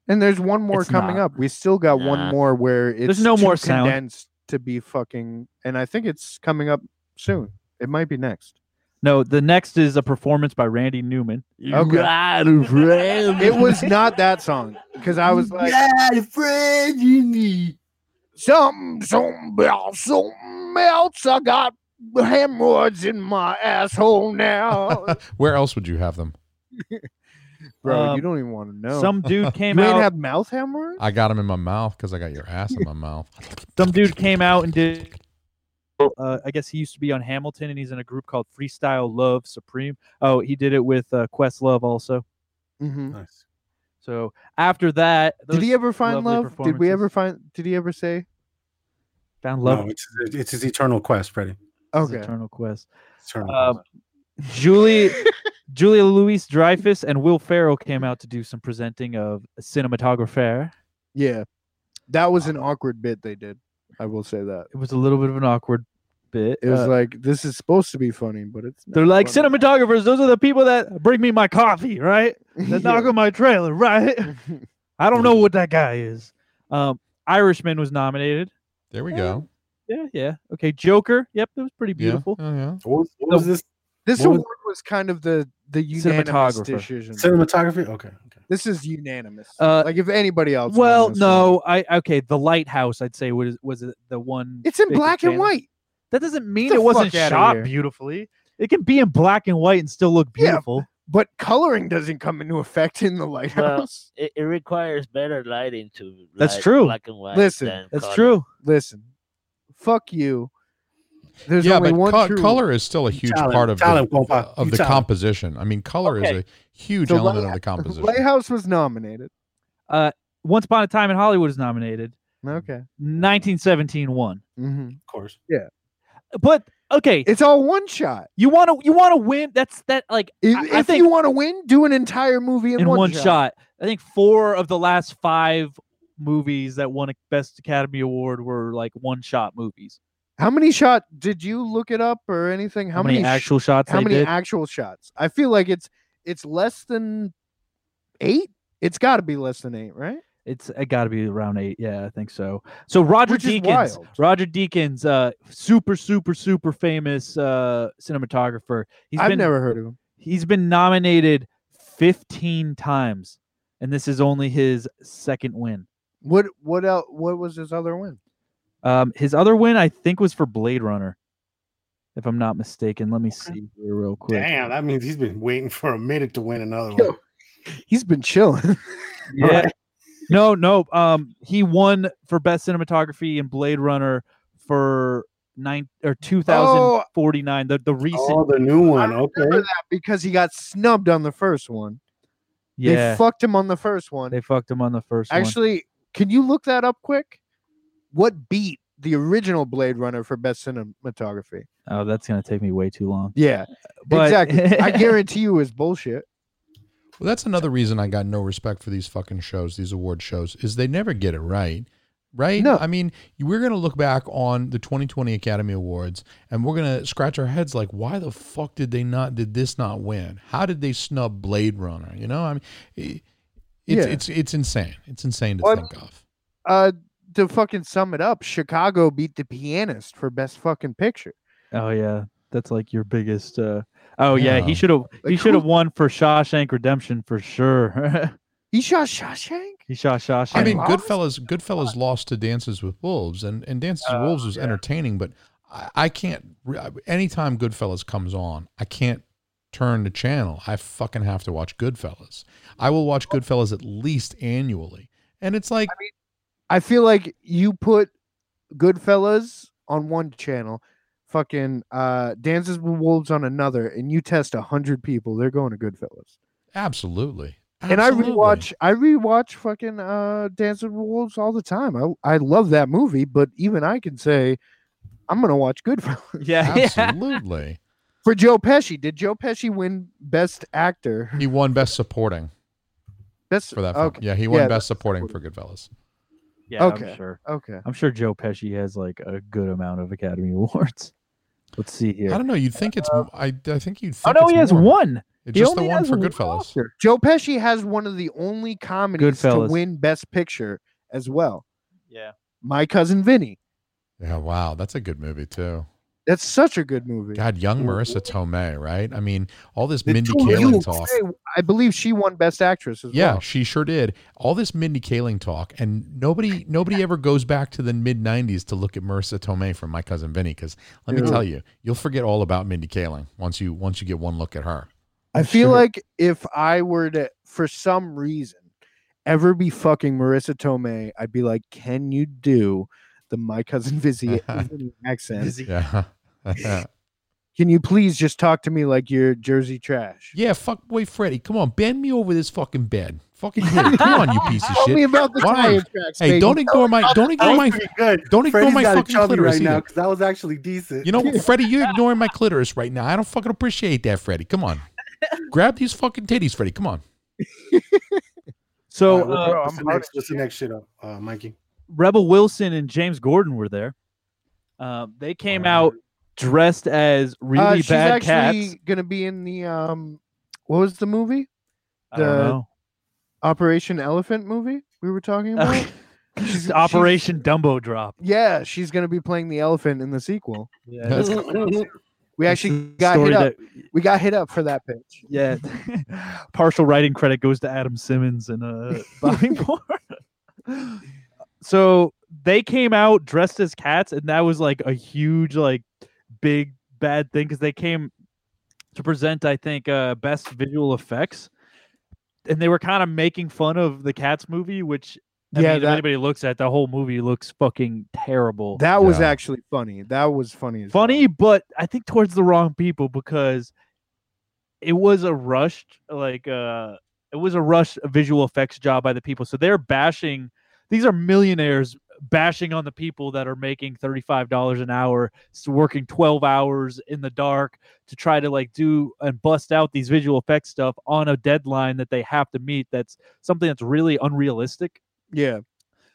Speaker 7: and there's one more
Speaker 4: It's
Speaker 7: coming
Speaker 4: not.
Speaker 7: up we still got
Speaker 9: Nah.
Speaker 7: one more where it's
Speaker 4: no
Speaker 7: too
Speaker 4: more sound.
Speaker 7: condensed to be fucking and i think it's coming up soon it might be next
Speaker 4: no. The next is a performance by Randy Newman.
Speaker 7: Okay. it was
Speaker 4: *laughs*
Speaker 7: not that song because i was like
Speaker 5: yeah, friend, you need.
Speaker 7: Something, something else, something else. I got hemorrhoids in my asshole now.
Speaker 6: Where else would you have them?
Speaker 7: "Oh, Bro,
Speaker 4: Um,
Speaker 7: you don't even want to know.
Speaker 4: Some
Speaker 7: *laughs*
Speaker 4: dude
Speaker 7: you
Speaker 4: came
Speaker 7: didn't
Speaker 4: out.
Speaker 7: have mouth hemorrhoids?
Speaker 6: I got them in my mouth because I got your ass in my mouth.
Speaker 4: some dude came out and did. Uh, I guess he used to be on Hamilton, and he's in a group called Freestyle Love Supreme. Oh, he did it with uh, Quest Love also.
Speaker 7: hmm
Speaker 5: Nice.
Speaker 4: So after that, those
Speaker 7: Did he ever find
Speaker 4: lovely
Speaker 7: love? Did we ever
Speaker 4: performances.
Speaker 7: find? Did he ever say?
Speaker 4: found
Speaker 5: No,
Speaker 4: love.
Speaker 5: it's, it's his eternal quest, Freddie.
Speaker 4: His
Speaker 7: Okay.
Speaker 4: Eternal Quest.
Speaker 5: Eternal
Speaker 4: Um,
Speaker 5: quest.
Speaker 4: Julie, Julia Louis Dreyfus, and Will Ferrell came out to do some presenting of cinematographer.
Speaker 7: Yeah, that was an awkward bit they did. I will say that
Speaker 4: It was a little bit of an awkward bit.
Speaker 7: it was
Speaker 4: Uh,
Speaker 7: like this is supposed to be funny, but it's not
Speaker 4: they're like
Speaker 7: funny. *laughs*
Speaker 4: cinematographers. Those are the people that bring me my coffee, right? That knock on my trailer, right?
Speaker 7: *laughs* Yeah.
Speaker 4: I don't know what that guy is. Um, Irishman was nominated.
Speaker 6: There we go.
Speaker 4: Yeah, yeah. Okay, Joker. Yep, that was pretty
Speaker 6: Yeah.
Speaker 4: beautiful.
Speaker 6: Oh, yeah.
Speaker 5: what was, what was
Speaker 4: the-
Speaker 5: this
Speaker 7: This
Speaker 5: What was-
Speaker 7: award was kind of the the unanimous
Speaker 4: Cinematographer.
Speaker 7: decision.
Speaker 5: cinematography? Okay. okay.
Speaker 7: This is unanimous.
Speaker 4: Uh,
Speaker 7: like if anybody else. won
Speaker 4: Well,
Speaker 7: this one-
Speaker 4: no, I okay. The Lighthouse, I'd say, was was it the one.
Speaker 7: it's in
Speaker 4: Big
Speaker 7: black and
Speaker 4: fan.
Speaker 7: white.
Speaker 4: That doesn't mean
Speaker 7: the
Speaker 4: it wasn't
Speaker 7: fuck outta
Speaker 4: shot
Speaker 7: here.
Speaker 4: beautifully. It can be in black and white and still look
Speaker 7: Yeah,
Speaker 4: beautiful.
Speaker 7: But coloring doesn't come into effect in the lighthouse.
Speaker 9: It, it requires better lighting to.
Speaker 4: That's
Speaker 9: light
Speaker 4: true.
Speaker 9: Black and white.
Speaker 7: Listen,
Speaker 9: than
Speaker 4: That's
Speaker 9: color.
Speaker 4: true.
Speaker 7: Listen, fuck you. There's
Speaker 6: yeah,
Speaker 7: only
Speaker 6: but
Speaker 7: one
Speaker 6: co-
Speaker 7: true-
Speaker 6: color is still a
Speaker 5: You
Speaker 6: huge
Speaker 5: tell him-
Speaker 6: part of
Speaker 5: tell
Speaker 6: the,
Speaker 5: him, compa,
Speaker 6: of
Speaker 5: you
Speaker 6: the
Speaker 5: tell him.
Speaker 6: composition. I mean, color
Speaker 9: Okay.
Speaker 6: is a huge
Speaker 7: So
Speaker 6: element of
Speaker 7: Light-
Speaker 6: the composition.
Speaker 7: Lighthouse was nominated.
Speaker 4: Once Upon a Time in Hollywood is nominated.
Speaker 7: Okay.
Speaker 4: 1917 won.
Speaker 7: hmm
Speaker 5: Of course.
Speaker 4: But okay,
Speaker 7: It's all one shot.
Speaker 4: you want to you want to win. That's that like
Speaker 7: If,
Speaker 4: I- I
Speaker 7: if
Speaker 4: think-
Speaker 7: you want to win, do an entire movie in,
Speaker 4: in one, shot. I think four of the last five movies that won a Best Academy Award were like one shot movies.
Speaker 7: How many shot did you look it up or anything? How,
Speaker 4: many,
Speaker 7: many sh-
Speaker 4: actual shots
Speaker 7: how
Speaker 4: they
Speaker 7: many
Speaker 4: did?
Speaker 7: actual shots? I feel like it's it's less than eight. It's got to be less than eight, right?
Speaker 4: it's it got to be around eight. Yeah, I think so. So Roger
Speaker 7: Which is
Speaker 4: Deakins,
Speaker 7: wild.
Speaker 4: Roger Deakins, uh, super super super famous uh, cinematographer. He's
Speaker 7: I've
Speaker 4: been
Speaker 7: never heard of him.
Speaker 4: he's been nominated 15 times, and this is only his second win.
Speaker 7: What what else? What was his other win?
Speaker 4: Um, his other win, I think, was for Blade Runner, if I'm not mistaken. Let me see here real quick.
Speaker 5: Damn, that means he's been waiting for a minute to win another
Speaker 7: Yo.
Speaker 5: one.
Speaker 7: He's been chilling.
Speaker 4: *laughs* Yeah. no, no. Um, he won for best cinematography in Blade Runner for nine or
Speaker 7: Oh.
Speaker 4: 2049. The the recent.
Speaker 5: Oh, the new
Speaker 7: *laughs*
Speaker 5: one.
Speaker 7: Remember
Speaker 5: Okay.
Speaker 7: that because he got snubbed on the first one.
Speaker 4: yeah,
Speaker 7: They fucked him on the first one.
Speaker 4: they fucked him on the first one.
Speaker 7: Actually, can you look that up quick? What beat the original Blade Runner for best cinematography?
Speaker 4: Oh, that's gonna take me way too long.
Speaker 7: Yeah,
Speaker 4: But
Speaker 7: exactly.
Speaker 4: *laughs*
Speaker 7: I guarantee you it's bullshit.
Speaker 6: Well, that's another reason I got no respect for these fucking shows, these award shows, is they never get it right. Right?
Speaker 7: No.
Speaker 6: I mean, we're going to look back on the 2020 Academy Awards and we're going to scratch our heads like, why the fuck did they not, did this not win? How did they snub Blade Runner? You know, I mean, it, it's,
Speaker 7: Yeah.
Speaker 6: it's, it's insane. It's insane to
Speaker 7: Well, I
Speaker 6: think of.
Speaker 7: Uh, to fucking sum it up, Chicago beat The Pianist for best fucking picture.
Speaker 4: oh yeah, that's like your biggest. uh Oh yeah,
Speaker 6: Yeah.
Speaker 4: he should have. he
Speaker 7: Like,
Speaker 4: should have
Speaker 7: who-
Speaker 4: won for Shawshank Redemption for sure. *laughs*
Speaker 7: He shot Shawshank.
Speaker 4: he shot Shawshank.
Speaker 6: I mean,
Speaker 7: lost?
Speaker 6: Goodfellas, Goodfellas lost to Dances with Wolves, and, and Dances with
Speaker 4: Oh,
Speaker 6: Wolves was entertaining, but I, I can't. re- Anytime Goodfellas comes on, I can't turn the channel. I fucking have to watch Goodfellas. I will watch Goodfellas at least annually, and it's like
Speaker 7: I feel like you put Goodfellas on one channel, fucking uh, Dances with Wolves on another, and you test hundred people, they're going to Goodfellas.
Speaker 6: absolutely.
Speaker 7: and I
Speaker 6: Absolutely.
Speaker 7: rewatch I rewatch fucking uh Dancing with Wolves all the time. I I love that movie, but even I can say I'm gonna watch Goodfellas *laughs*
Speaker 4: *laughs* *laughs* yeah, yeah.
Speaker 6: Absolutely.
Speaker 7: for Joe Pesci. Did Joe Pesci win Best Actor?
Speaker 6: He won Best Supporting
Speaker 7: Best
Speaker 6: for that film.
Speaker 7: Okay,
Speaker 6: Yeah, he won
Speaker 7: Yeah,
Speaker 6: Best Supporting for Goodfellas.
Speaker 4: yeah I'm
Speaker 7: Okay.
Speaker 4: sure.
Speaker 7: okay.
Speaker 4: I'm sure Joe Pesci has like a good amount of Academy *laughs* Awards. Let's see
Speaker 6: I
Speaker 4: here.
Speaker 6: don't know. You'd think it's. I, I think you'd.
Speaker 4: Uh, Oh no,
Speaker 6: Think it's
Speaker 4: he has
Speaker 6: more.
Speaker 4: one.
Speaker 6: It's
Speaker 4: He
Speaker 6: just the
Speaker 4: only
Speaker 6: one
Speaker 4: has
Speaker 6: for Goodfellas.
Speaker 4: Oscar.
Speaker 7: Joe Pesci has one of the only comedies
Speaker 4: Goodfellas.
Speaker 7: to win Best Picture as well.
Speaker 4: Yeah.
Speaker 7: My cousin Vinny.
Speaker 6: Yeah, wow, that's a good movie too.
Speaker 7: That's such a good movie.
Speaker 6: God, young Marissa Tomei, right? I mean, all this
Speaker 5: The
Speaker 6: Mindy
Speaker 5: two of you
Speaker 6: Kaling talk.
Speaker 7: I believe she won Best Actress as
Speaker 6: Yeah,
Speaker 7: well.
Speaker 6: she sure did. All this Mindy Kaling talk, and nobody nobody ever goes back to the mid '90s to look at Marissa Tomei from My Cousin Vinny. Because let me
Speaker 7: Yeah.
Speaker 6: tell you, you'll forget all about Mindy Kaling once you once you get one look at her.
Speaker 7: I feel
Speaker 5: Sure.
Speaker 7: like if I were to, for some reason, ever be fucking Marissa Tomei, I'd be like, "Can you do the my cousin
Speaker 6: *laughs*
Speaker 7: Vizzy Vinny accent?
Speaker 6: Yeah, *laughs*
Speaker 7: Can you please just talk to me like you're Jersey trash?
Speaker 6: yeah. Fuck boy, Freddy. Come on, bend me over this fucking bed. Fucking hit it. come on, you piece
Speaker 7: *laughs*
Speaker 6: of
Speaker 7: Tell me
Speaker 6: shit.
Speaker 7: about the
Speaker 6: Why not?
Speaker 7: tire tracks.
Speaker 6: Hey,
Speaker 7: baby.
Speaker 6: don't ignore my don't
Speaker 5: That
Speaker 6: ignore
Speaker 5: was
Speaker 6: my
Speaker 5: pretty good.
Speaker 6: don't ignore
Speaker 5: Freddy's
Speaker 6: my
Speaker 5: got it
Speaker 6: fucking
Speaker 5: chubby
Speaker 6: clitoris
Speaker 5: right now
Speaker 6: either.
Speaker 5: because that was actually decent.
Speaker 6: You know, Freddie, you're ignoring my clitoris right now. I don't fucking appreciate that, Freddie. Come on. Grab these fucking titties, Freddie. Come on.
Speaker 5: All
Speaker 4: So
Speaker 5: right,
Speaker 4: uh,
Speaker 5: what-
Speaker 7: bro,
Speaker 5: what's,
Speaker 7: I'm
Speaker 5: the
Speaker 7: hard
Speaker 5: next,
Speaker 7: as
Speaker 5: what's the
Speaker 7: shit.
Speaker 5: next shit up, uh, Mikey?
Speaker 4: Rebel Wilson and James Gordon were there. Uh, they came out dressed as really
Speaker 7: Uh, she's
Speaker 4: bad
Speaker 7: actually
Speaker 4: cats.
Speaker 7: gonna be in the um, what was the movie?
Speaker 4: I don't
Speaker 7: the-
Speaker 4: know.
Speaker 7: Operation Elephant movie we were
Speaker 4: *laughs*
Speaker 7: talking about. she's-
Speaker 4: Operation Dumbo Drop.
Speaker 7: yeah, she's gonna be playing the elephant in the sequel.
Speaker 4: Yeah,
Speaker 6: That's-
Speaker 7: We actually got hit up. We got hit up for that pitch.
Speaker 4: yeah, *laughs* partial writing credit goes to Adam Simmons and
Speaker 7: *laughs*
Speaker 4: uh, Bobby Moore. *laughs* so they came out dressed as cats, and that was like a huge, like, big bad thing because they came to present, I think, uh, best visual effects, and they were kind of making fun of the Cats movie, which. I
Speaker 7: Yeah,
Speaker 4: mean, if
Speaker 7: that-
Speaker 4: anybody looks at the whole movie looks fucking terrible.
Speaker 7: That was
Speaker 6: Yeah.
Speaker 7: actually funny. That was funny. As
Speaker 4: funny, but I think towards the wrong people because it was a rushed, like uh it was a rushed visual effects job by the people. So they're bashing these are millionaires bashing on the people that are making $35 an hour, s- working 12 hours in the dark to try to like do and bust out these visual effects stuff on a deadline that they have to meet that's something that's really unrealistic.
Speaker 7: well. Yeah.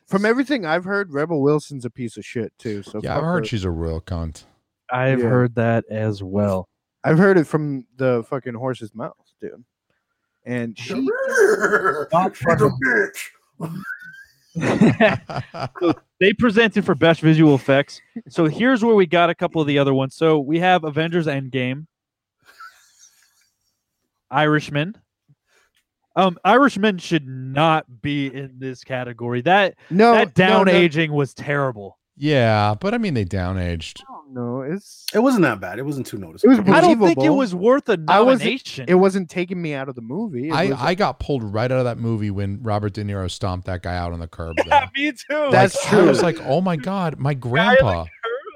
Speaker 7: From everything I've heard, Rebel Wilson's a piece of shit too. So
Speaker 6: Yeah, I've
Speaker 7: fuck her.
Speaker 6: heard she's a real cunt. *laughs*
Speaker 4: I've
Speaker 7: Yeah.
Speaker 4: heard that as well.
Speaker 7: I've heard it from the fucking horse's mouth, dude. And she,
Speaker 5: Not fucking bitch.
Speaker 4: they presented for best visual effects. So here's where we got a couple of the other ones. So we have Avengers Endgame, Irishman. Um, Irishman should not be in this category. That
Speaker 7: Oh, no,
Speaker 4: that down
Speaker 7: no, no,
Speaker 4: aging was terrible.
Speaker 6: Yeah, but I mean they downaged.
Speaker 7: No, it's
Speaker 5: It wasn't that bad. It wasn't too noticeable.
Speaker 7: was
Speaker 4: I don't think it
Speaker 7: Believable.
Speaker 4: was worth a
Speaker 7: I wasn't-
Speaker 4: nomination.
Speaker 7: it wasn't taking me out of the movie. It
Speaker 6: I,
Speaker 7: was-
Speaker 6: I got pulled right out of that movie when Robert De Niro stomped that guy out on the
Speaker 7: *laughs*
Speaker 6: curb. though.
Speaker 4: *laughs* yeah, me too.
Speaker 7: That's
Speaker 6: Like, I
Speaker 7: true.
Speaker 4: *laughs*
Speaker 6: was like, oh my god, my grandpa.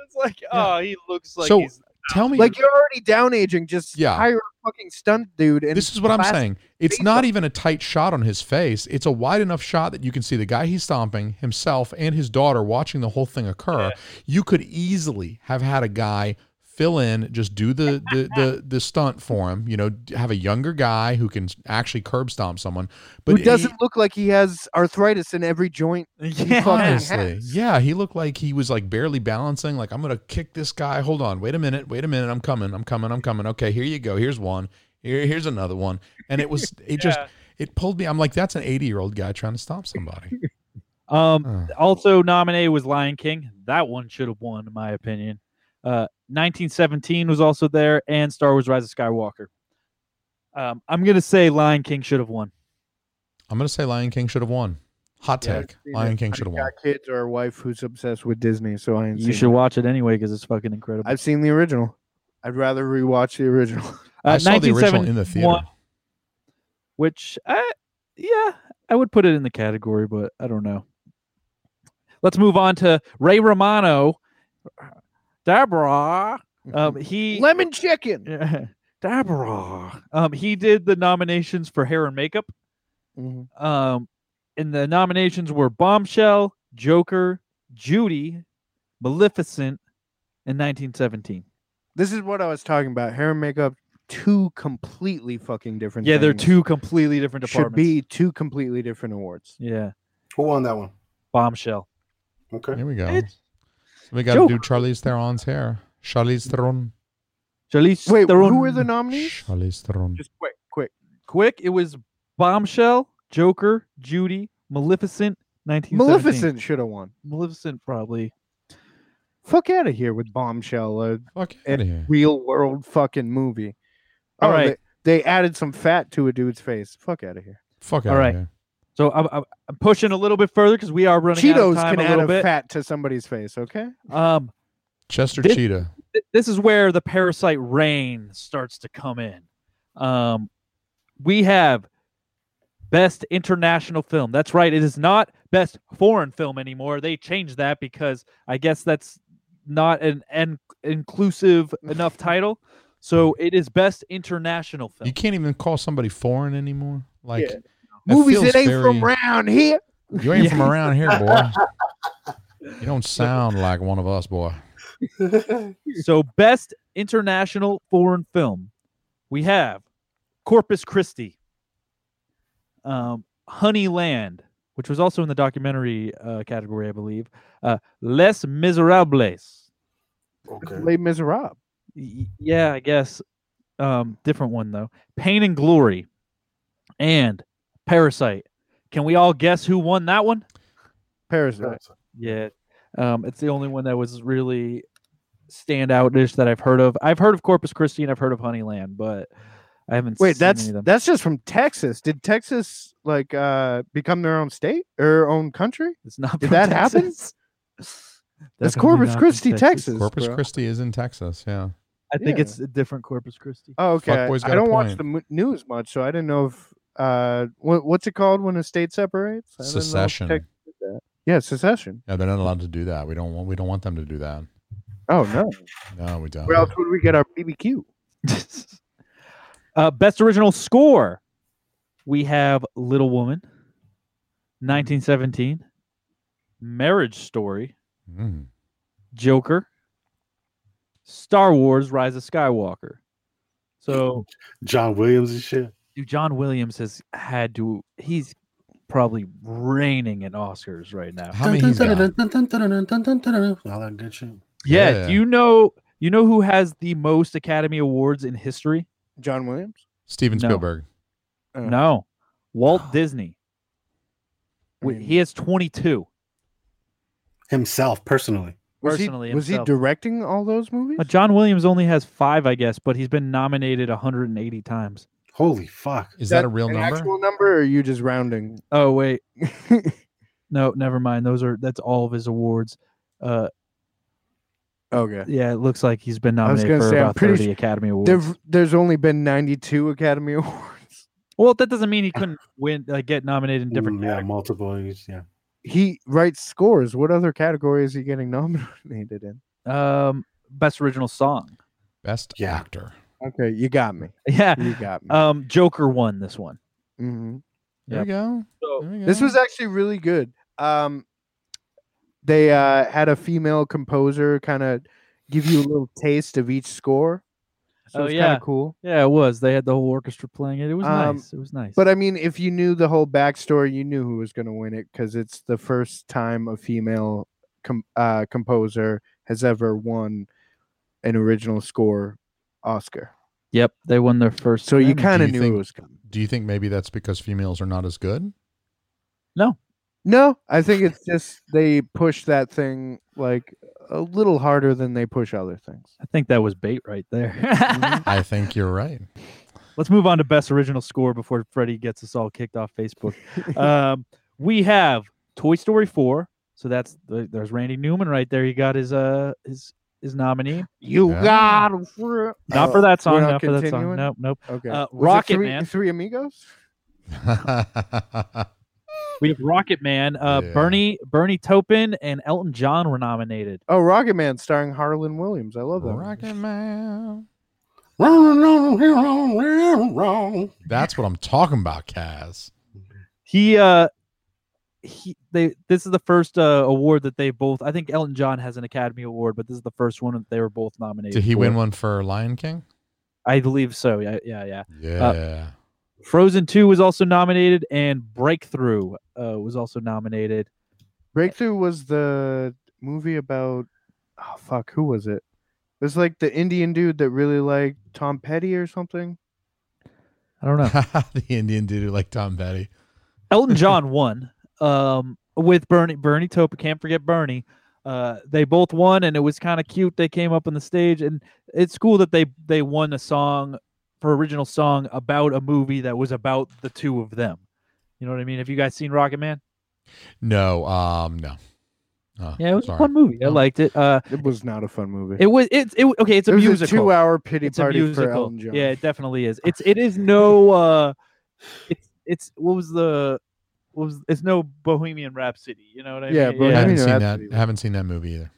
Speaker 4: It's like, oh, he looks like
Speaker 6: So,
Speaker 4: he's
Speaker 6: Tell me,
Speaker 7: like you're already down aging. Just
Speaker 6: Yeah.
Speaker 7: hire a fucking stunt dude. And
Speaker 6: this is what I'm
Speaker 7: plastic
Speaker 6: saying. It's
Speaker 7: face
Speaker 6: not
Speaker 7: up.
Speaker 6: even a tight shot on his face. It's a wide enough shot that you can see the guy he's stomping, himself, and his daughter watching the whole thing occur. You could easily have had a guy fill in, just do the the the, the stunt for him. You know, d- have a younger guy who can actually curb stomp someone, but
Speaker 7: who *laughs* doesn't look like he has arthritis in every joint.
Speaker 6: he-
Speaker 4: *laughs*
Speaker 7: fucking
Speaker 4: yeah.
Speaker 7: has.
Speaker 6: honestly, yeah, he looked like he was like barely balancing. Like I'm gonna kick this guy. Hold on, wait a minute, wait a minute. I'm coming, I'm coming, I'm coming. Okay, here you go. Here's one. Here, here's another one. And it was,
Speaker 4: *laughs*
Speaker 6: it just, it pulled me. I'm like, that's an 80 year old guy trying to stop somebody.
Speaker 4: Um,
Speaker 6: Ugh.
Speaker 4: also nominated was Lion King. That one should have won, in my opinion. Uh, 1917 was also there, and Star Wars: Rise of Skywalker. Um, I'm gonna say Lion King should have won.
Speaker 6: I'm gonna say Lion King should have won. Hot
Speaker 7: Yeah, I've
Speaker 6: take.
Speaker 7: seen
Speaker 6: Lion
Speaker 7: it.
Speaker 6: King
Speaker 7: I've
Speaker 6: should have
Speaker 7: got
Speaker 6: won.
Speaker 7: kids or a wife who's obsessed with Disney, so I ain't
Speaker 4: You
Speaker 7: seen
Speaker 4: should
Speaker 7: it.
Speaker 4: watch it anyway because it's fucking incredible.
Speaker 7: I've seen the original. I'd rather rewatch the original.
Speaker 4: Uh,
Speaker 6: I saw the original in the
Speaker 4: 1971,
Speaker 6: theater.
Speaker 4: which I, yeah, I would put it in the category, but I don't know. Let's move on to Ray Romano, Deborah. *laughs*
Speaker 7: *laughs*
Speaker 4: Um, he
Speaker 7: Lemon chicken.
Speaker 4: Yeah. *laughs* Deborah. Um, he did the nominations for hair and makeup.
Speaker 7: Mhm.
Speaker 4: Um, and the nominations were Bombshell, Joker, Judy, Maleficent, and 1917.
Speaker 7: This is what I was talking about. Hair and makeup, two completely fucking different.
Speaker 4: Yeah, they're
Speaker 7: things.
Speaker 4: two completely different
Speaker 7: Should
Speaker 4: departments.
Speaker 7: be two completely different awards.
Speaker 4: Yeah,
Speaker 5: Who won that one?
Speaker 4: Bombshell.
Speaker 5: Okay.
Speaker 6: Here we go.
Speaker 4: It's-
Speaker 6: We got to
Speaker 4: Joker.
Speaker 6: do Charlize Theron's hair. Charlize Theron.
Speaker 4: Charlize
Speaker 7: Wait,
Speaker 4: Theron.
Speaker 7: who were the nominees?
Speaker 6: Charlize Theron.
Speaker 7: Just quick, quick.
Speaker 4: Quick, it was Bombshell, Joker, Judy, Maleficent, 1917.
Speaker 7: Maleficent should have won.
Speaker 4: Maleficent probably.
Speaker 7: fuck out of here with bombshell a
Speaker 6: Fuck out
Speaker 7: And-
Speaker 6: of here.
Speaker 7: real world fucking movie
Speaker 4: All
Speaker 7: Oh,
Speaker 4: right.
Speaker 7: they, they added some fat to a dude's face fuck out of here
Speaker 6: Fuck out
Speaker 4: All right.
Speaker 6: of here.
Speaker 4: So I'm, I'm- I'm pushing a little bit further because we are running out of
Speaker 7: cheetos
Speaker 4: time
Speaker 7: can
Speaker 4: a
Speaker 7: add
Speaker 4: little
Speaker 7: a
Speaker 4: bit.
Speaker 7: fat to somebody's face okay
Speaker 4: Um,
Speaker 6: Chester
Speaker 4: This-
Speaker 6: Cheetah.
Speaker 4: th- this is where the parasite rain starts to come in. Um, we have best international film. That's right. It is not best foreign film anymore. They changed that because I guess that's not an, an inclusive enough title. So it is best international film.
Speaker 6: You can't even call somebody foreign anymore. Like
Speaker 7: Yeah.
Speaker 6: that
Speaker 7: movies
Speaker 6: feels
Speaker 7: that ain't from
Speaker 6: very-
Speaker 7: round here
Speaker 6: You ain't
Speaker 4: Yeah.
Speaker 6: from around here, boy.
Speaker 7: *laughs*
Speaker 6: You don't sound like one of us, boy.
Speaker 4: So best international foreign film, we have Corpus Christi, um, Honeyland, which was also in the documentary uh, category, I believe. Uh, Les Miserables.
Speaker 5: Okay.
Speaker 7: Les Miserables
Speaker 4: Y- yeah, I guess. Um, different one though. Pain and Glory, and Parasite. Can we all guess who won that one?
Speaker 7: Parasite
Speaker 4: Yeah. Um, it's the only one that was really standout dish that I've heard of. I've heard of Corpus Christi and I've heard of Honeyland, but I haven't
Speaker 7: wait
Speaker 4: seen
Speaker 7: that's
Speaker 4: any of them.
Speaker 7: that's just from Texas did Texas like uh become their own state or own country *laughs*
Speaker 4: it's not
Speaker 7: did
Speaker 4: from
Speaker 7: that happen?
Speaker 4: *laughs* Texas.
Speaker 7: that's
Speaker 4: Definitely
Speaker 7: Corpus
Speaker 4: not from
Speaker 7: Christi Texas
Speaker 6: Corpus
Speaker 7: bro.
Speaker 6: Christi is in Texas. Yeah.
Speaker 4: I think
Speaker 7: Yeah.
Speaker 4: it's a different Corpus Christi.
Speaker 7: Oh, okay.
Speaker 6: Fuckboy's got
Speaker 7: I
Speaker 6: a
Speaker 7: don't watch
Speaker 6: point.
Speaker 7: the mu- news much, so I didn't know if uh, what, what's it called when a state separates? I didn't know if
Speaker 6: Secession.
Speaker 7: Texas did that. Yeah, secession.
Speaker 6: Yeah, they're not allowed to do that. We don't want we don't want them to do that.
Speaker 7: Oh no.
Speaker 6: No, we don't.
Speaker 7: Where else would we get our BBQ?
Speaker 4: uh, best original score. We have Little Woman, 1917, Marriage Story,
Speaker 6: Mm.
Speaker 4: Joker, Star Wars: Rise of Skywalker. So
Speaker 5: John Williams and shit.
Speaker 4: Dude, John Williams has had to. He's probably reigning in Oscars right now.
Speaker 6: How many he's got?
Speaker 5: All that good shit.
Speaker 4: Yeah,
Speaker 6: Yeah.
Speaker 4: Do you know? You know who has the most Academy Awards in history?
Speaker 7: John Williams.
Speaker 6: Steven
Speaker 4: No.
Speaker 6: Spielberg.
Speaker 7: Oh.
Speaker 4: No,
Speaker 7: *gasps*
Speaker 4: Walt Disney.
Speaker 7: I
Speaker 4: Wi-
Speaker 7: mean,
Speaker 4: He has twenty-two.
Speaker 5: Himself personally.
Speaker 7: was he,
Speaker 4: personally
Speaker 7: was he
Speaker 4: himself.
Speaker 7: directing all those movies?
Speaker 4: Uh, John Williams only has five, I guess, but he's been nominated one hundred and eighty times.
Speaker 5: Holy fuck.
Speaker 6: Is that, a real
Speaker 7: an
Speaker 6: number?
Speaker 7: Actual number, or are you just rounding? *laughs*
Speaker 4: Oh wait, no, never mind. Those are that's all of his awards. Uh,
Speaker 7: okay.
Speaker 4: yeah, it looks like he's been
Speaker 7: I was
Speaker 4: nominated
Speaker 7: gonna
Speaker 4: for
Speaker 7: say, I'm
Speaker 4: about
Speaker 7: pretty
Speaker 4: thirty
Speaker 7: su-
Speaker 4: Academy Awards.
Speaker 7: There've, there's only been 92 Academy *laughs* Awards.
Speaker 4: Well, that doesn't mean
Speaker 7: *sighs*
Speaker 4: he couldn't win, like get nominated in different.
Speaker 5: Mm, yeah,
Speaker 4: categories.
Speaker 5: multiple. years, Yeah.
Speaker 7: He writes scores. What other category is he getting *laughs* nominated in?
Speaker 4: Um, best original song.
Speaker 6: Best
Speaker 5: Yeah.
Speaker 6: actor.
Speaker 7: Okay, you got
Speaker 4: *laughs*
Speaker 7: me.
Speaker 4: Yeah.
Speaker 7: You got me.
Speaker 4: Um, Joker won this one.
Speaker 7: hmm
Speaker 6: There
Speaker 4: Yep.
Speaker 6: we go.
Speaker 4: So,
Speaker 6: There we
Speaker 7: This
Speaker 6: go.
Speaker 7: was actually really good. Um, they uh, had a female composer kind of give you a little taste of each score. So
Speaker 4: Oh,
Speaker 7: it's kind
Speaker 4: yeah.
Speaker 7: of cool.
Speaker 4: yeah, it was. They had the whole orchestra playing it. It was
Speaker 7: Um,
Speaker 4: nice. It was nice.
Speaker 7: But I mean, if you knew the whole backstory, you knew who was going to win it because it's the first time a female com- uh, composer has ever won an original score Oscar.
Speaker 4: yep, they won their first.
Speaker 7: So you
Speaker 4: Grammy.
Speaker 7: kind of
Speaker 6: you
Speaker 7: knew
Speaker 6: think-
Speaker 7: it was coming.
Speaker 6: Do you think maybe that's because females are not as good?
Speaker 7: No, I think
Speaker 4: *laughs*
Speaker 7: it's just they push that thing like a little harder than they push other things.
Speaker 4: I think that was bait right there.
Speaker 7: Mm-hmm.
Speaker 6: I think you're right.
Speaker 4: *laughs* Let's move on to best original score before Freddie gets us all kicked off
Speaker 7: *laughs*
Speaker 4: Facebook. um, we have Toy Story four. So that's th- there's Randy Newman right there. He got his uh his his nominee.
Speaker 7: You
Speaker 6: Yeah.
Speaker 7: got 'em for
Speaker 4: Not
Speaker 7: Oh,
Speaker 4: for that
Speaker 7: we're
Speaker 4: song.
Speaker 7: not
Speaker 4: Not for that song.
Speaker 7: continuing?
Speaker 4: Nope. Nope.
Speaker 7: Okay.
Speaker 4: Uh,
Speaker 7: Was it
Speaker 4: Rocket
Speaker 7: three,
Speaker 4: Man.
Speaker 7: Three amigos.
Speaker 4: We have Rocket Man. Uh,
Speaker 6: Yeah.
Speaker 4: Bernie Bernie Taupin and Elton John were nominated.
Speaker 7: Oh, Rocket Man starring Harlan Williams.
Speaker 6: *laughs*
Speaker 7: I love that. movie.
Speaker 6: Rocket Man.
Speaker 5: That's
Speaker 6: That's what I'm talking about, Kaz.
Speaker 4: He uh he they this is the first uh, award that they both I think Elton John has an Academy Award, but this is the first one that they were both nominated.
Speaker 6: Did he
Speaker 4: for.
Speaker 6: win one for Lion King?
Speaker 4: I believe so. Yeah, yeah, yeah.
Speaker 6: Yeah.
Speaker 4: Frozen 2 was also nominated and Breakthrough uh, was also nominated.
Speaker 7: Breakthrough was the movie about. Oh fuck, who was it? It was like the Indian dude that really liked Tom Petty or something.
Speaker 4: I don't know.
Speaker 6: *laughs* the Indian dude who liked Tom Petty.
Speaker 7: *laughs*
Speaker 4: Elton John won um with Bernie Bernie Taupin, can't forget Bernie. uh, they both won, and it was kind of cute. They came up on the stage, and it's cool that they they won a song for original song about a movie that was about the two of them. You know what I mean? Have you guys seen Rocket Man?
Speaker 6: No, um, no. Uh,
Speaker 4: Yeah, it was
Speaker 6: sorry.
Speaker 4: a fun movie. I
Speaker 6: No.
Speaker 4: liked it. Uh,
Speaker 7: It was not a fun movie.
Speaker 4: it was it's it okay. It's a
Speaker 7: it was
Speaker 4: musical.
Speaker 7: a two-hour pity
Speaker 4: it's a
Speaker 7: party
Speaker 4: musical.
Speaker 7: for Elton John.
Speaker 4: Yeah, it definitely is. It's it is no uh it's it's what was the what was it's no Bohemian Rhapsody, you know what I
Speaker 7: Yeah,
Speaker 4: mean?
Speaker 6: I
Speaker 7: Bohemian- Yeah.
Speaker 6: haven't seen that.
Speaker 7: Rhapsody.
Speaker 6: I haven't seen that movie either.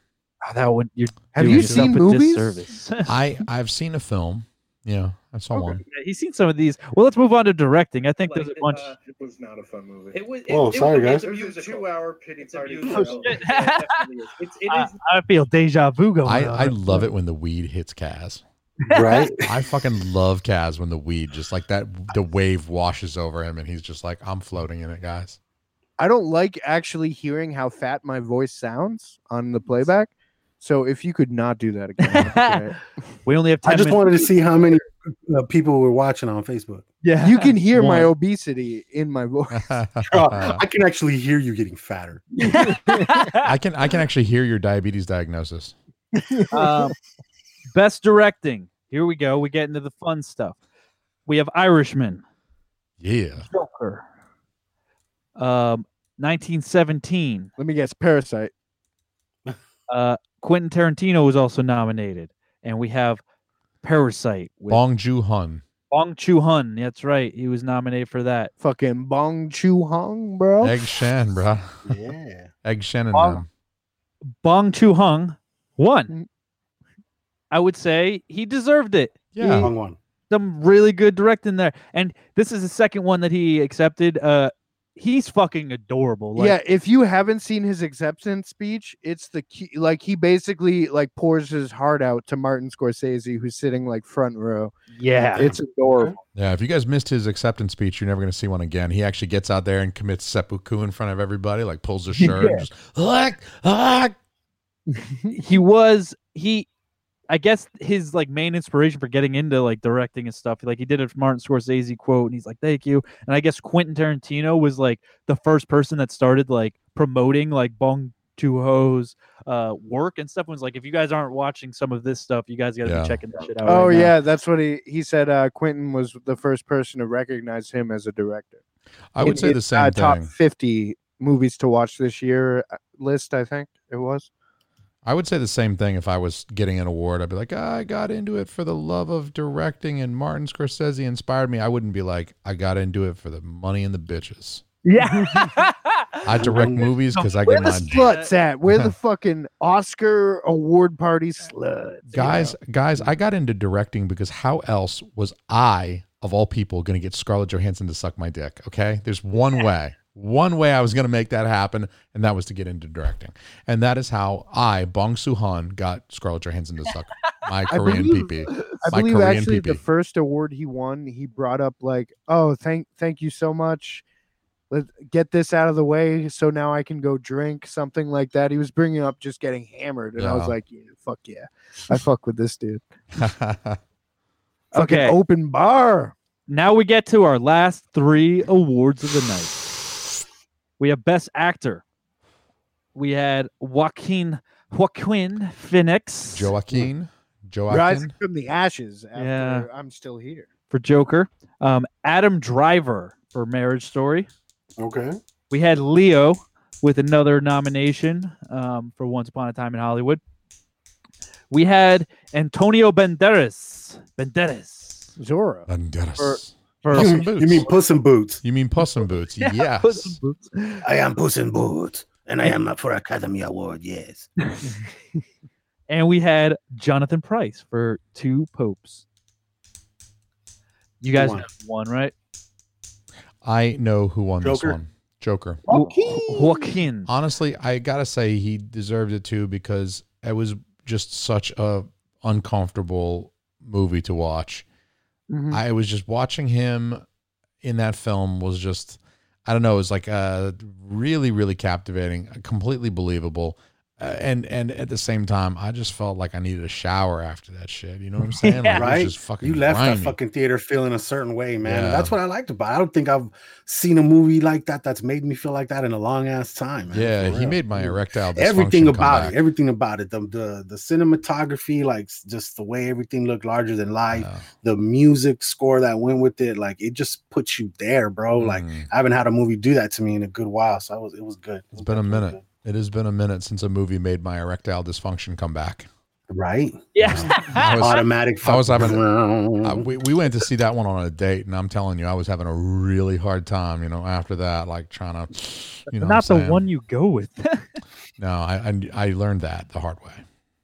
Speaker 4: Oh, that one you're
Speaker 7: Have
Speaker 4: doing
Speaker 7: you
Speaker 4: yourself
Speaker 7: seen
Speaker 4: a
Speaker 7: movies?
Speaker 4: disservice.
Speaker 6: I I've seen a film. Yeah, I saw one.
Speaker 4: Yeah, he's seen some of these. Well, let's move on to directing. I think there's a bunch.
Speaker 7: uh, It was not a fun movie.
Speaker 8: was. It,
Speaker 5: Whoa,
Speaker 8: it
Speaker 5: sorry,
Speaker 8: was,
Speaker 5: guys.
Speaker 8: It was a two-hour pity party.
Speaker 4: musical.
Speaker 8: for
Speaker 4: *laughs*
Speaker 8: Elton John. Yeah, it
Speaker 7: uh,
Speaker 4: Oh, shit.
Speaker 8: definitely is. It's, it
Speaker 4: I,
Speaker 8: is-
Speaker 4: I feel deja vu going.
Speaker 6: I,
Speaker 4: on.
Speaker 6: I love it when the weed hits Kaz.
Speaker 5: right?
Speaker 6: I fucking *laughs* love Kaz when the weed just like that the wave washes over him and he's just like I'm floating in it, guys. *laughs*
Speaker 7: I don't like actually hearing how fat my voice sounds on the playback. So if you could not do that again, that'd be great.
Speaker 4: *laughs* We only have ten.
Speaker 5: I just
Speaker 4: minutes.
Speaker 5: wanted to see how many uh, people were watching on Facebook.
Speaker 4: *laughs* Yeah,
Speaker 7: you can hear my
Speaker 4: One.
Speaker 7: obesity in my voice.
Speaker 5: Oh,
Speaker 6: I
Speaker 5: I can actually hear you getting fatter.
Speaker 6: can *laughs* I can actually hear your diabetes diagnosis.
Speaker 4: *laughs* um, best directing. Here we go. We get into the fun stuff. We have Irishman.
Speaker 6: Yeah.
Speaker 4: Joker. Um, 1917.
Speaker 7: Let me guess, Parasite.
Speaker 4: Uh, Quentin Tarantino was also nominated, and we have Parasite with Bong,
Speaker 6: Bong Joon-hun.
Speaker 4: Chu Hun. That's right, he was nominated for that.
Speaker 7: Fucking Bong Chu Hong, bro.
Speaker 6: Egg Shan, bro.
Speaker 5: Yeah.
Speaker 6: Egg Shan and
Speaker 4: Bong-
Speaker 6: them.
Speaker 4: Bong Chu Hung won.
Speaker 7: Mm.
Speaker 4: I would say he deserved it.
Speaker 6: Yeah.
Speaker 5: Wrong one.
Speaker 4: Some really good directing there, and this is the second one that he accepted. Uh, he's fucking adorable. Like,
Speaker 7: yeah, if you haven't seen his acceptance speech, it's the key, like he basically like pours his heart out to Martin Scorsese, who's sitting like front row.
Speaker 9: *laughs*
Speaker 4: yeah.
Speaker 7: It's
Speaker 6: *laughs*
Speaker 7: adorable.
Speaker 6: Yeah, if you guys missed his acceptance speech, you're never going to see one again. He actually gets out there and commits seppuku in front of everybody, like pulls his shirt and just like, ah.
Speaker 4: he was he i guess his like main inspiration for getting into like directing and stuff like he did a martin scorsese quote and he's like thank you and i guess quentin tarantino was like the first person that started like promoting like bong joon-ho's uh work and stuff and was like if you guys aren't watching some of this stuff you guys gotta
Speaker 6: Yeah.
Speaker 4: be checking this shit out
Speaker 7: Oh
Speaker 4: right now."
Speaker 7: yeah, that's what he he said. Uh, Quentin was the first person to recognize him as a director.
Speaker 6: I would
Speaker 7: in
Speaker 6: say the
Speaker 7: his,
Speaker 6: same
Speaker 7: uh,
Speaker 6: thing.
Speaker 7: Top fifty movies to watch this year uh, list, I think it was.
Speaker 6: I would say the same thing if I was getting an award. I'd be like, I got into it for the love of directing, and Martin Scorsese inspired me. I wouldn't be like, I got into it for the money and the bitches.
Speaker 4: yeah
Speaker 6: I direct movies because I
Speaker 7: Where
Speaker 6: get
Speaker 7: the
Speaker 6: my
Speaker 7: sluts at? Where
Speaker 6: *laughs*
Speaker 7: the fucking Oscar award party sluts? you
Speaker 6: guys. Guys, I got into directing because how else was I, of all people, going to get Scarlett Johansson to suck my dick? Okay, there's one way. One way I was going to make that happen, and that was to get into directing, and that is how I, Bong Soo Han, got Scarlett Johansson to
Speaker 7: *laughs*
Speaker 6: suck my
Speaker 7: I
Speaker 6: Korean
Speaker 7: believe-
Speaker 6: PP.
Speaker 7: *laughs* I
Speaker 6: My
Speaker 7: believe
Speaker 6: Korean
Speaker 7: actually the
Speaker 6: PP.
Speaker 7: first award he won, he brought up like, "Oh, thank thank you so much. Let get this out of the way, so now I can go drink something like that." He was bringing up just getting hammered, and I
Speaker 6: Yeah.
Speaker 7: was like, "Yeah, fuck yeah, I fuck with this dude."
Speaker 4: Okay.
Speaker 7: Fucking open bar.
Speaker 4: now we get to our last three awards of the night. We have Best Actor. We had Joaquin Joaquin
Speaker 6: *laughs*
Speaker 4: Phoenix
Speaker 6: Joaquin. Joaquin.
Speaker 7: Rising from the ashes. After
Speaker 4: Yeah.
Speaker 7: I'm still here.
Speaker 4: for Joker. Um, Adam Driver for Marriage Story.
Speaker 5: Okay.
Speaker 4: We had Leo with another nomination um, for Once Upon a Time in Hollywood. We had Antonio Banderas. Banderas.
Speaker 7: Zora.
Speaker 6: Banderas.
Speaker 4: For
Speaker 6: Puss in
Speaker 5: you
Speaker 6: Boots.
Speaker 5: mean Puss in Boots?
Speaker 6: You mean Puss in
Speaker 4: *laughs*
Speaker 6: Boots?
Speaker 4: Yeah,
Speaker 6: yes.
Speaker 4: Puss in Boots.
Speaker 5: I am Puss in Boots, and I am up for Academy Award. Yes.
Speaker 4: and we had Jonathan Price for two popes. You guys
Speaker 5: One.
Speaker 4: know one, right?
Speaker 6: I know who won this
Speaker 5: Joker.
Speaker 6: one. Joker.
Speaker 4: Joaquin. Joaquin.
Speaker 6: Honestly, I gotta say he deserved it too because it was just such a uncomfortable movie to watch.
Speaker 4: Mm-hmm.
Speaker 7: Mhm.
Speaker 6: I was just watching him in that film was just I don't know, it was like uh really, really captivating, completely uh, believable. Uh, and and at the same time, I just felt like I needed a shower after that shit. You
Speaker 4: *laughs*
Speaker 6: know what I'm saying? Like, it was
Speaker 5: right?
Speaker 6: just fucking
Speaker 5: You left
Speaker 6: grimy.
Speaker 5: that fucking theater feeling a certain way, man.
Speaker 6: Yeah.
Speaker 5: And That's what I liked about. It. I don't think I've seen a movie like that that's made me feel like that in a long ass time. man,
Speaker 6: Yeah,
Speaker 5: for
Speaker 6: he
Speaker 5: real.
Speaker 6: made my erectile dysfunction
Speaker 5: everything
Speaker 6: come
Speaker 5: about
Speaker 6: back.
Speaker 5: it. Everything about it. The, the the cinematography, like s- just the way everything looked larger than life.
Speaker 6: Yeah.
Speaker 5: The music score that went with it, like it just puts you there, bro. oh, Like
Speaker 6: Mm.
Speaker 5: I haven't had a movie do that to me in a good while, so I was it was good. It
Speaker 6: It's
Speaker 5: was
Speaker 6: been a
Speaker 5: definitely
Speaker 6: minute. It has been a minute since a movie made my erectile dysfunction come back.
Speaker 5: good. right?
Speaker 6: I was,
Speaker 5: Automatic.
Speaker 6: I was
Speaker 5: fucking- Mm-hmm.
Speaker 6: uh, we, we went to see that one on a date, and I'm telling you, I was having a really hard time, you know, after that, like trying to, you know, what I'm
Speaker 4: Not the
Speaker 6: saying?
Speaker 4: one you go with. *laughs*
Speaker 6: No, I, I I learned that the hard way.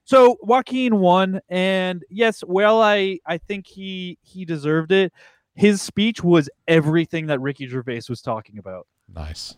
Speaker 4: so Joaquin won, and yes, well, I I think he he deserved it. His speech was everything that Ricky Gervais was talking about.
Speaker 6: Nice.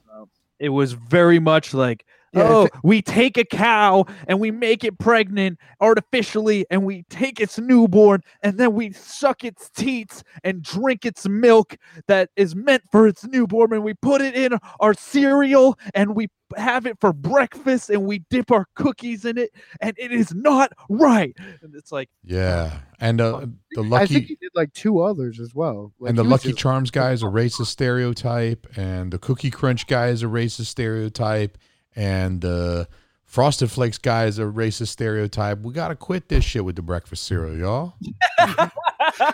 Speaker 4: It was very much like,
Speaker 7: Yeah, I
Speaker 4: oh,
Speaker 7: thi-
Speaker 4: we take a cow and we make it pregnant artificially, and we take its newborn, and then we suck its teats and drink its milk that is meant for its newborn, and we put it in our cereal, and we have it for breakfast, and we dip our cookies in it, and it is not right. And it's like,
Speaker 6: Yeah, and uh, the
Speaker 7: I think
Speaker 6: lucky
Speaker 7: he did like two others as well. Like, oh,
Speaker 6: and the
Speaker 7: he was
Speaker 6: Lucky
Speaker 7: just-
Speaker 6: Charms guy is a racist stereotype, and the Cookie Crunch guy is a racist stereotype, and the Frosted Flakes guy is a racist stereotype. We gotta quit this shit with the breakfast cereal, y'all.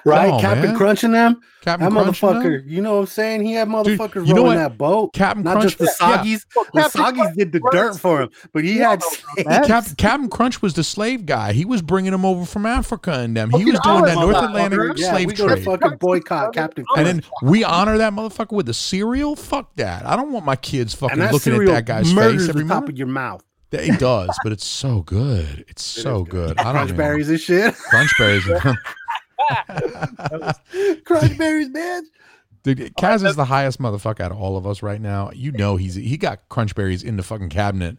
Speaker 5: right?
Speaker 6: on,
Speaker 5: Captain
Speaker 6: man.
Speaker 5: Crunching them.
Speaker 6: Captain
Speaker 5: That
Speaker 6: Crunch, you know?
Speaker 5: motherfucker, you know what I'm saying? He had motherfuckers
Speaker 6: you know what?
Speaker 5: rowing that boat.
Speaker 6: Captain
Speaker 5: Not
Speaker 6: Crunch,
Speaker 5: just the
Speaker 6: yeah.
Speaker 5: soggies. The
Speaker 7: Captain
Speaker 5: soggies did the dirt for him, but he had
Speaker 7: that.
Speaker 5: snakes.
Speaker 6: Cap, Captain Crunch was the slave guy. He was bringing them over from Africa and them. He
Speaker 7: Fucking
Speaker 6: was doing
Speaker 7: honor
Speaker 6: that
Speaker 7: him,
Speaker 6: North
Speaker 7: motherfucker.
Speaker 6: Atlantic
Speaker 5: yeah,
Speaker 6: slave
Speaker 5: we gonna
Speaker 6: trade.
Speaker 5: fucking boycott Captain
Speaker 6: And
Speaker 5: Crunch.
Speaker 6: then we honor that motherfucker with the cereal. Fuck that. I don't want my kids fucking
Speaker 5: and that
Speaker 6: looking at
Speaker 5: cereal
Speaker 6: that guy's
Speaker 5: murders
Speaker 6: face every
Speaker 5: the top
Speaker 6: morning.
Speaker 5: of your mouth.
Speaker 6: Yeah, It does, but it's so good. It's
Speaker 5: It
Speaker 6: so
Speaker 5: is
Speaker 6: good. I don't
Speaker 5: Crunch
Speaker 6: even-
Speaker 5: berries
Speaker 6: *laughs*
Speaker 5: and shit. *laughs*
Speaker 6: Crunch berries.
Speaker 5: Crunch berries, man.
Speaker 6: Dude,
Speaker 5: Oh,
Speaker 6: Kaz is the highest motherfucker out of all of us right now. You know he's he got crunch berries in the fucking cabinet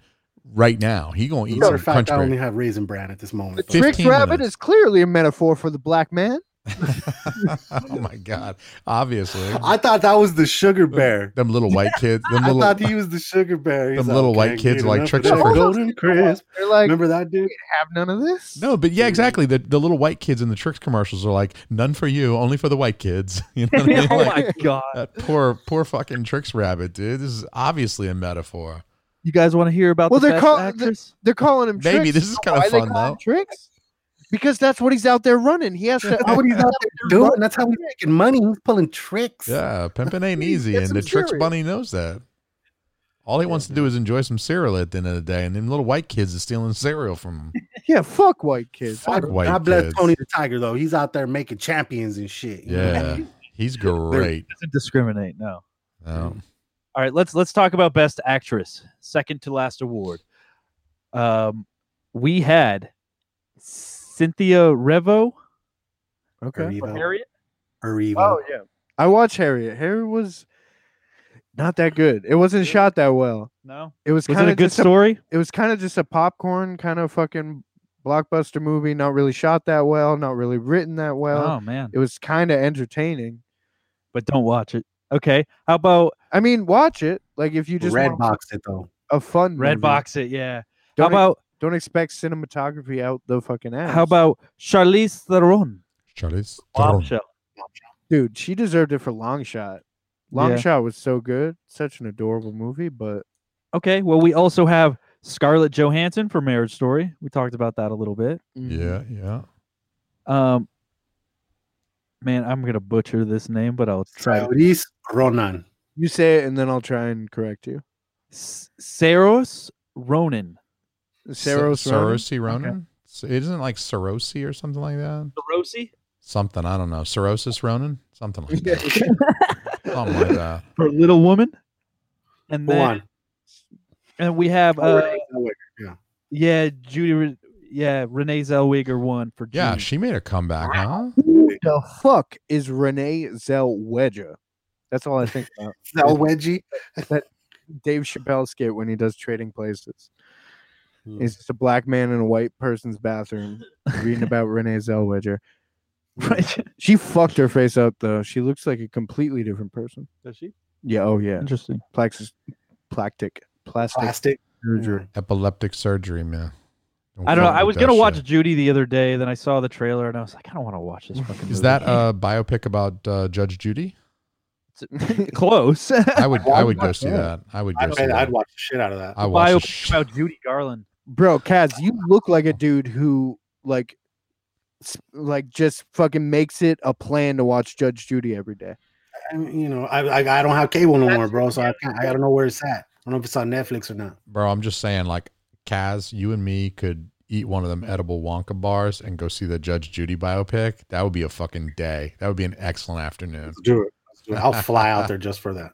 Speaker 6: right now. He gonna eat
Speaker 5: Matter
Speaker 6: some
Speaker 5: of fact,
Speaker 6: crunch
Speaker 5: I only
Speaker 6: berries.
Speaker 5: have raisin bran at this moment.
Speaker 6: Fif-
Speaker 5: but-
Speaker 7: Rick
Speaker 6: 15
Speaker 7: Rabbit
Speaker 6: minutes.
Speaker 7: is clearly a metaphor for the black man.
Speaker 6: *laughs* oh my god! Obviously,
Speaker 5: *laughs* I thought that was the sugar bear.
Speaker 6: them little white kids. Them
Speaker 5: I
Speaker 6: little,
Speaker 5: thought he was the sugar bear. He's
Speaker 6: them little white
Speaker 5: "Can't
Speaker 6: kids
Speaker 5: get
Speaker 6: like
Speaker 5: enough
Speaker 6: Trick
Speaker 5: of that
Speaker 6: Sugar.
Speaker 7: *laughs*
Speaker 5: Golden crisp.
Speaker 7: They're like,
Speaker 5: Remember that dude?
Speaker 7: have none of this.
Speaker 6: No, but yeah, exactly. The the little white kids in the tricks commercials are like, none for you, only for the white kids. *laughs* You know what I mean?
Speaker 4: oh
Speaker 6: Like,
Speaker 7: *laughs*
Speaker 4: my god.
Speaker 6: that poor poor fucking tricks rabbit, dude. This is obviously a metaphor.
Speaker 4: You guys want to hear about
Speaker 7: Well,
Speaker 4: the
Speaker 7: they're
Speaker 4: best
Speaker 7: called- the-
Speaker 4: actress?
Speaker 7: They're calling him
Speaker 6: Maybe
Speaker 7: tricks.
Speaker 6: this is
Speaker 7: You know
Speaker 6: kinda
Speaker 7: why they
Speaker 6: fun,
Speaker 7: call him
Speaker 6: though.
Speaker 7: Tricks? Because that's what he's out there running. He has to.
Speaker 5: That's what he's out there doing. That's how he's making money. He's pulling tricks.
Speaker 6: Yeah, pimping ain't easy,
Speaker 7: Get
Speaker 6: and
Speaker 7: some
Speaker 6: the tricks
Speaker 7: cereal.
Speaker 6: bunny knows that. All he wants to do is enjoy some cereal at the end of the day, and them little white kids are stealing
Speaker 7: *laughs*
Speaker 6: cereal from him.
Speaker 7: Yeah, fuck white kids.
Speaker 6: Fuck white
Speaker 5: God bless
Speaker 6: kids.
Speaker 5: Tony the Tiger though. He's out there making champions and shit. you know?
Speaker 6: Yeah,
Speaker 7: *laughs*
Speaker 6: he's great.
Speaker 4: Doesn't discriminate. No.
Speaker 6: Um,
Speaker 4: All right, let's let's talk about best actress, second to last award. Um, we had Cynthia Revo,
Speaker 7: Okay.
Speaker 5: Arrivo.
Speaker 4: Harriet.
Speaker 5: Arrivo.
Speaker 7: yeah. I watched Harriet. Harriet was not that good. It wasn't shot that well.
Speaker 4: No,
Speaker 7: It was
Speaker 4: was it
Speaker 7: kind
Speaker 4: a
Speaker 7: of
Speaker 4: good
Speaker 7: just a
Speaker 4: story?
Speaker 7: it was kind of just a popcorn kind of fucking blockbuster movie not really shot that well not really written that well
Speaker 4: oh man,
Speaker 7: it was kind of entertaining
Speaker 4: but don't watch it. Okay, how about
Speaker 7: i mean watch it like if you just
Speaker 5: Red
Speaker 7: want
Speaker 5: boxed it though.
Speaker 7: a fun
Speaker 4: Red
Speaker 7: movie.
Speaker 4: Box? It yeah.
Speaker 7: don't,
Speaker 4: How
Speaker 7: ex-
Speaker 4: about
Speaker 7: don't expect cinematography out the fucking ass
Speaker 4: how about Charlize Theron?
Speaker 6: Charlie's
Speaker 4: Bombshell.
Speaker 7: dude she deserved it for long shot long
Speaker 4: Yeah.
Speaker 7: shot was so good such an adorable movie but
Speaker 4: Okay, well we also have Scarlett Johansson for Marriage Story. We talked about that a little bit.
Speaker 7: mm,
Speaker 6: Yeah, yeah.
Speaker 4: Um, man, I'm gonna butcher this name, but I'll try.
Speaker 5: Saudis Ronan.
Speaker 7: you say it and then i'll try and correct you
Speaker 4: S- Saros Ronan.
Speaker 7: sarah
Speaker 6: Sarosi Ronan. S- It isn't like Sarosi or something like that.
Speaker 4: *laughs* Sarosi?
Speaker 6: Something I don't know. Cirrhosis Ronan. Something
Speaker 7: *laughs*
Speaker 6: like that. something like that.
Speaker 4: for Little Woman. And
Speaker 5: Go
Speaker 4: then
Speaker 7: uh,
Speaker 5: on.
Speaker 4: and we have uh, yeah, Judy Re- yeah, Renee Zellweger won for
Speaker 6: Yeah,
Speaker 7: Hmm.
Speaker 4: Judy.
Speaker 6: she made a comeback, huh?
Speaker 7: Who the fuck is Renee Zellweger? That's all I think *laughs* about.
Speaker 5: Zell Wedgie.
Speaker 7: Dave Chappelle skit when he does Trading Places.
Speaker 6: Hmm.
Speaker 7: He's just a black man in a white person's bathroom reading *laughs* about Renee Zellweger.
Speaker 4: Right.
Speaker 7: She fucked her face up though. She looks like a completely different person.
Speaker 4: Does she?
Speaker 7: Yeah. Oh yeah.
Speaker 4: Interesting.
Speaker 7: Plexus, plastic, plastic,
Speaker 5: Plastic.
Speaker 7: surgery.
Speaker 6: Epileptic surgery, man.
Speaker 4: I don't know.
Speaker 6: fuck
Speaker 4: I was
Speaker 6: with that
Speaker 4: gonna watch
Speaker 6: shit.
Speaker 4: Judy the other day, then I saw the trailer and I was like, I don't want to watch
Speaker 6: *laughs*
Speaker 4: this fucking.
Speaker 6: Is
Speaker 4: movie.
Speaker 6: that a biopic about uh,
Speaker 4: *laughs*
Speaker 6: Judge Judy?
Speaker 4: close?
Speaker 6: uh, I would. I would go
Speaker 5: watch
Speaker 6: see
Speaker 5: that.
Speaker 6: that. I would go
Speaker 5: I'd,
Speaker 6: see
Speaker 5: pay-
Speaker 6: that.
Speaker 5: I'd watch the shit out of that.
Speaker 6: I watch. the
Speaker 4: Biopic
Speaker 6: sh-
Speaker 4: about Judy Garland.
Speaker 7: Bro, Kaz, you look like a dude who like s- like just fucking makes it a plan to watch Judge Judy every day.
Speaker 5: I mean, you know, I, I I don't have cable no more,
Speaker 8: That's-
Speaker 5: bro. So I can't, I don't know where it's at. I don't know if it's on Netflix or not.
Speaker 6: bro. I'm just saying, like Kaz, you and me could eat one of them edible Wonka bars and go see the Judge Judy biopic. That would be a fucking day. That would be an excellent afternoon.
Speaker 5: Let's do it. Let's do it. I'll fly out there just for
Speaker 6: *laughs*
Speaker 5: that.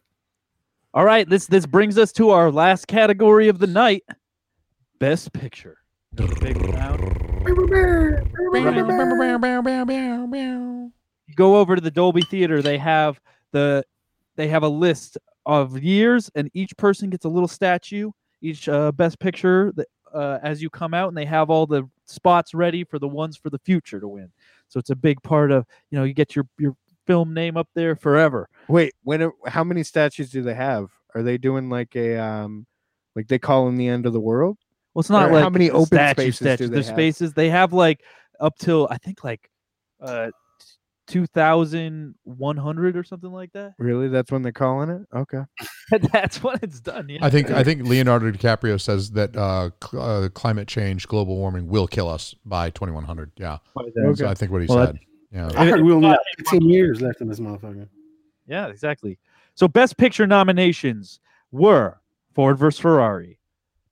Speaker 4: All right, this this brings us to our last category of the night: Best Picture. No big round. You go over to the Dolby Theater. They have the they have a list of years, and each person gets a little statue. Each uh, Best Picture that, uh, as you come out, and they have all the spots ready for the ones for the future to win. So it's a big part of you know you get your your film name up there forever.
Speaker 7: Wait, when it- how many statues do they have? Are they doing like a um like they call in the end of the world?
Speaker 4: Well, it's not
Speaker 7: Or
Speaker 4: like
Speaker 7: how many open
Speaker 4: statue,
Speaker 7: spaces do
Speaker 4: statue.
Speaker 7: they
Speaker 4: There's
Speaker 7: have?
Speaker 4: spaces they have like up till I think like uh two thousand one hundred or something like
Speaker 7: *laughs*
Speaker 4: that.
Speaker 7: Really? That's when they're calling it? Okay.
Speaker 4: That's when it's done. Yeah.
Speaker 6: I think I think Leonardo DiCaprio says that uh, cl- uh, climate change, global warming, will kill us by 2100. Yeah,
Speaker 7: Okay.
Speaker 6: so I think what he
Speaker 4: Well, that-
Speaker 6: said. Yeah,
Speaker 5: I heard we only have 15 years left in this motherfucker.
Speaker 4: Yeah, exactly. So best picture nominations were Ford versus Ferrari.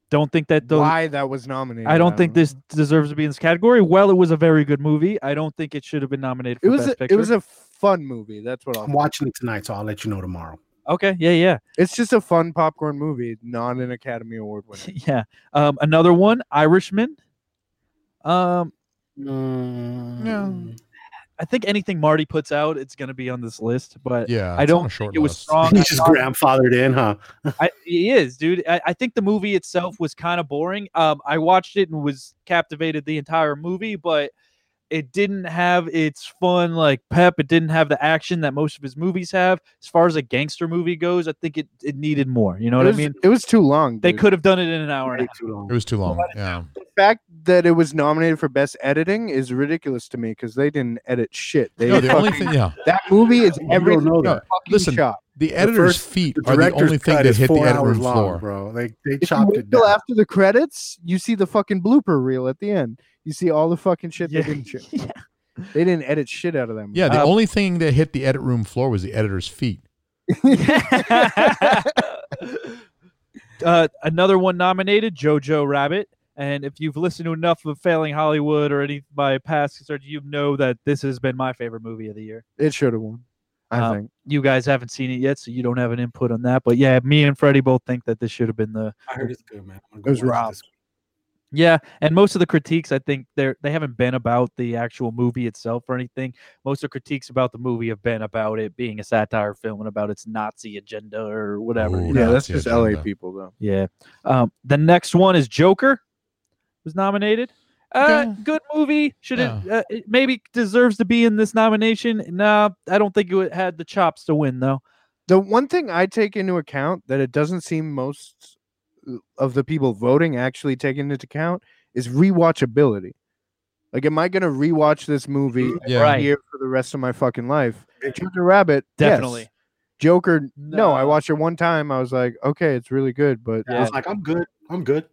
Speaker 4: Don't think that those
Speaker 7: Why that was nominated? Um,
Speaker 4: I don't think
Speaker 7: know.
Speaker 4: this deserves to be in this category. Well, it was a very good movie. I don't think it should have been nominated for
Speaker 7: It was
Speaker 4: best
Speaker 7: a,
Speaker 4: picture.
Speaker 7: it was a fun movie. That's what I'll
Speaker 5: I'm watching it tonight, so I'll let you know tomorrow.
Speaker 4: okay, yeah, yeah. *laughs*
Speaker 7: It's just a fun popcorn movie, not an Academy Award winner.
Speaker 4: yeah. Um, another one, Irishman. Um,
Speaker 5: No.
Speaker 4: I think anything Marty puts out, it's going to be on this list. But
Speaker 6: yeah.
Speaker 4: I
Speaker 6: it's on
Speaker 4: don't
Speaker 6: a short
Speaker 4: it was
Speaker 6: list.
Speaker 5: *laughs*
Speaker 4: strong. Um,
Speaker 5: He's just grandfathered in, huh?
Speaker 4: I, he is, dude. I, I think the movie itself was kind of boring. Um, I watched it and was captivated the entire movie, but it didn't have its fun like pep. It didn't have the action that most of his movies have. As far as a gangster movie goes, I think it, it needed more. You know
Speaker 7: it
Speaker 4: what
Speaker 7: was,
Speaker 4: I mean?
Speaker 7: It was too long.
Speaker 4: They
Speaker 7: dude.
Speaker 4: could have done it in an hour and a
Speaker 5: Way
Speaker 4: half.
Speaker 5: too long.
Speaker 6: It was too long. Yeah.
Speaker 7: The fact that it was nominated for best editing is ridiculous to me because they didn't edit shit. They
Speaker 6: No, the only
Speaker 7: fucking-
Speaker 6: thing. Yeah.
Speaker 7: that movie is
Speaker 5: You don't
Speaker 7: every
Speaker 5: know
Speaker 7: fucking
Speaker 5: that.
Speaker 6: Listen,
Speaker 7: shot.
Speaker 6: The editor's
Speaker 5: first-
Speaker 6: feet
Speaker 5: The
Speaker 6: are the
Speaker 5: director's
Speaker 6: only thing
Speaker 5: cut
Speaker 6: that
Speaker 5: is
Speaker 6: hit the
Speaker 5: four
Speaker 6: edit
Speaker 5: hours
Speaker 6: room
Speaker 5: long,
Speaker 6: floor.
Speaker 5: bro. They they
Speaker 7: If you
Speaker 5: chopped
Speaker 7: wait
Speaker 5: it
Speaker 7: till
Speaker 5: down.
Speaker 7: after the credits, you see the fucking blooper reel at the end. You see all the fucking shit they didn't. show.
Speaker 4: *laughs* yeah.
Speaker 7: They didn't edit shit out of them.
Speaker 6: Yeah, the
Speaker 4: Uh,
Speaker 6: only thing that hit the edit room floor was the editor's feet.
Speaker 4: *laughs* uh, another one nominated, Jojo Rabbit. And if you've listened to enough of Failing Hollywood or any of my past concerts, you know that this has been my favorite movie of the year.
Speaker 7: It should have won. I
Speaker 4: Um,
Speaker 7: think.
Speaker 4: You guys haven't seen it yet, so you don't have an input on that. But yeah, me and Freddie both think that this should have been the
Speaker 5: I heard it's good, man. I'm gonna
Speaker 7: It was
Speaker 5: watch
Speaker 7: Rob.
Speaker 5: this.
Speaker 4: yeah. And most of the critiques, I think they're they haven't been about the actual movie itself or anything. Most of the critiques about the movie have been about it being a satire film and about its Nazi agenda or whatever.
Speaker 6: Ooh,
Speaker 4: you know?
Speaker 7: Yeah, that's
Speaker 6: Nazi
Speaker 7: just LA
Speaker 6: agenda.
Speaker 7: people though.
Speaker 4: Yeah. Um, the next one is Joker, was nominated. Uh,
Speaker 6: Okay.
Speaker 4: good movie. Should it,
Speaker 6: Oh.
Speaker 4: uh, it maybe deserves to be in this nomination? Nah, I don't think it would- had the chops to win though.
Speaker 7: the one thing I take into account that it doesn't seem most uh, of the people voting actually taking into account is rewatchability. Like, am I going to rewatch this movie
Speaker 6: Mm, Yeah.
Speaker 4: Right.
Speaker 7: here for the rest of my fucking life? Joker Rabbit, yes.
Speaker 4: Definitely.
Speaker 7: Joker, no. I
Speaker 4: No.
Speaker 7: watched it one time. I was like, okay, it's really good, but
Speaker 5: I was like, I'm good. I'm good.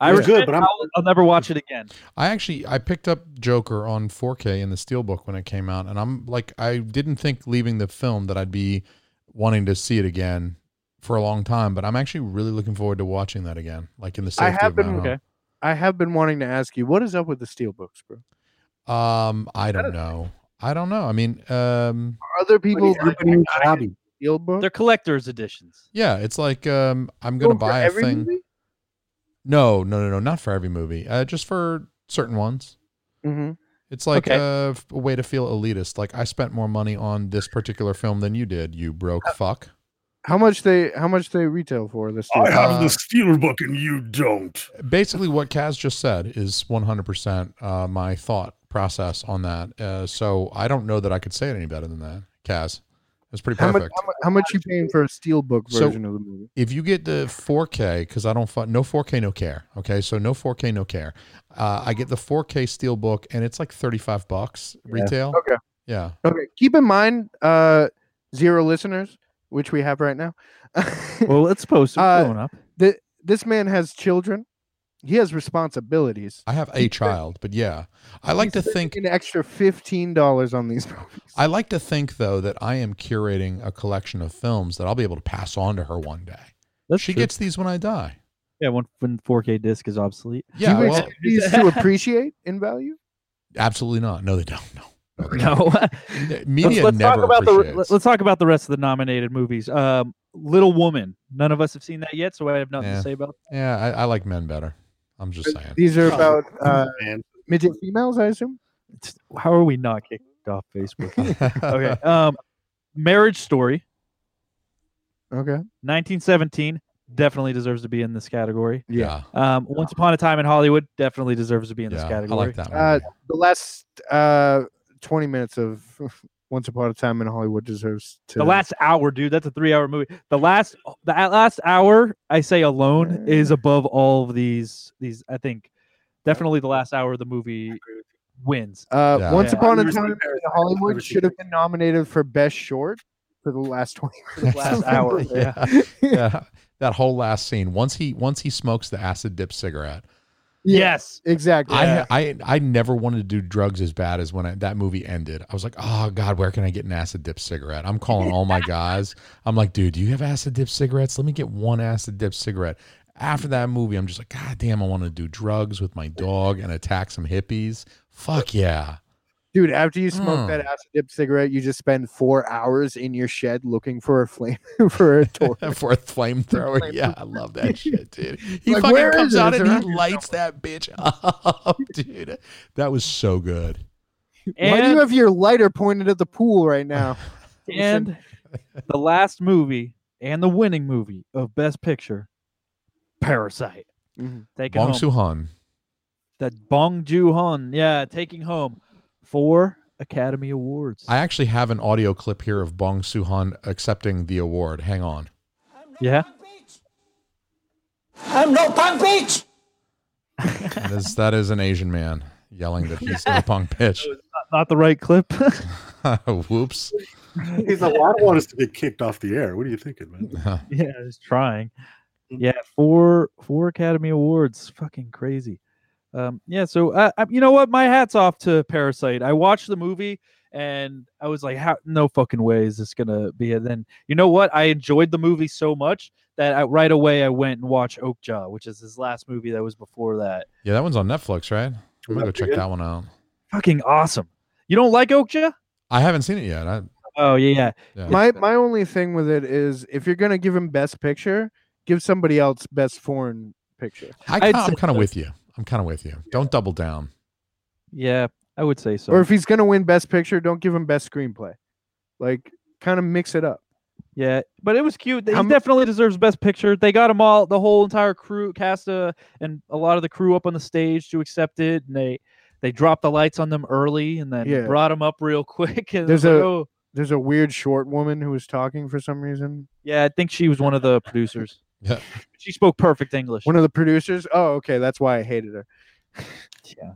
Speaker 4: I
Speaker 5: It was
Speaker 4: regret
Speaker 5: good, but I'm-
Speaker 4: I'll, I'll never watch it again.
Speaker 6: I actually I picked up Joker on 4K in the steelbook when it came out, and I'm like I didn't think leaving the film that I'd be wanting to see it again for a long time, but I'm actually really looking forward to watching that again, like in the
Speaker 7: I
Speaker 6: safety
Speaker 7: have
Speaker 6: of my
Speaker 7: been-
Speaker 6: own home.
Speaker 4: Okay.
Speaker 7: I have been wanting to ask you, what is up with the steelbooks, bro?
Speaker 6: Um, I don't know. I don't know. I mean, um,
Speaker 7: Are other people
Speaker 5: Everybody needs a hobby.
Speaker 7: steelbook?
Speaker 4: They're collector's editions.
Speaker 6: yeah, it's like um, I'm gonna buy a thing. No, no, no, no, not for every movie. Uh, just for certain ones.
Speaker 7: Mm-hmm.
Speaker 6: It's like
Speaker 4: Okay.
Speaker 6: uh, f- a, way to feel elitist. Like I spent more money on this particular film than you did. You broke
Speaker 7: Oh.
Speaker 6: fuck.
Speaker 7: How much they how much they retail for this?
Speaker 6: I have the
Speaker 5: steelbook and you don't.
Speaker 6: Basically, what Kaz just said is 100% uh, my thought process on that. Uh, so I don't know that I could say it any better than that, Kaz. That's pretty
Speaker 7: How
Speaker 6: perfect.
Speaker 7: much, how much? How much you paying for a steelbook
Speaker 6: So-
Speaker 7: version of the movie?
Speaker 6: if you get the 4K, because I don't find no 4K, no care. Okay, so no 4K, no care. Uh, I get the 4K steelbook, and it's like 35 bucks retail.
Speaker 7: Okay.
Speaker 6: Yeah.
Speaker 7: Okay. Keep in mind, uh, zero listeners, which we have right now.
Speaker 4: Well, let's post it
Speaker 7: Uh,
Speaker 4: going up.
Speaker 7: Th- *laughs* this man has children. He has responsibilities.
Speaker 6: I have a child, but yeah, I like to
Speaker 7: He's
Speaker 6: think.
Speaker 7: spending an extra fifteen dollars on these *laughs* movies.
Speaker 6: I like to think though that I am curating a collection of films that I'll be able to pass on to her one day.
Speaker 4: That's
Speaker 6: she
Speaker 4: true.
Speaker 6: gets these when I die.
Speaker 4: yeah when, when 4K disc is
Speaker 6: *laughs*
Speaker 4: obsolete.
Speaker 6: Yeah.
Speaker 7: Do you
Speaker 6: Well,
Speaker 7: expect these to appreciate in value?
Speaker 6: absolutely not. No, they don't. No.
Speaker 4: *laughs*
Speaker 6: they don't.
Speaker 4: No,
Speaker 6: The
Speaker 4: *laughs* let's,
Speaker 6: Media
Speaker 4: let's
Speaker 6: never
Speaker 4: talk about the
Speaker 6: appreciates.
Speaker 4: let- let's talk about the rest of the nominated movies. Um, Little Woman. None of us have seen that yet, so I have nothing
Speaker 6: Yeah.
Speaker 4: to say about.
Speaker 6: yeah, I, I like men better. I'm just saying.
Speaker 7: These are
Speaker 5: Oh.
Speaker 7: about uh,
Speaker 5: man.
Speaker 7: midget females, I assume.
Speaker 4: It. How are we not kicked off *laughs*
Speaker 6: *laughs*
Speaker 4: Facebook? okay. Um, Marriage Story,
Speaker 7: Okay.
Speaker 4: 1917, definitely deserves to be in this category.
Speaker 6: Yeah.
Speaker 4: Um, Once Upon a Time in Hollywood definitely deserves to be in this
Speaker 6: Yeah, I
Speaker 4: category.
Speaker 6: like that.
Speaker 7: Uh,
Speaker 6: movie.
Speaker 7: the last uh, twenty minutes of *laughs* Once Upon a Time in Hollywood deserves to
Speaker 4: The last hour, dude. That's a three-hour movie. The last, the a- last hour, I say alone is above all of these. These, I think, definitely the last hour of the movie wins.
Speaker 7: Uh,
Speaker 6: Yeah.
Speaker 7: Once
Speaker 4: Yeah.
Speaker 7: Upon
Speaker 5: I've
Speaker 7: a
Speaker 5: never seen
Speaker 7: Time in
Speaker 5: Parasite. I've never
Speaker 7: Hollywood
Speaker 5: seen
Speaker 7: should have been nominated for Best Short for the last *laughs* twenty minutes.
Speaker 6: *laughs*
Speaker 4: last hour.
Speaker 6: yeah.
Speaker 4: *laughs*
Speaker 6: yeah. That whole last scene. Once he once he smokes the acid dip cigarette.
Speaker 4: Yes.
Speaker 7: exactly.
Speaker 6: I I I never wanted to do drugs as bad as when I, that movie ended. I was like, "Oh god, where can I get an acid dip cigarette?" I'm calling all my guys. I'm like, "Dude, do you have acid dip cigarettes? Let me get one acid dip cigarette." After that movie, I'm just like, "God damn, I want to do drugs with my dog and attack some hippies." Fuck yeah. *laughs*
Speaker 7: Dude, after you smoke
Speaker 6: Mm.
Speaker 7: that acid dip cigarette, you just spend four hours in your shed looking for a flame *laughs* for a
Speaker 4: *laughs*
Speaker 7: torch.
Speaker 6: for a flamethrower. Yeah, I love that shit, dude.
Speaker 7: *laughs*
Speaker 6: He
Speaker 7: Like,
Speaker 6: fucking
Speaker 7: where
Speaker 6: comes
Speaker 7: is it?
Speaker 6: out
Speaker 7: It's
Speaker 6: and
Speaker 7: around
Speaker 6: he
Speaker 7: here
Speaker 6: lights that bitch *laughs* up, dude. That was so good.
Speaker 7: Why do you
Speaker 4: And,
Speaker 7: have your lighter pointed at the pool right now?
Speaker 4: and the last movie and the winning movie of Best Picture, Parasite.
Speaker 7: Mhm.
Speaker 4: Taking
Speaker 6: Bong
Speaker 4: home
Speaker 6: Soo Han.
Speaker 4: that Bong Joon Hun. Yeah, taking home four Academy Awards.
Speaker 6: I actually have an audio clip here of Bong Soo Han accepting the award. Hang on.
Speaker 4: yeah.
Speaker 2: I'm no punk bitch.
Speaker 6: That is, that is an Asian man yelling that he's no punk bitch. *laughs*
Speaker 4: Not the right clip. *laughs*
Speaker 6: Whoops. *laughs*
Speaker 5: He's like, well, I don't want us to get kicked off the air. What are you thinking, man?
Speaker 4: yeah, I was trying. Yeah, four four Academy Awards. Fucking crazy. Um, yeah, so uh, I, you know what? My hat's off to Parasite. I watched the movie and I was like, "How? No fucking way is this gonna be it?" Then you know what? I enjoyed the movie so much that I, right away I went and watched Oakjaw, which is his last movie that was before that.
Speaker 6: Yeah, that one's on Netflix, right? I'm going to go check that one out.
Speaker 4: Fucking awesome. You don't like Oakjaw?
Speaker 6: I haven't seen it yet. I,
Speaker 4: Oh yeah, yeah.
Speaker 6: yeah.
Speaker 7: My my only thing with it is if you're gonna give him best picture, give somebody else best foreign picture.
Speaker 6: I
Speaker 4: I'd
Speaker 6: kinda,
Speaker 4: say-
Speaker 6: I'm kind of with you. I'm kind of with you. Don't double down.
Speaker 4: Yeah, I would say so.
Speaker 7: Or if he's gonna win best picture, don't give him best screenplay. Like kind of mix it up.
Speaker 4: Yeah, but it was cute. He
Speaker 7: How m-
Speaker 4: definitely deserves Best Picture. They got him all, the whole entire crew, cast uh, and a lot of the crew up on the stage to accept it, and they they dropped the lights on them early, and then
Speaker 7: Yeah.
Speaker 4: brought them up real *laughs* quick. And it
Speaker 7: There's
Speaker 4: was like,
Speaker 7: a-
Speaker 4: oh,
Speaker 7: There's a weird short woman who was talking for some reason.
Speaker 4: yeah, I think she was one of
Speaker 7: *laughs*
Speaker 4: the producers.
Speaker 6: Yeah.
Speaker 4: she spoke perfect English.
Speaker 7: One of the producers. Oh, okay, that's why I hated her.
Speaker 4: Yeah.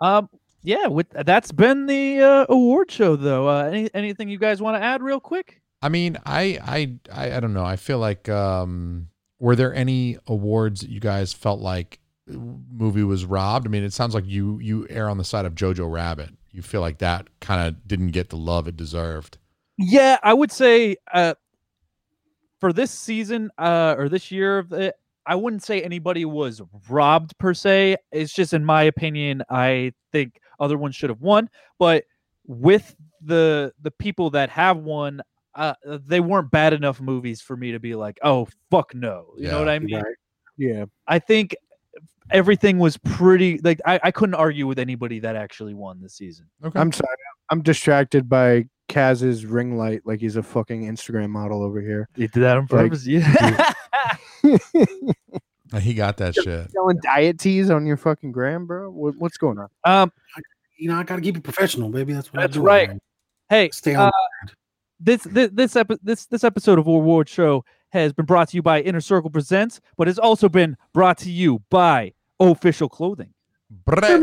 Speaker 4: Um. Yeah. With that's been the uh, award show, though. Uh, any, anything you guys want to add, real quick?
Speaker 6: I mean, I, I, I, I don't know. I feel like, um, were there any awards that you guys felt like movie was robbed? I mean, it sounds like you, you err on the side of Jojo Rabbit. You feel like that kind of didn't get the love it deserved.
Speaker 4: Yeah, I would say uh, for this season uh, or this year of the, I wouldn't say anybody was robbed per se. It's just in my opinion, I think other ones should have won. But with the the people that have won, uh, they weren't bad enough movies for me to be like, oh fuck no. You know
Speaker 6: Yeah.
Speaker 4: what I mean?
Speaker 7: Yeah.
Speaker 4: I think everything was pretty like I, I couldn't argue with anybody that actually won this season.
Speaker 6: Okay.
Speaker 7: I'm sorry. I'm distracted by Kaz's ring light like he's a fucking Instagram model over here.
Speaker 4: You did that on
Speaker 7: purpose?
Speaker 4: yeah.
Speaker 6: he got that shit.
Speaker 7: Selling diet teas on your fucking gram, bro. What, what's going on?
Speaker 4: *laughs* um
Speaker 5: You know, I gotta keep it professional, baby. That's what I
Speaker 4: That's
Speaker 5: do.
Speaker 4: right.
Speaker 5: man.
Speaker 4: hey
Speaker 5: Stay on.
Speaker 4: this this this, epi- this this episode of Award Show has been brought to you by Inner Circle Presents, but has also been brought to you by Official Clothing.
Speaker 6: Brrrr.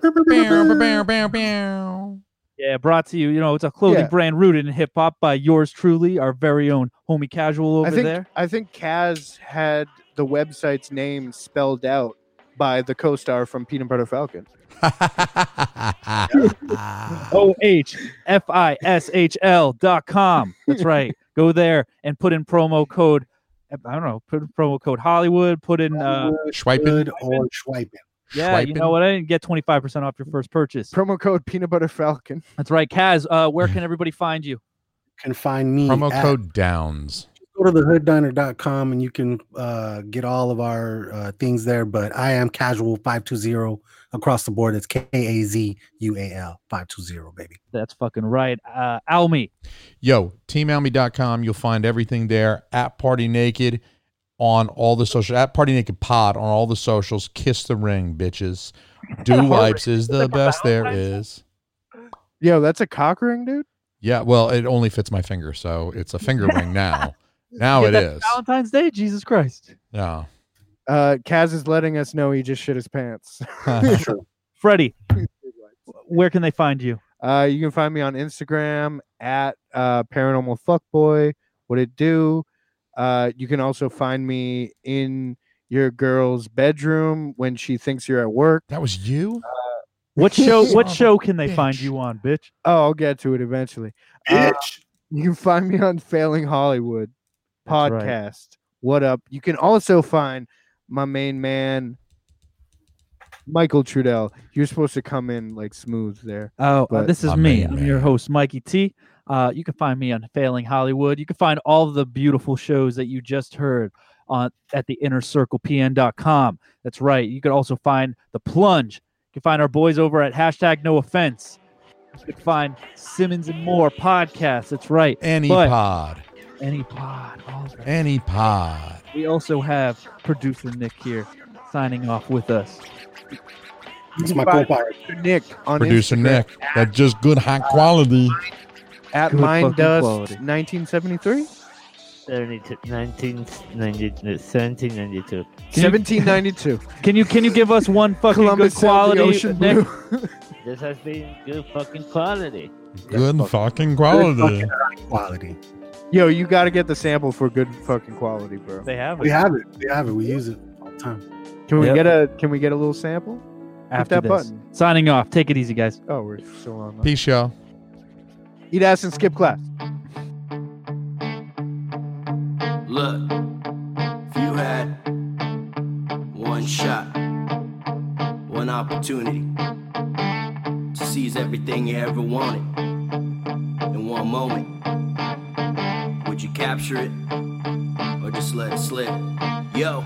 Speaker 6: Bow, *laughs* bow, bow, bow.
Speaker 4: Yeah, brought to you. You know, it's a clothing
Speaker 7: Yeah.
Speaker 4: brand rooted in hip hop by yours truly, our very own homie casual over
Speaker 7: I think *laughs*
Speaker 4: there.
Speaker 7: I think Kaz had the website's name spelled out by the co-star from Peanut Butter Falcon.
Speaker 4: O H F I S H L dot com. That's
Speaker 7: *laughs*
Speaker 4: right. Go there and put in promo code. I don't know. Put in promo code Hollywood. Put in. Uh,
Speaker 6: Schwiping.
Speaker 5: Good or swiping.
Speaker 4: yeah, you know
Speaker 6: Schwiping.
Speaker 4: what? I didn't get twenty five percent off your first purchase.
Speaker 7: Promo code Peanut Butter Falcon.
Speaker 4: That's right, Kaz. Uh, where can everybody find you?
Speaker 5: can find me
Speaker 6: Promo
Speaker 4: Uh,
Speaker 5: at-
Speaker 6: code downs.
Speaker 5: go to thehooddiner.com and you can uh, get all of our uh, things there. But I am casual 520 across the board. It's K A Z U A L 520, baby.
Speaker 4: That's fucking right. Uh, Almy.
Speaker 6: Yo, teamalmy.com. You'll find everything there at Party Naked on all the social at Party Naked Pod on all the socials. Kiss the ring, bitches. Do wipes is the best there is.
Speaker 7: Yo, that's a cock ring, dude.
Speaker 6: Yeah, well, it only fits my finger, so it's a finger ring now. Now
Speaker 4: Yeah,
Speaker 6: it
Speaker 4: that's
Speaker 6: is.
Speaker 4: Valentine's Day. Jesus Christ.
Speaker 6: Yeah.
Speaker 7: Uh, Kaz is letting us know he just shit his *laughs* pants.
Speaker 4: Freddie, where can they find you?
Speaker 7: Uh, you can find me on Instagram at uh, paranormal fuckboy. What it do? Uh, you can also find me in your girl's bedroom when she thinks you're at work.
Speaker 6: *laughs* that was you?
Speaker 4: *laughs* What show? What
Speaker 6: Son of a
Speaker 4: show can they find
Speaker 6: bitch.
Speaker 4: you on, bitch?
Speaker 7: Oh, I'll get to it eventually. Uh, you can find me on Failing Hollywood
Speaker 4: That's right.
Speaker 7: podcast. What up? You can also find my main man, Michael Trudell. You're supposed to come in like smooth there.
Speaker 4: Oh, uh,
Speaker 7: But-
Speaker 4: this is
Speaker 6: My
Speaker 4: me.
Speaker 6: main
Speaker 4: I'm your
Speaker 6: man.
Speaker 4: host, Mikey T. Uh, you can find me on Failing Hollywood. You can find all the beautiful shows that you just heard on at the inner circle pn.com. That's right. You can also find the plunge. You can find our boys over at hashtag no offense. You can find Simmons and More podcast. That's right.
Speaker 6: Any
Speaker 4: But-
Speaker 6: pod.
Speaker 4: Any pod. All of it.
Speaker 6: Any pod.
Speaker 4: We also have producer Nick here signing off with us.
Speaker 5: It's my cool part.
Speaker 7: Nick on
Speaker 6: Producer
Speaker 7: Instagram
Speaker 6: Nick. That's just good high quality.
Speaker 7: at
Speaker 4: Good
Speaker 7: Mind
Speaker 4: fucking
Speaker 7: Dust
Speaker 4: quality.
Speaker 7: 1973.
Speaker 9: 72 1792.
Speaker 4: *laughs*
Speaker 7: 1792.
Speaker 4: Can you can you give us one fucking
Speaker 7: Columbus
Speaker 4: good
Speaker 7: sailed
Speaker 4: quality
Speaker 7: the ocean
Speaker 4: Nick?
Speaker 7: blue. *laughs*
Speaker 9: This has been good fucking quality.
Speaker 6: Good fucking
Speaker 5: Good
Speaker 6: quality.
Speaker 5: fucking Quality.
Speaker 7: Yo, you got to get the sample for good fucking quality, bro.
Speaker 4: They have
Speaker 5: We have it. We have it. We use it all the time.
Speaker 7: Can we
Speaker 4: Yep.
Speaker 7: get a Can we get a little sample?
Speaker 4: after
Speaker 7: that
Speaker 4: this.
Speaker 7: button.
Speaker 4: Signing off. Take it easy, guys.
Speaker 7: Oh, we're still on. that.
Speaker 6: Peace, y'all.
Speaker 7: Eat ass and skip class.
Speaker 5: Uh,
Speaker 10: Look, if you had one shot, one opportunity to seize everything you ever wanted in one moment, would you capture it or just let it slip? Yo.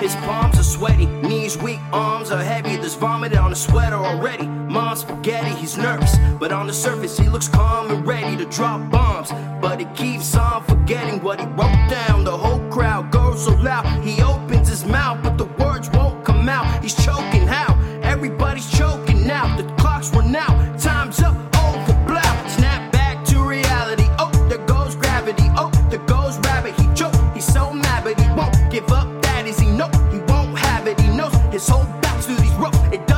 Speaker 10: His palms are sweaty, knees weak, arms are heavy. There's vomit on his sweater already. Mom's spaghetti, he's nervous, but on the surface he looks calm and ready to drop bombs. But he keeps on forgetting what he wrote down. The whole crowd goes so loud. He opens his mouth, but the words won't come out. He's choking how? Everybody's choking now. The clock's run out, time's up, over, blow. Snap back to reality. Oh, there goes gravity. Oh, there goes rabbit. He choked. He's so mad, but he won't give up. That is, he know he won't have it. He knows his whole back to these ropes. It